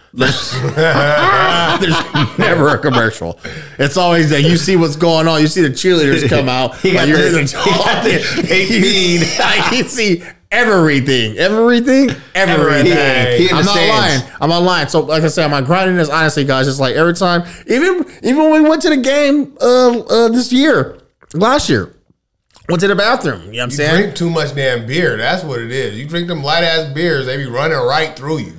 Speaker 3: There's never a commercial. It's always that you see what's going on. You see the cheerleaders come out.
Speaker 2: He got
Speaker 3: like, you're
Speaker 2: the-
Speaker 3: hearing
Speaker 2: he got the
Speaker 3: talking.
Speaker 2: 18.
Speaker 3: Like, you see everything. Everything? Everything.
Speaker 1: Everything.
Speaker 2: He
Speaker 3: I'm not lying.
Speaker 2: understands.
Speaker 3: I'm not lying. So, like I said, my grinding is honestly, guys. It's like every time, even even when we went to the game uh, uh, this year, last year, went to the bathroom. You know what I'm
Speaker 1: You
Speaker 3: saying?
Speaker 1: drink too much damn beer. That's what it is. You drink them light ass beers, they be running right through you.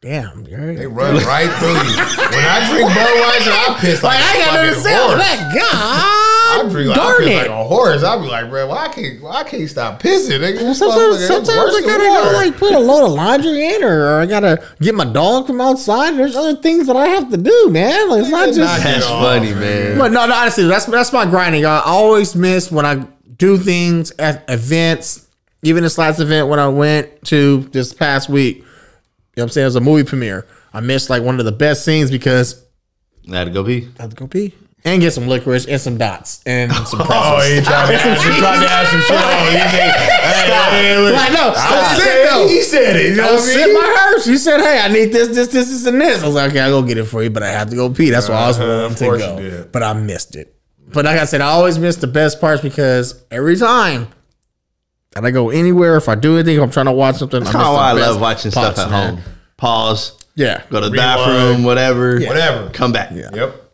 Speaker 3: Damn, Gary.
Speaker 1: They run right through you. When I drink Budweiser, I piss like,
Speaker 3: like I
Speaker 1: a
Speaker 3: got nothing to
Speaker 1: fucking
Speaker 3: say about
Speaker 1: horse.
Speaker 3: that.
Speaker 1: I
Speaker 3: God,
Speaker 1: drink like, I
Speaker 3: darn
Speaker 1: piss
Speaker 3: it.
Speaker 1: like a horse. I'd be like, bro, why I can't why I can't stop pissing? Nigga, This motherfucker
Speaker 3: Sometimes,
Speaker 1: is
Speaker 3: sometimes I
Speaker 1: worse than
Speaker 3: gotta go,
Speaker 1: water.
Speaker 3: like put a load of laundry in, or, or I gotta get my dog from outside. There's other things that I have to do, man. Like it's not
Speaker 1: Knock
Speaker 3: just.
Speaker 1: it
Speaker 2: That's
Speaker 1: off,
Speaker 2: funny,
Speaker 1: man.
Speaker 2: man.
Speaker 3: But no, no, honestly, that's that's my grinding. y'all. I always miss when I do things at events. Even this last event when I went to this past week, you know what I'm saying? It was a movie premiere. I missed like one of the best scenes because
Speaker 2: Had to go pee.
Speaker 3: I had to go pee and get some licorice and some dots and some
Speaker 1: Oh, he tried to ask, he tried to ask some shit. Oh, he said, hey, hey, look.
Speaker 3: Like, no,
Speaker 1: I
Speaker 3: stop.
Speaker 1: said
Speaker 3: Sit, though.
Speaker 1: He said it. You know
Speaker 3: I was
Speaker 1: what I
Speaker 3: sitting
Speaker 1: mean?
Speaker 3: my hearse. You said, "Hey, I need this, this, this, this, and this." I was like, "Okay, I'll go get it for you," but I have to go pee. That's why I was
Speaker 1: Uh-huh,
Speaker 3: willing
Speaker 1: of
Speaker 3: to
Speaker 1: course you
Speaker 3: go,
Speaker 1: did.
Speaker 3: but I missed it. But like I said, I always miss the best parts because every time that I go anywhere, if I do anything, if I'm trying to watch something.
Speaker 2: That's
Speaker 3: miss
Speaker 2: kind of
Speaker 3: the
Speaker 2: why I
Speaker 3: best
Speaker 2: love watching
Speaker 3: parts,
Speaker 2: stuff at
Speaker 3: man.
Speaker 2: home. Pause.
Speaker 3: Yeah,
Speaker 2: Go to the
Speaker 1: Rewind.
Speaker 2: bathroom, whatever.
Speaker 1: Whatever.
Speaker 2: Come back.
Speaker 1: Yep.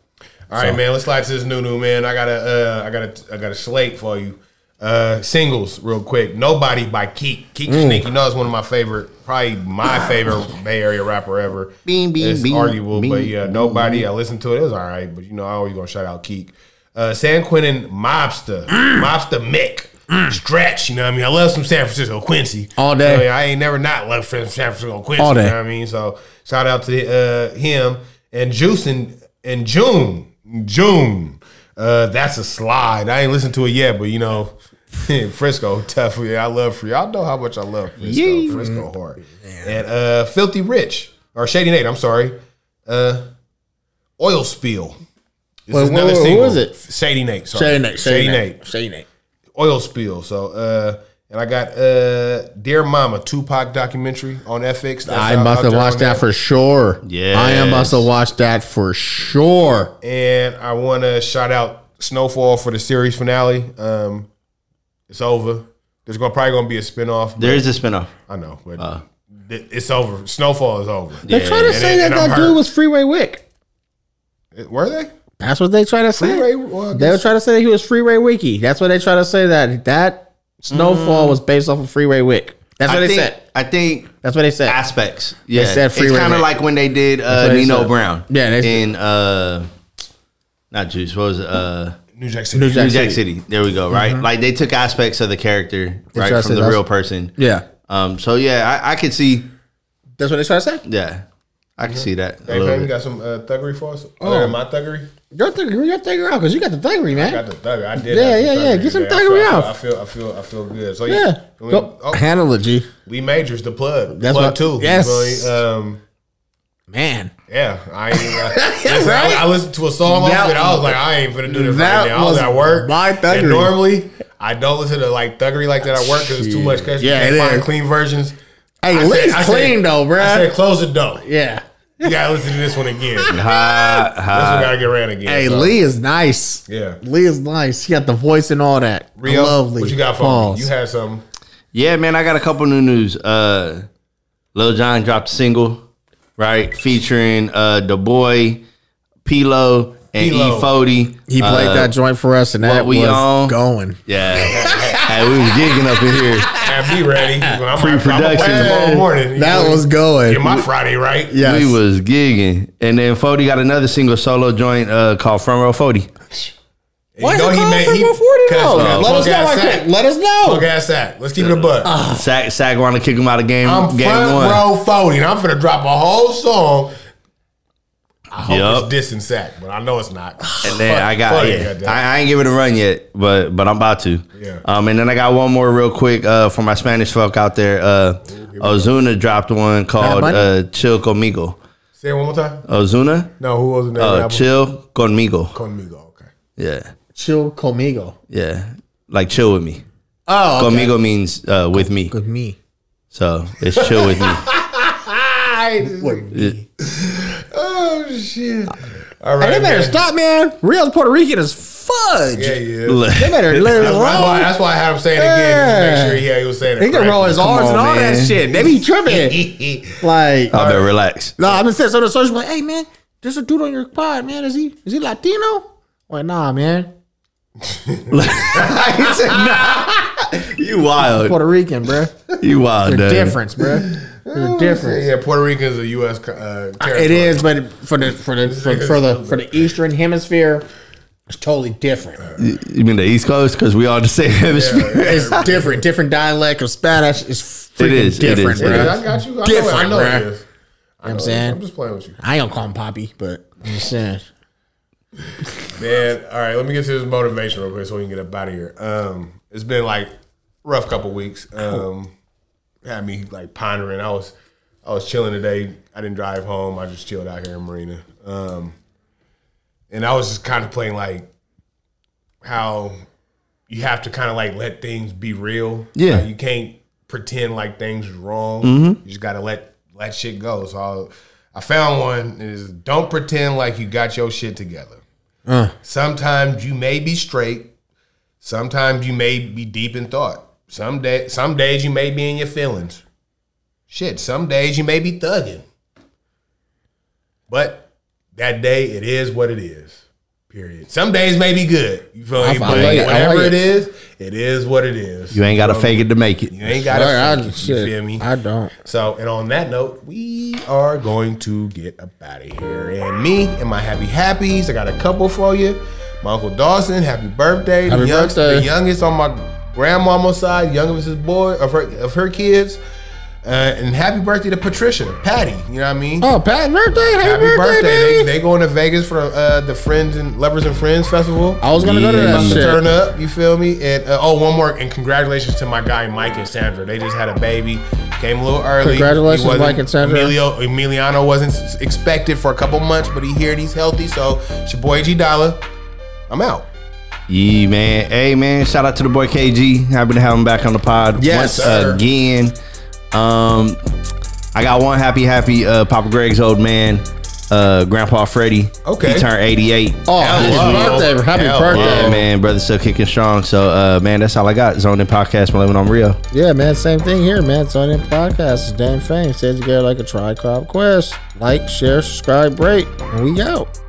Speaker 1: All right, man. Let's slide to this new new man. I got a, uh, I got a, I got a slate for you. Uh, singles, real quick. Nobody by Keek. Keek the Sneak. You know, it's one of my favorite, probably my favorite Bay Area rapper ever.
Speaker 2: Bean, bean,
Speaker 1: it's
Speaker 2: bean,
Speaker 1: arguable, but
Speaker 2: bean,
Speaker 1: yeah, nobody. I listened to it. It was all right, but you know, I always gonna shout out Keek. Uh, San Quentin Mobster, Mobster Mick. Stretch, you know what I mean? I love some San Francisco Quincy.
Speaker 3: All
Speaker 1: You
Speaker 3: day.
Speaker 1: know, I ain't never not loved San Francisco Quincy.
Speaker 3: All
Speaker 1: you
Speaker 3: day.
Speaker 1: know what I I mean, so shout out to uh, him and Juice in, in June. June. Uh, that's a slide. I ain't listened to it yet, but you know, Frisco tough. Yeah, I love Frisco. Y'all know how much I love Frisco. Frisco hard. And uh, Filthy Rich or Shady Nate. I'm sorry. Uh, Oil spill. This
Speaker 3: Wait,
Speaker 1: is
Speaker 3: wait,
Speaker 1: another
Speaker 3: wait, who
Speaker 1: single.
Speaker 3: is it?
Speaker 1: Shady Nate. Sorry.
Speaker 3: Shady Nate, Shady
Speaker 1: Nate
Speaker 3: Nate, Shady Nate.
Speaker 1: oil spill. So, uh, and I got uh, Dear Mama Tupac documentary on FX. That's
Speaker 3: I
Speaker 1: out-
Speaker 3: must
Speaker 1: out
Speaker 3: have
Speaker 1: there
Speaker 3: watched
Speaker 1: on
Speaker 3: that for sure. I am
Speaker 2: Yes.
Speaker 3: must have watched that for sure.
Speaker 1: And I want to shout out Snowfall for the series finale. Um, it's over. There's gonna, probably going to be a spinoff.
Speaker 2: There is a spinoff.
Speaker 1: I know, but
Speaker 3: Uh.
Speaker 1: it- it's over. Snowfall is over.
Speaker 3: They try to
Speaker 1: and-
Speaker 3: say
Speaker 1: and
Speaker 3: that
Speaker 1: I'm
Speaker 3: that
Speaker 1: hurt.
Speaker 3: dude was Freeway Wick.
Speaker 1: Were they?
Speaker 3: That's what they try to say.
Speaker 1: Freeway, well, I
Speaker 3: They were
Speaker 1: guess-
Speaker 3: trying to say that he was Freeway Wiki. That's what they try to say that that
Speaker 1: Mm.
Speaker 3: Snowfall was based off of Freeway Wick. That's what
Speaker 2: I
Speaker 3: they
Speaker 2: think,
Speaker 3: said.
Speaker 2: I think
Speaker 3: That's what they said.
Speaker 2: aspects. Yeah,
Speaker 3: said
Speaker 2: it's
Speaker 3: freeway
Speaker 2: kind
Speaker 3: man.
Speaker 2: of like when they did
Speaker 3: what
Speaker 2: uh,
Speaker 3: they
Speaker 2: Nino
Speaker 3: said.
Speaker 2: Brown.
Speaker 3: Yeah, they said-
Speaker 2: in uh, not Juice. What was it? Uh,
Speaker 1: New Jack City. New
Speaker 2: New Jack City. There we go. Right, like they took aspects of the character right
Speaker 3: Mm-hmm. Interesting.
Speaker 2: from the
Speaker 3: That's-
Speaker 2: real person.
Speaker 3: yeah,
Speaker 2: Um. So yeah, I, I could see.
Speaker 3: that's what they try to say.
Speaker 2: Yeah, I could see that. A
Speaker 1: Hey,
Speaker 2: little
Speaker 1: fam, you
Speaker 2: bit.
Speaker 1: got some uh, thugger for us? Other than my thuggery?
Speaker 3: Your thing, your thing out because you got the thuggery, man.
Speaker 1: Got the thugger. I did.
Speaker 3: Yeah,
Speaker 1: have
Speaker 3: yeah, yeah.
Speaker 1: thuggery
Speaker 3: Get some
Speaker 1: today.
Speaker 3: thuggery
Speaker 1: I feel, I
Speaker 3: out.
Speaker 1: feel, I feel, I feel good. So
Speaker 3: yeah,
Speaker 1: can we-
Speaker 3: go,
Speaker 1: oh,
Speaker 3: handle it, G.
Speaker 1: Lee Majors, the plug.
Speaker 3: That's
Speaker 1: plug
Speaker 3: what-
Speaker 1: too.
Speaker 3: yes.
Speaker 1: You know, um,
Speaker 3: Man,
Speaker 1: yeah. I, ain't, uh, listen, I- I, listened to a song off
Speaker 3: That-
Speaker 1: it. I was like, I ain't gonna do this
Speaker 3: that
Speaker 1: right now. I was
Speaker 3: was
Speaker 1: at work.
Speaker 3: my thuggery.
Speaker 1: And normally, I don't listen to like thuggery like that at work because it's too much. Cause
Speaker 3: Yeah,
Speaker 1: you
Speaker 3: it
Speaker 1: can't find
Speaker 3: is.
Speaker 1: clean versions.
Speaker 3: hey,
Speaker 1: I
Speaker 3: Lee's
Speaker 1: said- I
Speaker 3: clean
Speaker 1: said-
Speaker 3: though,
Speaker 1: I
Speaker 3: bruh.
Speaker 1: said close the door.
Speaker 3: Yeah,
Speaker 1: You gotta listen to this one again. This one
Speaker 2: Ha, ha.
Speaker 1: gotta get ran again.
Speaker 3: Hey,
Speaker 1: so.
Speaker 3: Lee is nice.
Speaker 1: Yeah.
Speaker 3: Lee is nice. She got the voice and all that.
Speaker 1: Rio,
Speaker 3: Lovely.
Speaker 1: what you got for
Speaker 3: Pause.
Speaker 1: me? You have something.
Speaker 2: Yeah, man, I got a couple new news. Uh Lil Jon dropped a single, right? Featuring uh the boy, Pilo, and
Speaker 1: P-Lo.
Speaker 2: E40.
Speaker 3: he played
Speaker 2: Uh,
Speaker 3: that joint for us, and that
Speaker 2: what we
Speaker 3: was
Speaker 2: on?
Speaker 3: going.
Speaker 2: Yeah. hey, we was gigging up in here.
Speaker 1: Have me ready. I'm
Speaker 2: Pre-production.
Speaker 1: I'm tomorrow morning. You
Speaker 3: That
Speaker 1: know,
Speaker 3: was going.
Speaker 1: get my Friday right.
Speaker 3: Yes.
Speaker 2: We was gigging. And then 40 got another single solo joint uh called Front Row 40.
Speaker 1: Why you know he made he, 40
Speaker 3: Let us know. right quick. Let us know. Uh-huh.
Speaker 1: Look ass sack. Let's keep it a buck.
Speaker 2: Sack Sack wanna kick him out of game
Speaker 1: I'm
Speaker 2: game
Speaker 1: front
Speaker 2: one.
Speaker 1: row forty, and I'm gonna drop a whole song. I hope
Speaker 2: Yup.
Speaker 1: it's diss and sack, but I know it's not.
Speaker 2: And then
Speaker 1: Fuck-
Speaker 2: I
Speaker 1: fuck
Speaker 2: got
Speaker 1: it,
Speaker 2: yeah,
Speaker 1: goddamn.
Speaker 2: I, I ain't give it a run yet, but but I'm about to.
Speaker 1: Yeah.
Speaker 2: Um, and then I got one more real quick uh, for my Spanish folk out there. Uh, Ozuna dropped one called
Speaker 3: Bunny?
Speaker 2: uh, "Chill Conmigo."
Speaker 1: Say it one more time.
Speaker 2: Ozuna,
Speaker 1: No, who was in that
Speaker 2: uh,
Speaker 1: album?
Speaker 2: "Chill Conmigo."
Speaker 1: Conmigo. Okay.
Speaker 2: Yeah,
Speaker 3: Chill conmigo.
Speaker 2: yeah, like chill with me.
Speaker 3: Oh, okay.
Speaker 2: Conmigo means uh, with me,
Speaker 3: with me.
Speaker 2: so it's chill with me.
Speaker 3: With me.
Speaker 1: Oh shit. All right.
Speaker 3: Hey, they better
Speaker 1: man.
Speaker 3: stop, man. Real's Puerto Rican as fudge.
Speaker 1: Yeah, yeah.
Speaker 3: They better let it
Speaker 1: That's why, that's why-
Speaker 3: roll.
Speaker 1: that's why I had him saying it again. Just to make sure he, yeah, he was saying it.
Speaker 3: He can roll his R's
Speaker 2: on,
Speaker 3: and all that
Speaker 2: man. Uh,
Speaker 3: shit. They be tripping.
Speaker 1: correctly.
Speaker 3: like,
Speaker 2: I better relax.
Speaker 3: No, I'm just saying. So the social like, hey man, there's a dude on your pod, man. Is he is he Latino? Like, nah, man,
Speaker 2: He said, "Nah." You wild,
Speaker 3: Puerto Rican, bro.
Speaker 2: you wild,
Speaker 3: The
Speaker 2: dude.
Speaker 3: difference, bro. The difference.
Speaker 1: yeah, Puerto Ricans are U.S. co- Uh, territory.
Speaker 3: Ah, It is, but for the for the for, for the for the Eastern Hemisphere, it's totally different.
Speaker 2: You mean the East Coast? Because we all the same hemisphere.
Speaker 3: It's different. Different dialect of Spanish is freaking
Speaker 2: It is, it is,
Speaker 3: different,
Speaker 2: it
Speaker 1: Yeah,
Speaker 3: bro.
Speaker 2: is.
Speaker 1: I got you. I know, it.
Speaker 3: Different,
Speaker 1: I know it
Speaker 3: bruh.
Speaker 1: is. I know
Speaker 3: I'm
Speaker 1: it is.
Speaker 3: saying.
Speaker 1: I'm just playing with you,
Speaker 3: I ain't gonna call him Poppy, but I'm just saying.
Speaker 1: man. All right, let me get to this motivation real quick so we can get up out of here. Um, it's been like rough couple weeks. Um, had me like pondering. I was, I was chilling today. I didn't drive home. I just chilled out here in Marina. Um, and I was just contemplating like how you have to kind of like let things be real.
Speaker 2: Yeah.
Speaker 1: Like, you can't pretend like things is wrong. You just gotta let let shit go. So I, I found one is don't pretend like you got your shit together. Sometimes you may be straight. Sometimes you may be deep in thought. Some day, some days you may be in your feelings. Shit, some days you may be thugging. But that day, it is what it is. Period. Some days may be good. You feel me?
Speaker 3: I
Speaker 1: But
Speaker 3: like it. I
Speaker 1: whatever
Speaker 3: like
Speaker 1: it is, it is what it is.
Speaker 2: You ain't got to fake it to make it.
Speaker 1: You ain't got
Speaker 3: All right, I-
Speaker 1: to. You
Speaker 3: shit,
Speaker 1: feel me?
Speaker 3: I don't.
Speaker 1: So, and on that note, we are going to get up out of here. And me and my happy happies, I got a couple for you. My Uncle Dawson, happy birthday.
Speaker 3: Happy
Speaker 1: the, young-
Speaker 3: birthday.
Speaker 1: the youngest on my grandmama's side, youngest is boy of her of her kids. Uh, and happy birthday to Patricia, Patty. You know what I mean?
Speaker 3: Oh, Pat, birthday! Happy,
Speaker 1: happy
Speaker 3: birthday,
Speaker 1: birthday! They,
Speaker 3: baby.
Speaker 1: they going to Vegas for uh, the Friends and Lovers and Friends Festival.
Speaker 3: I was gonna go to
Speaker 2: Yeah.
Speaker 3: that
Speaker 1: About to
Speaker 3: shit.
Speaker 1: turn up. You feel me? And uh, oh, one more. And congratulations to my guy Mike and Sandra. They just had a baby. Came a little early.
Speaker 3: Congratulations,
Speaker 1: He wasn't-
Speaker 3: Mike and Sandra.
Speaker 1: Emilio, Emiliano wasn't s- expected for a couple months, but he here and he's healthy. So it's your boy G Dollar. I'm out.
Speaker 2: Yeah, man. Hey, man. Shout out to the boy KG. Happy to have him back on the pod
Speaker 3: Yes,
Speaker 2: once
Speaker 1: sir.
Speaker 2: again. Um, I got one happy, happy uh, Papa Greg's old man, uh, Grandpa Freddie.
Speaker 1: Okay.
Speaker 2: He turned 88.
Speaker 3: Oh,
Speaker 1: Hell
Speaker 3: happy
Speaker 1: wow.
Speaker 3: birthday! Happy
Speaker 1: Hell
Speaker 3: birthday!
Speaker 2: yeah, man. Brother still kicking strong. So, uh, man, that's all I got. Zoned in podcast from living on Rio.
Speaker 3: Yeah, man, same thing here, man. It's on in podcast. It's damn fame. Stay together like a tribe quest. Like, share, subscribe, rate, and we out.